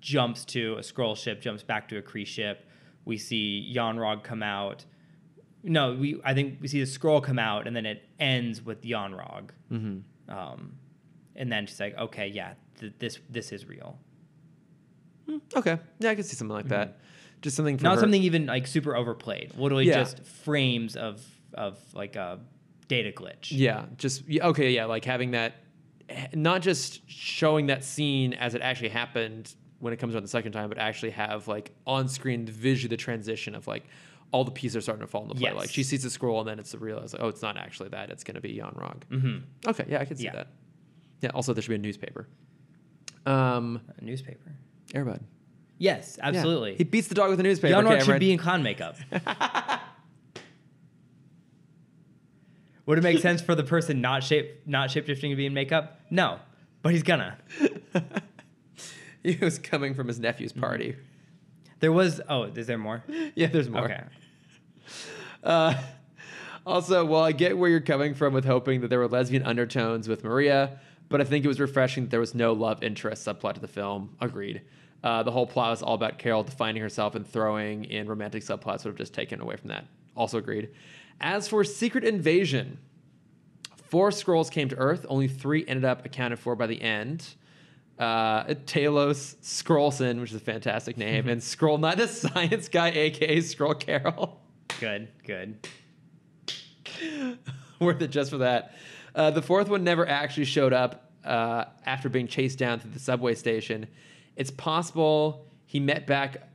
[SPEAKER 2] jumps to a scroll ship, jumps back to a Kree ship. We see Yonrog come out. No, we I think we see the scroll come out, and then it ends with Yonrog. Mm-hmm. Um, and then she's like, "Okay, yeah, th- this this is real."
[SPEAKER 1] Okay, yeah, I could see something like that. Mm-hmm. just something for
[SPEAKER 2] Not
[SPEAKER 1] her-
[SPEAKER 2] something even like super overplayed. Literally
[SPEAKER 1] Yeah.
[SPEAKER 2] just frames of of like a data glitch.
[SPEAKER 1] Yeah, just yeah, okay, yeah, like having that, h- not just showing that scene as it actually happened when it comes out the second time, but actually have like on screen visually the transition of like all the pieces are starting to fall into play.
[SPEAKER 2] Yes.
[SPEAKER 1] Like she sees the scroll and then it's realized like, oh, it's not actually that. It's gonna be Yanrog.
[SPEAKER 2] Mm-hmm.
[SPEAKER 1] Mm. Okay, yeah, I can see
[SPEAKER 2] Yeah.
[SPEAKER 1] that. Yeah. Also, there should be a newspaper. Um,
[SPEAKER 2] A newspaper.
[SPEAKER 1] Airbud.
[SPEAKER 2] Yes,
[SPEAKER 1] Yeah.
[SPEAKER 2] absolutely.
[SPEAKER 1] He beats the dog with a newspaper.
[SPEAKER 2] Yanrog
[SPEAKER 1] okay,
[SPEAKER 2] should
[SPEAKER 1] Everett.
[SPEAKER 2] be in clown makeup. Would it make sense for the person not shape not shapeshifting to be in makeup? No, but he's gonna.
[SPEAKER 1] (laughs) he was coming from his nephew's party.
[SPEAKER 2] There was oh, is there more?
[SPEAKER 1] Yeah, there's more.
[SPEAKER 2] Mm-hmm. Okay.
[SPEAKER 1] Uh, (laughs) also, well, I get where you're coming from with hoping that there were lesbian undertones with Maria, but I think it was refreshing that there was no love interest subplot to the film. Agreed. Uh, the whole plot was all about Carol defining herself and throwing in romantic subplots would have just taken away from that. Also agreed. As for Secret Invasion, four scrolls came to Earth. Only three ended up accounted for by the end. Uh, Talos Scrollson, which is a fantastic name, and Scroll Knight, the (laughs) Science Guy, aka Scroll Carol.
[SPEAKER 2] Good, good.
[SPEAKER 1] (laughs) worth it just for that. Uh, the fourth one never actually showed up uh, after being chased down through the subway station. It's possible he met back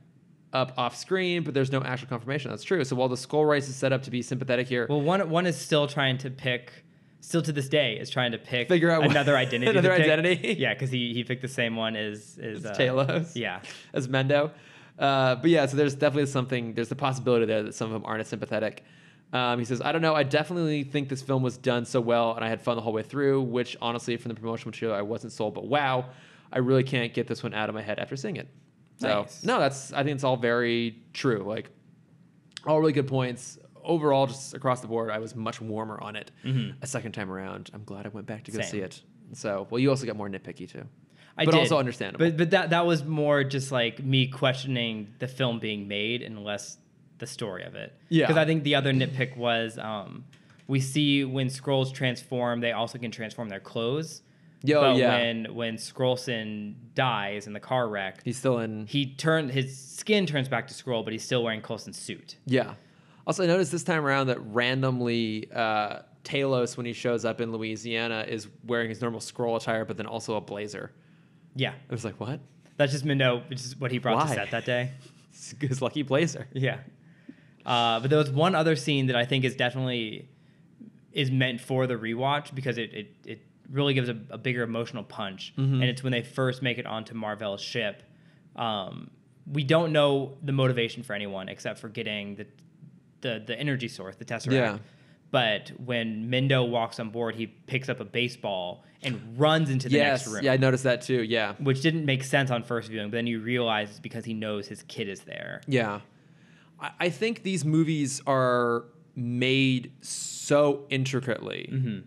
[SPEAKER 1] up off screen, but there's no actual confirmation. That's true. So while the skull race is set up to be sympathetic here,
[SPEAKER 2] Well, one one is still trying to pick, still to this day is trying to pick
[SPEAKER 1] Figure out what-
[SPEAKER 2] another
[SPEAKER 1] (laughs)
[SPEAKER 2] identity. to
[SPEAKER 1] another
[SPEAKER 2] pick.
[SPEAKER 1] identity.
[SPEAKER 2] Yeah, because he he picked the same one as uh, is
[SPEAKER 1] it's Talos (laughs)
[SPEAKER 2] Yeah,
[SPEAKER 1] as Mendo. Uh, but yeah, so there's definitely something, there's the possibility there that some of them aren't as sympathetic. Um, he says, I don't know. I definitely think this film was done so well and I had fun the whole way through, which honestly, from the promotional material, I wasn't sold, but wow, I really can't get this one out of my head after seeing it. So,
[SPEAKER 2] Nice.
[SPEAKER 1] no, that's, I think it's all very true. Like, all really good points. Overall, just across the board, I was much warmer on it a second time around. I'm glad I went back to go
[SPEAKER 2] Mm-hmm. Same.
[SPEAKER 1] see it. So, well, you also got more nitpicky too.
[SPEAKER 2] I
[SPEAKER 1] but
[SPEAKER 2] did.
[SPEAKER 1] also understandable.
[SPEAKER 2] But but that that was more just like me questioning the film being made and less the story of it.
[SPEAKER 1] Yeah.
[SPEAKER 2] Because I think the other nitpick was um, we see when scrolls transform, they also can transform their clothes.
[SPEAKER 1] Yo,
[SPEAKER 2] but
[SPEAKER 1] yeah.
[SPEAKER 2] when when Scrollson dies in the car wreck,
[SPEAKER 1] He's still in
[SPEAKER 2] he turned his skin turns back to scroll, but he's still wearing Coulson's suit.
[SPEAKER 1] Yeah. Also, I noticed this time around that randomly uh, Talos, when he shows up in Louisiana, is wearing his normal scroll attire, but then also a blazer.
[SPEAKER 2] Yeah,
[SPEAKER 1] I was like, what? (laughs)
[SPEAKER 2] that's just Minot, which is what he brought
[SPEAKER 1] Why?
[SPEAKER 2] to set that day.
[SPEAKER 1] It's his lucky blazer.
[SPEAKER 2] Yeah. Uh, but there was one other scene that I think is definitely is meant for the rewatch because it it, it really gives a, a bigger emotional punch,
[SPEAKER 1] Mm-hmm.
[SPEAKER 2] and it's when they first make it onto Marvel's ship. Um, we don't know the motivation for anyone except for getting the the, the energy source, the tesseract.
[SPEAKER 1] Yeah.
[SPEAKER 2] But when Mendo walks on board, he picks up a baseball and runs into the
[SPEAKER 1] yes.
[SPEAKER 2] next room,
[SPEAKER 1] Yeah, I noticed that too. Yeah.
[SPEAKER 2] which didn't make sense on first viewing. But then you realize it's because he knows his kid is there.
[SPEAKER 1] Yeah. I, I think these movies are made so intricately
[SPEAKER 2] Mm-hmm.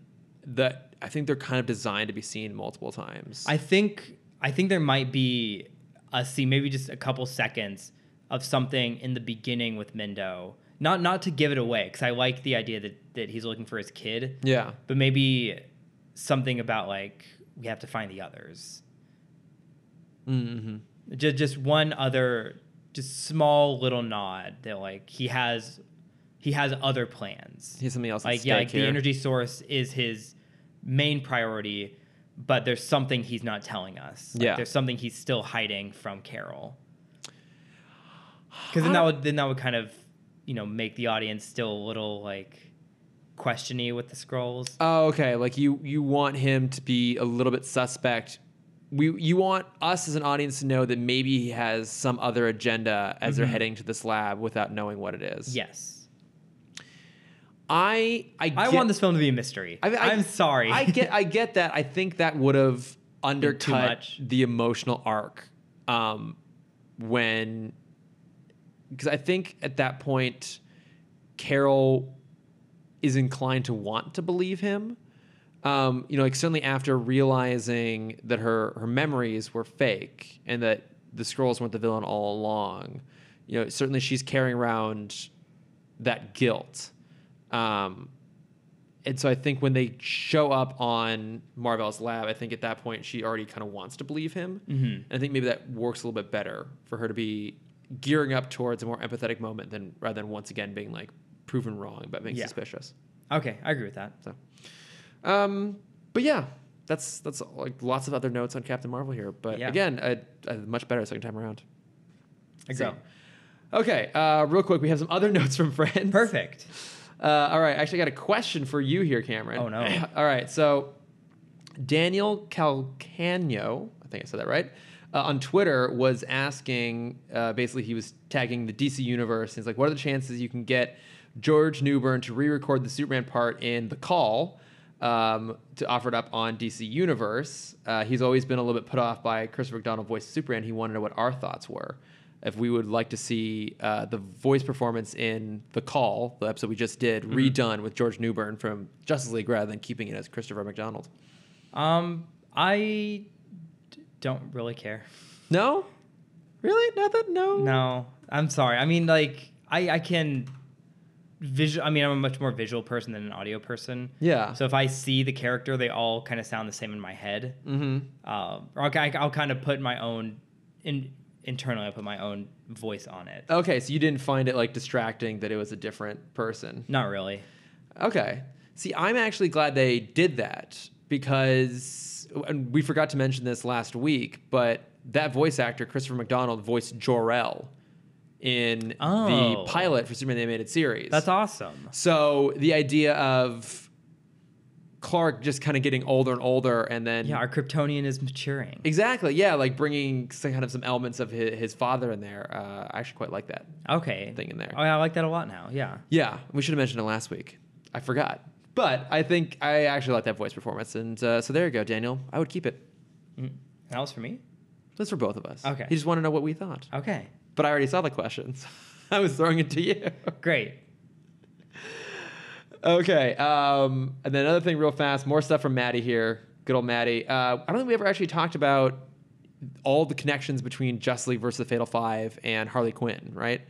[SPEAKER 1] that I think they're kind of designed to be seen multiple times.
[SPEAKER 2] I think I think there might be a scene, maybe just a couple seconds of something in the beginning with Mendo. Not not to give it away, because I like the idea that, that he's looking for his kid,
[SPEAKER 1] yeah.
[SPEAKER 2] but maybe something about like we have to find the others.
[SPEAKER 1] Mm-hmm.
[SPEAKER 2] Just just one other just small little nod that like he has he has other plans.
[SPEAKER 1] Here's something else. at
[SPEAKER 2] like yeah,
[SPEAKER 1] stake
[SPEAKER 2] like
[SPEAKER 1] here.
[SPEAKER 2] the energy source is his main priority, but there's something he's not telling us. Like,
[SPEAKER 1] Yeah.
[SPEAKER 2] there's something he's still hiding from
[SPEAKER 1] (sighs)
[SPEAKER 2] Carol. Because then that would then that would kind of you know make the audience still a little like questiony with the scrolls.
[SPEAKER 1] Oh, okay. Like you you want him to be a little bit suspect. We you want us as an audience to know that maybe he has some other agenda as
[SPEAKER 2] Mm-hmm.
[SPEAKER 1] they're heading to this lab without knowing what it is.
[SPEAKER 2] yes,
[SPEAKER 1] I I,
[SPEAKER 2] I
[SPEAKER 1] get-
[SPEAKER 2] want this film to be a mystery. I, am sorry.
[SPEAKER 1] I
[SPEAKER 2] (laughs)
[SPEAKER 1] get I get that. I think that would have undercut
[SPEAKER 2] much.
[SPEAKER 1] the emotional arc um, when because I think at that point Carol is inclined to want to believe him. Um, you know, like certainly after realizing that her her memories were fake and that the scrolls weren't the villain all along. You know, certainly she's carrying around that guilt. Um, and so I think when they show up on Marvel's lab, I think at
[SPEAKER 2] Mm-hmm.
[SPEAKER 1] that point she already kind of wants to believe him. And I think maybe that works a little bit better for her to be gearing up towards a more empathetic moment than rather than once again being like proven wrong but being
[SPEAKER 2] Yeah.
[SPEAKER 1] suspicious.
[SPEAKER 2] Okay, I agree with that.
[SPEAKER 1] So, um, but yeah, that's that's like lots of other notes on Captain Marvel here. But
[SPEAKER 2] Yeah.
[SPEAKER 1] again, a, a much better second time around.
[SPEAKER 2] Agree.
[SPEAKER 1] So, okay, uh, real quick, we have some other (laughs) notes from friends.
[SPEAKER 2] Perfect.
[SPEAKER 1] Uh, all right, actually, I got a question for you here, Cameron.
[SPEAKER 2] Oh, no.
[SPEAKER 1] (clears throat) all right, so Daniel Calcano, I think I said that right, uh, on Twitter was asking. Uh, basically, he was tagging the DC universe. He's like, "What are the chances you can get George Newbern to re-record the Superman part in The Call?" Um, to offer it up on DC Universe. Uh, he's always been a little bit put off by Christopher McDonald voice of Superman. He wanted to know what our thoughts were if we would like to see uh, the voice performance in The Call, the episode we just did, redone with George Newbern from Justice League rather than keeping it as Christopher McDonald.
[SPEAKER 2] Um, I d- don't really care.
[SPEAKER 1] No? Really? Not that? No?
[SPEAKER 2] No, I'm sorry. I mean, like, I I can visual. I mean, I'm a much more visual person than an audio person.
[SPEAKER 1] Yeah.
[SPEAKER 2] So if I see the character, they all kind of sound the same in my head.
[SPEAKER 1] hmm
[SPEAKER 2] Um, or I'll, I'll kind of put my own in internally. I put my own voice on it.
[SPEAKER 1] Okay, so you didn't find it like distracting that it was a different person.
[SPEAKER 2] Not really.
[SPEAKER 1] Okay. See, I'm actually glad they did that because and we forgot to mention this last week, but that voice actor, Christopher McDonald, voiced Jor-El in
[SPEAKER 2] Oh.
[SPEAKER 1] the pilot for Superman the Animated Series.
[SPEAKER 2] That's awesome.
[SPEAKER 1] So the idea of Clark just kind of getting older and older, and then
[SPEAKER 2] Yeah, our Kryptonian is maturing.
[SPEAKER 1] exactly, yeah, like bringing some kind of some elements of his, his father in there. Uh, I actually quite like that
[SPEAKER 2] Okay.
[SPEAKER 1] thing in there.
[SPEAKER 2] Oh, yeah, I like that a lot now. Yeah.
[SPEAKER 1] Yeah, we should have mentioned it last week. I forgot, but I think I actually like that voice performance, and uh, so there you go, Daniel. I would keep it.
[SPEAKER 2] Mm. That was for me.
[SPEAKER 1] That's for both of us.
[SPEAKER 2] Okay.
[SPEAKER 1] He just wanted to know what we thought,
[SPEAKER 2] Okay.
[SPEAKER 1] but I already saw the questions. (laughs) I was throwing it to you.
[SPEAKER 2] Great.
[SPEAKER 1] Okay. Um, and then another thing, real fast, more stuff from Maddie here. Good old Maddie. Uh, I don't think we ever actually talked about all the connections between Justice League versus the Fatal Five and Harley Quinn, right?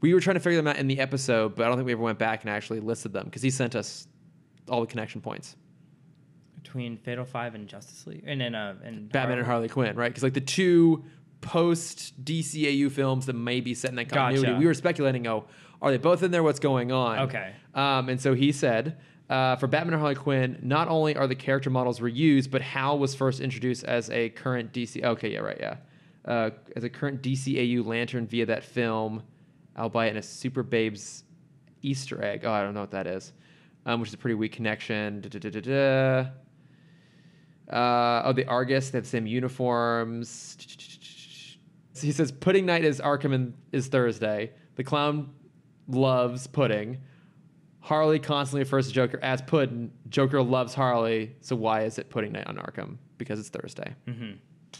[SPEAKER 1] We were trying to figure them out in the episode, but I don't think we ever went back and actually listed them because he sent us all the connection points.
[SPEAKER 2] Between Fatal Five and Justice League, and then uh, and
[SPEAKER 1] Batman and Harley Quinn, right? Because like the two post DCAU films that may be set in that continuity,
[SPEAKER 2] Gotcha.
[SPEAKER 1] we were speculating, oh, are they both in there? What's going on?
[SPEAKER 2] Okay.
[SPEAKER 1] Um, and so he said, uh, for Batman and Harley Quinn, not only are the character models reused, but Hal was first introduced as a current DC. Okay, yeah, right, yeah, uh, as a current DCAU Lantern via that film. I'll buy it in a Super Babes Easter egg. Oh, I don't know what that is, um, which is a pretty weak connection. Da, da, da, da, da. Uh, oh, the Argus, they have the same uniforms. He says, Pudding night is Arkham and is Thursday. The clown loves pudding. Harley constantly refers to Joker as Puddin. Joker loves Harley, so why is it Pudding night on Arkham? Because it's Thursday.
[SPEAKER 2] Mm-hmm.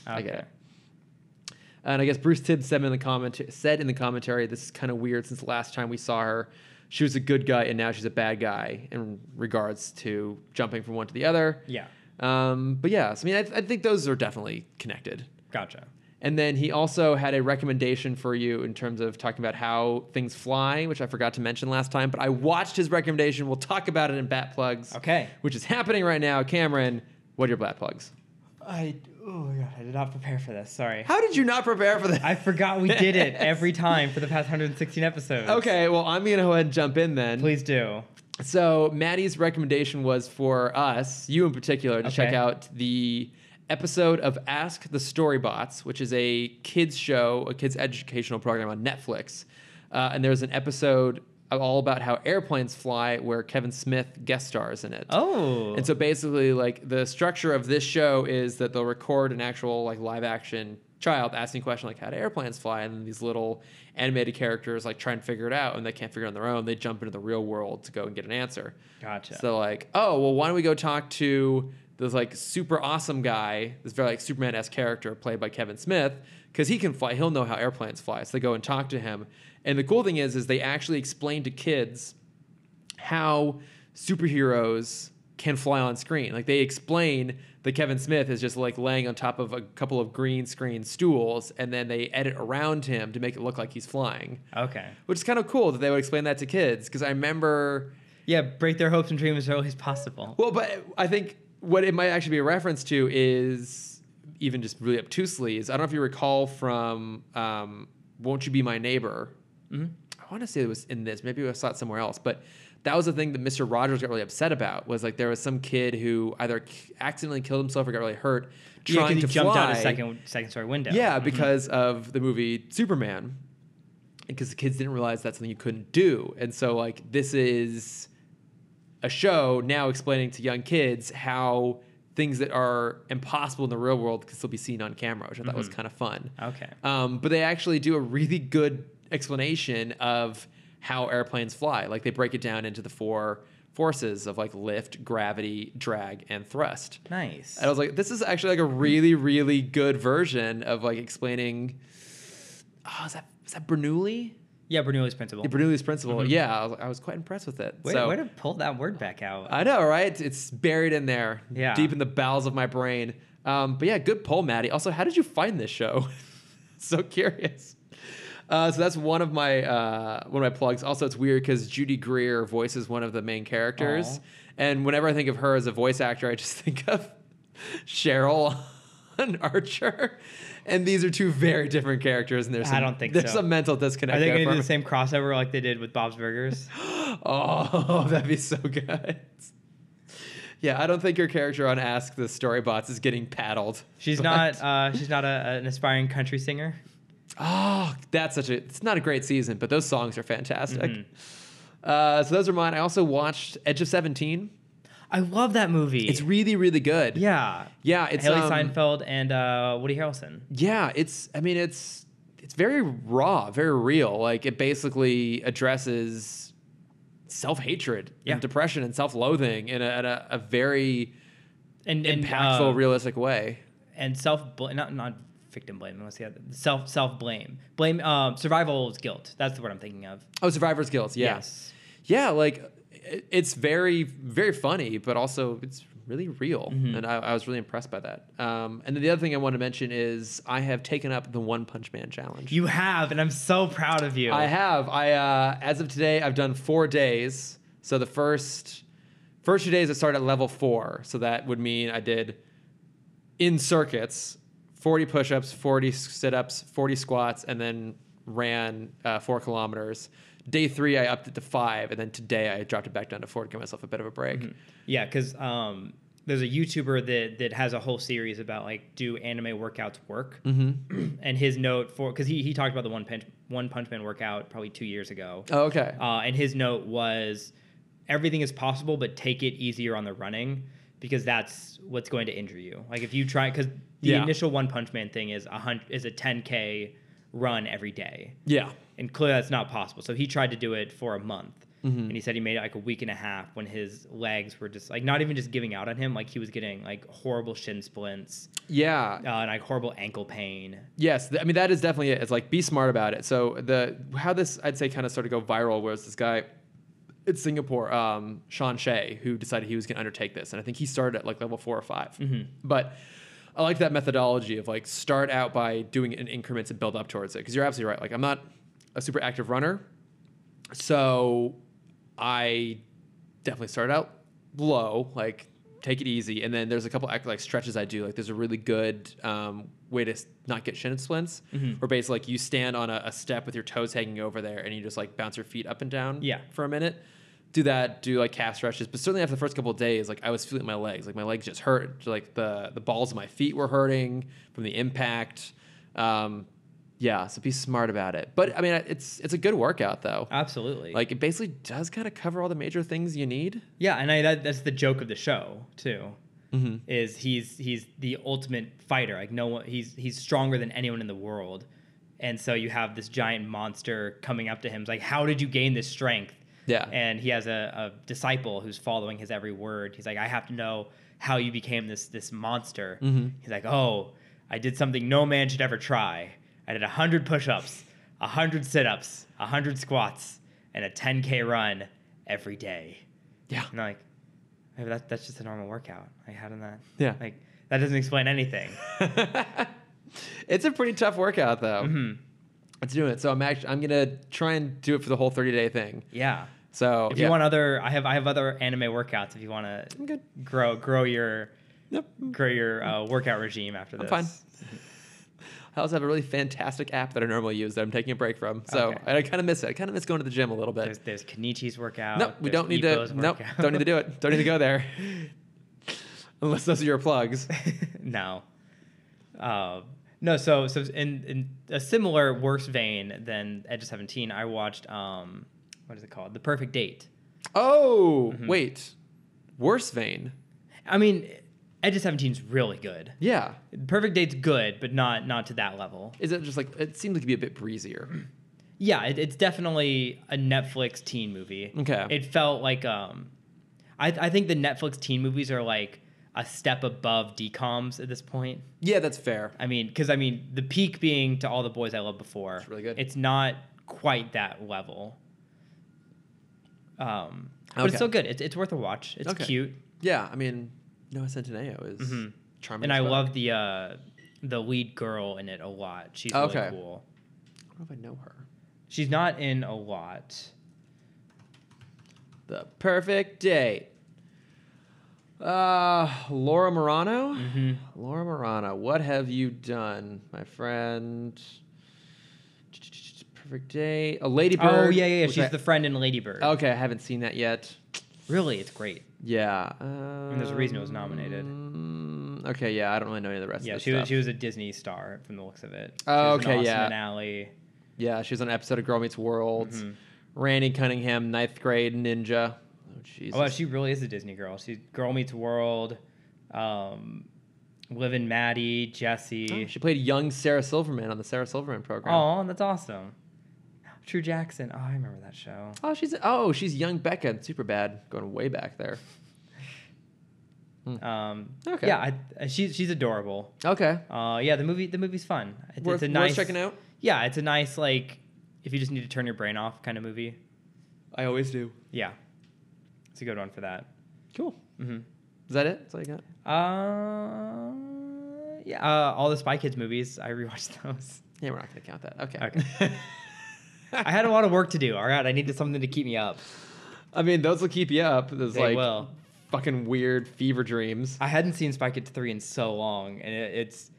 [SPEAKER 1] I get it. And I guess Bruce Tibbs said in the comment said in the commentary, this is kind of weird since the last time we saw her, she was a good guy and now she's a bad guy in regards to jumping from one to the other.
[SPEAKER 2] Yeah.
[SPEAKER 1] Um, but yeah, so, I mean, I, I think those are definitely connected.
[SPEAKER 2] Gotcha.
[SPEAKER 1] And then he also had a recommendation for you in terms of talking about how things fly, which I forgot to mention last time, but I watched his recommendation. We'll talk about it in Bat Plugs,
[SPEAKER 2] Okay.
[SPEAKER 1] which is happening right now. Cameron, what are your Bat Plugs?
[SPEAKER 2] I oh my god, I did not prepare for this.
[SPEAKER 1] (laughs)
[SPEAKER 2] Sorry.
[SPEAKER 1] How did you not prepare for that?
[SPEAKER 2] I forgot we did
[SPEAKER 1] (laughs)
[SPEAKER 2] it every time for the past 116 episodes.
[SPEAKER 1] Okay, well, I'm going to go ahead and jump in then.
[SPEAKER 2] Please do.
[SPEAKER 1] So Maddie's recommendation was for us, you in particular, to
[SPEAKER 2] Okay.
[SPEAKER 1] check out the episode of Ask the Storybots, which is a kids show, a kids educational program on Netflix. Uh, and there's an episode all about how airplanes fly, where Kevin Smith guest stars in it.
[SPEAKER 2] Oh.
[SPEAKER 1] And so basically, like the structure of this show is that they'll record an actual like live action child asking a question like how do airplanes fly and then these little animated characters like try and figure it out and they can't figure it on their own they jump into the real world to go and get an answer
[SPEAKER 2] gotcha.
[SPEAKER 1] so like oh well why don't we go talk to this like super awesome guy this very like superman-esque character played by kevin smith because he can fly he'll know how airplanes fly so they go and talk to him and the cool thing is is they actually explain to kids how superheroes can fly on screen. Like they explain that Kevin Smith is just like laying on top of a couple of green screen stools and then they edit around him to make it look like he's flying.
[SPEAKER 2] okay.
[SPEAKER 1] Which is kind of cool that they would explain that to kids because I remember
[SPEAKER 2] Yeah, break their hopes and dreams are always possible.
[SPEAKER 1] well, but I think what it might actually be a reference to is even just really obtusely is I don't know if you recall from um, "Won't You Be My Neighbor."
[SPEAKER 2] Mm-hmm.
[SPEAKER 1] I want to say it was in this. Maybe I saw it somewhere else, but that was the thing that Mr. Rogers got really upset about. Was like there was some kid who either k- accidentally killed himself or got really hurt
[SPEAKER 2] Yeah, 'cause
[SPEAKER 1] trying
[SPEAKER 2] he
[SPEAKER 1] to
[SPEAKER 2] jumped
[SPEAKER 1] fly.
[SPEAKER 2] out a second second story window.
[SPEAKER 1] Yeah, because of the movie Superman. Because the kids didn't realize that's something you couldn't do. And so, like, this is a show now explaining to young kids how things that are impossible in the real world can still be seen on camera, which I thought was kind of fun.
[SPEAKER 2] Mm-hmm. Okay.
[SPEAKER 1] Um, but they actually do a really good explanation of how airplanes fly. Like, they break it down into the four forces of like lift, gravity, drag, and thrust.
[SPEAKER 2] Nice.
[SPEAKER 1] And I was like, this is actually like a really, really good version of like explaining. Oh, is that is that Bernoulli?
[SPEAKER 2] yeah, Bernoulli's principle.
[SPEAKER 1] Yeah, Bernoulli's principle. Yeah, I was, I was quite impressed with it.
[SPEAKER 2] Mm-hmm. Way,
[SPEAKER 1] so
[SPEAKER 2] way to pull that word back out.
[SPEAKER 1] I know, right? It's buried in there,
[SPEAKER 2] Yeah.
[SPEAKER 1] deep in the bowels of my brain. Um, but yeah, good poll, Maddie. Also, how did you find this show? (laughs) so curious. Uh, so that's one of my uh, one of my plugs. Also, it's weird because Judy Greer voices one of the main characters,
[SPEAKER 2] Aw.
[SPEAKER 1] and whenever I think of her as a voice actor, I just (laughs) think of Cheryl on (laughs) Archer. And these are two very different characters, and there's
[SPEAKER 2] I
[SPEAKER 1] some,
[SPEAKER 2] don't think
[SPEAKER 1] there's
[SPEAKER 2] so.
[SPEAKER 1] some mental
[SPEAKER 2] Are
[SPEAKER 1] disconnect.
[SPEAKER 2] they
[SPEAKER 1] there
[SPEAKER 2] going to
[SPEAKER 1] for
[SPEAKER 2] do
[SPEAKER 1] me.
[SPEAKER 2] the same crossover like they did with
[SPEAKER 1] (laughs)
[SPEAKER 2] Bob's Burgers?
[SPEAKER 1] Oh, (laughs) that'd be so good. Yeah, I don't think your character on Ask the Storybots is getting paddled.
[SPEAKER 2] She's
[SPEAKER 1] but-
[SPEAKER 2] not. Uh, she's not a, an aspiring country singer.
[SPEAKER 1] (laughs) Oh, that's such a. It's not a great season, but those songs are fantastic.
[SPEAKER 2] Mm-hmm.
[SPEAKER 1] Uh, so those are mine. I also watched Edge of Seventeen.
[SPEAKER 2] I love that movie.
[SPEAKER 1] It's really, really good.
[SPEAKER 2] yeah.
[SPEAKER 1] yeah. It's
[SPEAKER 2] Haley
[SPEAKER 1] um,
[SPEAKER 2] Seinfeld and uh, Woody Harrelson.
[SPEAKER 1] Yeah, it's. I mean, it's. It's very raw, very real. Like it basically addresses self hatred
[SPEAKER 2] Yeah.
[SPEAKER 1] and depression and self loathing in, a, in a, a very
[SPEAKER 2] And, and
[SPEAKER 1] impactful,
[SPEAKER 2] uh,
[SPEAKER 1] realistic way.
[SPEAKER 2] and self blame not not victim blame let's see self self blame blame um survival is guilt that's the word i'm thinking of
[SPEAKER 1] Oh, Survivor's Guilt. Yeah.
[SPEAKER 2] yes
[SPEAKER 1] Yeah, like i- it's very, very funny, but also it's really real. And I, I was really impressed by that. Um, and then the other thing I want to mention is I have taken up the One Punch Man challenge.
[SPEAKER 2] you have and i'm so proud of you
[SPEAKER 1] I have. I uh, as of today, I've done four days. So the first first two days I started at level four. So that would mean I did in circuits, forty push-ups, forty sit-ups, forty squats, and then ran uh, four kilometers. Day three, I upped it to five, and then today I dropped it back down to four to give myself a bit of a break.
[SPEAKER 2] yeah because um there's a youtuber that that has a whole series about like do anime workouts work mm-hmm. (clears throat) and his note for because he he talked about the one punch one punch man workout probably two years ago
[SPEAKER 1] Oh, okay.
[SPEAKER 2] Uh, and his note was everything is possible, but take it easier on the running because that's what's going to injure you. Like if you try, because the
[SPEAKER 1] Yeah.
[SPEAKER 2] initial One Punch Man thing is a hundred is a 10k run every day,
[SPEAKER 1] yeah.
[SPEAKER 2] and clearly that's not possible. So he tried to do it for a month. And he said he made it like a week and a half when his legs were just like not even just giving out on him, like he was getting like horrible shin splints
[SPEAKER 1] Yeah.
[SPEAKER 2] uh, and like horrible ankle pain.
[SPEAKER 1] Yes, th- I mean that is definitely it. It's like be smart about it. So the how this I'd say kind of started to go viral was this guy in Singapore, um, Sean Shea, who decided he was going to undertake this, and I think he started at like level four or 5 But I like that methodology of like start out by doing it in increments and build up towards it because you're absolutely right. Like I'm not a super active runner, so I definitely start out low, like take it easy, and then there's a couple act- like stretches I do. Like there's a really good um, way to s- not get shin splints, where basically like you stand on a, a step with your toes hanging over there, and you just like bounce your feet up and down
[SPEAKER 2] Yeah.
[SPEAKER 1] for a minute. Do that, do like calf stretches, but certainly after the first couple of days, like I was feeling my legs, like my legs just hurt, like the the balls of my feet were hurting from the impact. Um, yeah, so be smart about it. But I mean, it's it's a good workout though.
[SPEAKER 2] Absolutely.
[SPEAKER 1] Like it basically does kind of cover all the major things you need.
[SPEAKER 2] Yeah, and I, that, that's the joke of the show too. Is he's he's the ultimate fighter. Like no one, he's he's stronger than anyone in the world, and so you have this giant monster coming up to him. It's like, how did you gain this strength?
[SPEAKER 1] Yeah.
[SPEAKER 2] and he has a, a disciple who's following his every word. He's like, I have to know how you became this this monster. He's like, oh, I did something no man should ever try. I did hundred push-ups, hundred sit-ups, hundred squats, and a 10k run every day.
[SPEAKER 1] Yeah. (laughs)
[SPEAKER 2] And I'm like, "Hey, but that, that's just a normal workout. Like, how did that?
[SPEAKER 1] (laughs) Yeah.
[SPEAKER 2] Like, that doesn't explain anything.
[SPEAKER 1] it's a pretty tough workout though.
[SPEAKER 2] Mm-hmm.
[SPEAKER 1] It's doing it. So I'm actually I'm gonna try and do it for the whole 30 day thing.
[SPEAKER 2] yeah.
[SPEAKER 1] So
[SPEAKER 2] If
[SPEAKER 1] Oh, yeah.
[SPEAKER 2] you want other, I have I have other anime workouts. If you want to
[SPEAKER 1] I'm good. Mm.
[SPEAKER 2] grow grow your
[SPEAKER 1] Yep.
[SPEAKER 2] grow your uh, workout regime after this.
[SPEAKER 1] fine. (laughs) I also have a really fantastic app that I normally use that I'm taking a break from. So
[SPEAKER 2] Okay.
[SPEAKER 1] I, kind of miss it. I kind of miss going to the gym a little bit.
[SPEAKER 2] There's, there's Kenichi's workout.
[SPEAKER 1] No, we
[SPEAKER 2] there's
[SPEAKER 1] don't need
[SPEAKER 2] Ipo's
[SPEAKER 1] to. No,
[SPEAKER 2] workout.
[SPEAKER 1] don't need to do it. Don't need to go
[SPEAKER 2] (laughs)
[SPEAKER 1] there. (laughs) Unless those are your plugs.
[SPEAKER 2] no. Um, no, so so in, in a similar worse vein than Edge of Seventeen, I watched um, what is it called? The Perfect Date.
[SPEAKER 1] Oh,
[SPEAKER 2] Mm-hmm.
[SPEAKER 1] wait. Worse vein.
[SPEAKER 2] I mean, Edge of Seventeen's really good.
[SPEAKER 1] Yeah.
[SPEAKER 2] Perfect Date's good, but not not to that level.
[SPEAKER 1] Is it just like it seems like it'd be a bit
[SPEAKER 2] (clears throat)
[SPEAKER 1] breezier?
[SPEAKER 2] Yeah, it, it's definitely a Netflix teen movie.
[SPEAKER 1] Okay.
[SPEAKER 2] It felt like um, I I think the Netflix teen movies are like a step above DComs at this point.
[SPEAKER 1] Yeah, that's fair.
[SPEAKER 2] I mean, because I mean, the peak being to all the boys I loved before.
[SPEAKER 1] It's really good.
[SPEAKER 2] It's not quite that level. Um, but
[SPEAKER 1] Okay.
[SPEAKER 2] it's still good. It's, it's worth a watch. It's
[SPEAKER 1] Okay.
[SPEAKER 2] cute,
[SPEAKER 1] Yeah, I mean, Noah Centineo is
[SPEAKER 2] Mhm.
[SPEAKER 1] charming.
[SPEAKER 2] and
[SPEAKER 1] as
[SPEAKER 2] I
[SPEAKER 1] fuck.
[SPEAKER 2] love the uh, the lead girl in it a lot. She's really
[SPEAKER 1] Okay.
[SPEAKER 2] cool.
[SPEAKER 1] I don't know if I know her.
[SPEAKER 2] She's not in a lot.
[SPEAKER 1] The perfect date. Uh, Laura Morano.
[SPEAKER 2] Mhm.
[SPEAKER 1] Laura Morano, what have you done, my friend? Perfect date. A Ladybird.
[SPEAKER 2] Oh yeah, yeah, yeah.
[SPEAKER 1] which
[SPEAKER 2] She's
[SPEAKER 1] I-
[SPEAKER 2] the friend in Ladybird. Oh.
[SPEAKER 1] Okay, I haven't seen that yet.
[SPEAKER 2] Really, it's great.
[SPEAKER 1] Yeah. Um,
[SPEAKER 2] there's a reason it was nominated.
[SPEAKER 1] Okay, yeah, I don't really know any of the rest
[SPEAKER 2] Yeah,
[SPEAKER 1] of the
[SPEAKER 2] she
[SPEAKER 1] stuff.
[SPEAKER 2] was, she was a Disney star from the looks of it.
[SPEAKER 1] Oh,
[SPEAKER 2] She was in
[SPEAKER 1] okay,
[SPEAKER 2] Austin
[SPEAKER 1] yeah.
[SPEAKER 2] and Ally.
[SPEAKER 1] yeah, she was on an episode of Girl Meets World.
[SPEAKER 2] Mm-hmm.
[SPEAKER 1] Randy Cunningham, ninth grade ninja. Oh, Jesus.
[SPEAKER 2] Oh, wow, she really is a Disney girl. She's Girl Meets World, um, Livin' Maddie,
[SPEAKER 1] Oh,
[SPEAKER 2] Jesse.
[SPEAKER 1] she played young Sarah Silverman on the Sarah Silverman program.
[SPEAKER 2] Oh, that's awesome. True Jackson. Oh, I remember that show.
[SPEAKER 1] Oh, she's oh she's young Becca and super bad going way back
[SPEAKER 2] (laughs)
[SPEAKER 1] there. Hmm.
[SPEAKER 2] Um,
[SPEAKER 1] Okay.
[SPEAKER 2] Yeah, I, she, she's adorable.
[SPEAKER 1] Okay,
[SPEAKER 2] Uh, yeah, the movie the movie's fun. It-
[SPEAKER 1] worth,
[SPEAKER 2] it's a nice
[SPEAKER 1] worth checking out.
[SPEAKER 2] Yeah, it's a nice like if you just need to turn your brain off kind of movie.
[SPEAKER 1] I always do.
[SPEAKER 2] Yeah, it's a good one for that.
[SPEAKER 1] Cool.
[SPEAKER 2] hmm
[SPEAKER 1] Is that it? That's all you got?
[SPEAKER 2] Uh, yeah, uh, all the Spy Kids movies. I rewatched (laughs) those.
[SPEAKER 1] Yeah, we're not gonna count that. Okay.
[SPEAKER 2] Okay. I had a lot of work to do. All right, I needed something to keep me up.
[SPEAKER 1] (laughs) I mean, those will keep you up. Those
[SPEAKER 2] They
[SPEAKER 1] like
[SPEAKER 2] will.
[SPEAKER 1] fucking weird fever dreams.
[SPEAKER 2] I hadn't seen Spy Kids three in so long, and it, it's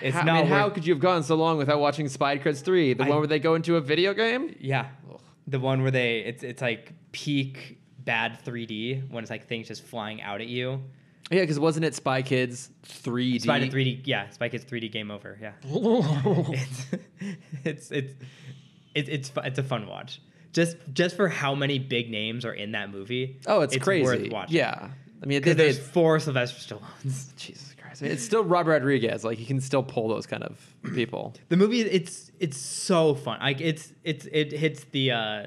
[SPEAKER 2] it's
[SPEAKER 1] how, I
[SPEAKER 2] not
[SPEAKER 1] mean, how
[SPEAKER 2] worth-
[SPEAKER 1] could you have gone so long without watching Spy Kids three, the
[SPEAKER 2] I-
[SPEAKER 1] one where they go into a video game?
[SPEAKER 2] yeah
[SPEAKER 1] Ugh.
[SPEAKER 2] the one where they it's it's like peak bad three D when it's like things just flying out at you.
[SPEAKER 1] Yeah, because wasn't it Spy Kids three D? Oh.
[SPEAKER 2] Spy Kids
[SPEAKER 1] (laughs)
[SPEAKER 2] three D yeah Spy Kids three D game over yeah. it's it's it's it's it's, fu- it's a fun watch. Just just for how many big names are in that movie.
[SPEAKER 1] oh, it's, crazy.
[SPEAKER 2] Worth watching.
[SPEAKER 1] Yeah, I mean, it, did-
[SPEAKER 2] because
[SPEAKER 1] they
[SPEAKER 2] there's four Sylvester Stallones.
[SPEAKER 1] Jesus Christ. I mean, it's still Rob Rodriguez. Like, he can still pull those kind of people.
[SPEAKER 2] The movie it's it's so fun. Like it's it's it hits the uh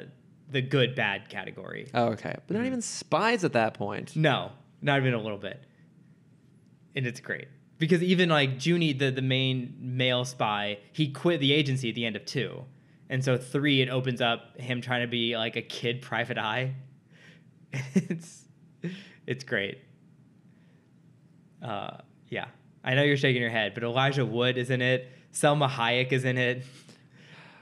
[SPEAKER 2] the good bad category.
[SPEAKER 1] Oh, okay. But
[SPEAKER 2] Mm-hmm.
[SPEAKER 1] they're not even spies at that point.
[SPEAKER 2] No, not even a little bit. And it's great. Because even like Junie, the, the main male spy, he quit the agency at the end of two. And so three, it opens up him trying to be like a kid private eye. (laughs) it's it's great. Uh yeah. I know you're shaking your head, but Elijah Wood is in it. Selma Hayek is in it.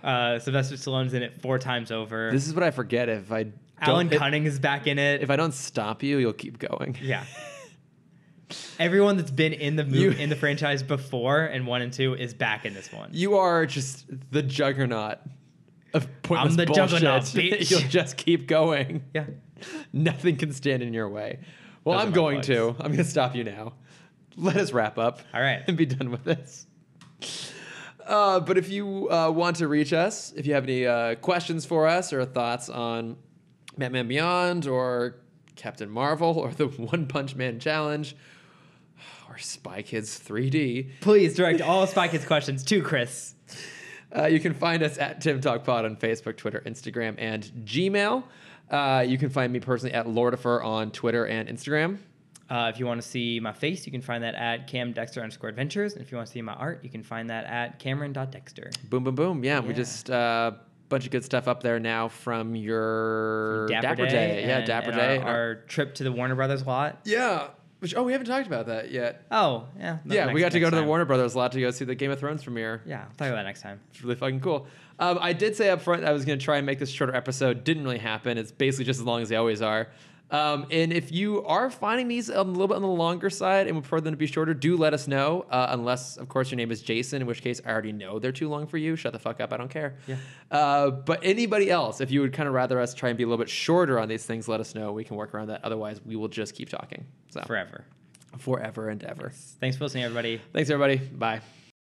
[SPEAKER 2] Uh, Sylvester Stallone's in it four times over.
[SPEAKER 1] This is what I forget. If I don't,
[SPEAKER 2] Alan
[SPEAKER 1] if,
[SPEAKER 2] Cumming is back in it.
[SPEAKER 1] if I don't stop you, you'll keep going.
[SPEAKER 2] Yeah. Everyone that's been in the movie,
[SPEAKER 1] You-
[SPEAKER 2] in the franchise before and one and two is back in this one.
[SPEAKER 1] You are just the juggernaut of pointless
[SPEAKER 2] the
[SPEAKER 1] bullshit.
[SPEAKER 2] juggernaut,
[SPEAKER 1] (laughs)
[SPEAKER 2] bitch.
[SPEAKER 1] you'll just keep going.
[SPEAKER 2] yeah.
[SPEAKER 1] (laughs) Nothing can stand in your way. Well,
[SPEAKER 2] Those are
[SPEAKER 1] I'm
[SPEAKER 2] my
[SPEAKER 1] going
[SPEAKER 2] plugs.
[SPEAKER 1] to. I'm going to stop you now. Let us wrap up.
[SPEAKER 2] All right.
[SPEAKER 1] (laughs) And be done with this. Uh, but if you uh, want to reach us, if you have any uh, questions for us or thoughts on Batman Beyond or Captain Marvel or the (laughs) One Punch Man Challenge or Spy Kids 3D,
[SPEAKER 2] Please direct all Spy Kids questions to Chris.
[SPEAKER 1] uh, you can find us at Tim Talk Pod on Facebook, Twitter, Instagram, and Gmail. Uh, you can find me personally at Lordifer on Twitter and Instagram.
[SPEAKER 2] Uh, if you want to see my face, you can find that at Cam Dexter underscore adventures. And if you want to see my art, you can find that at Cameron.dexter.
[SPEAKER 1] Boom, boom, boom. Yeah, we
[SPEAKER 2] Yeah.
[SPEAKER 1] just uh, bunch of good stuff up there now from your
[SPEAKER 2] Dapper, Day.
[SPEAKER 1] Yeah,
[SPEAKER 2] and-
[SPEAKER 1] Dapper
[SPEAKER 2] and
[SPEAKER 1] Day.
[SPEAKER 2] Our,
[SPEAKER 1] and our-
[SPEAKER 2] our trip to the Warner Brothers lot.
[SPEAKER 1] yeah. Which oh, we haven't talked about that yet.
[SPEAKER 2] Oh, yeah.
[SPEAKER 1] yeah, we
[SPEAKER 2] next-
[SPEAKER 1] got to go
[SPEAKER 2] next
[SPEAKER 1] to the
[SPEAKER 2] time.
[SPEAKER 1] Warner Brothers lot to go see the Game of Thrones premiere.
[SPEAKER 2] Yeah, I'll talk about that next time.
[SPEAKER 1] It's really fucking cool. Um, I did say up front I was going to try and make this a shorter episode. Didn't really happen. It's basically just as long as they always are. Um, and if you are finding these a little bit on the longer side and would prefer them to be shorter, do let us know. Uh, unless, of course, your name is Jason, in which case I already know they're too long for you. Shut the fuck up. I don't care.
[SPEAKER 2] Yeah.
[SPEAKER 1] Uh, but anybody else, if you would kind of rather us try and be a little bit shorter on these things, let us know. We can work around that. Otherwise, we will just keep talking. So
[SPEAKER 2] forever.
[SPEAKER 1] forever and ever.
[SPEAKER 2] Thanks for listening, everybody.
[SPEAKER 1] Thanks, everybody. Bye.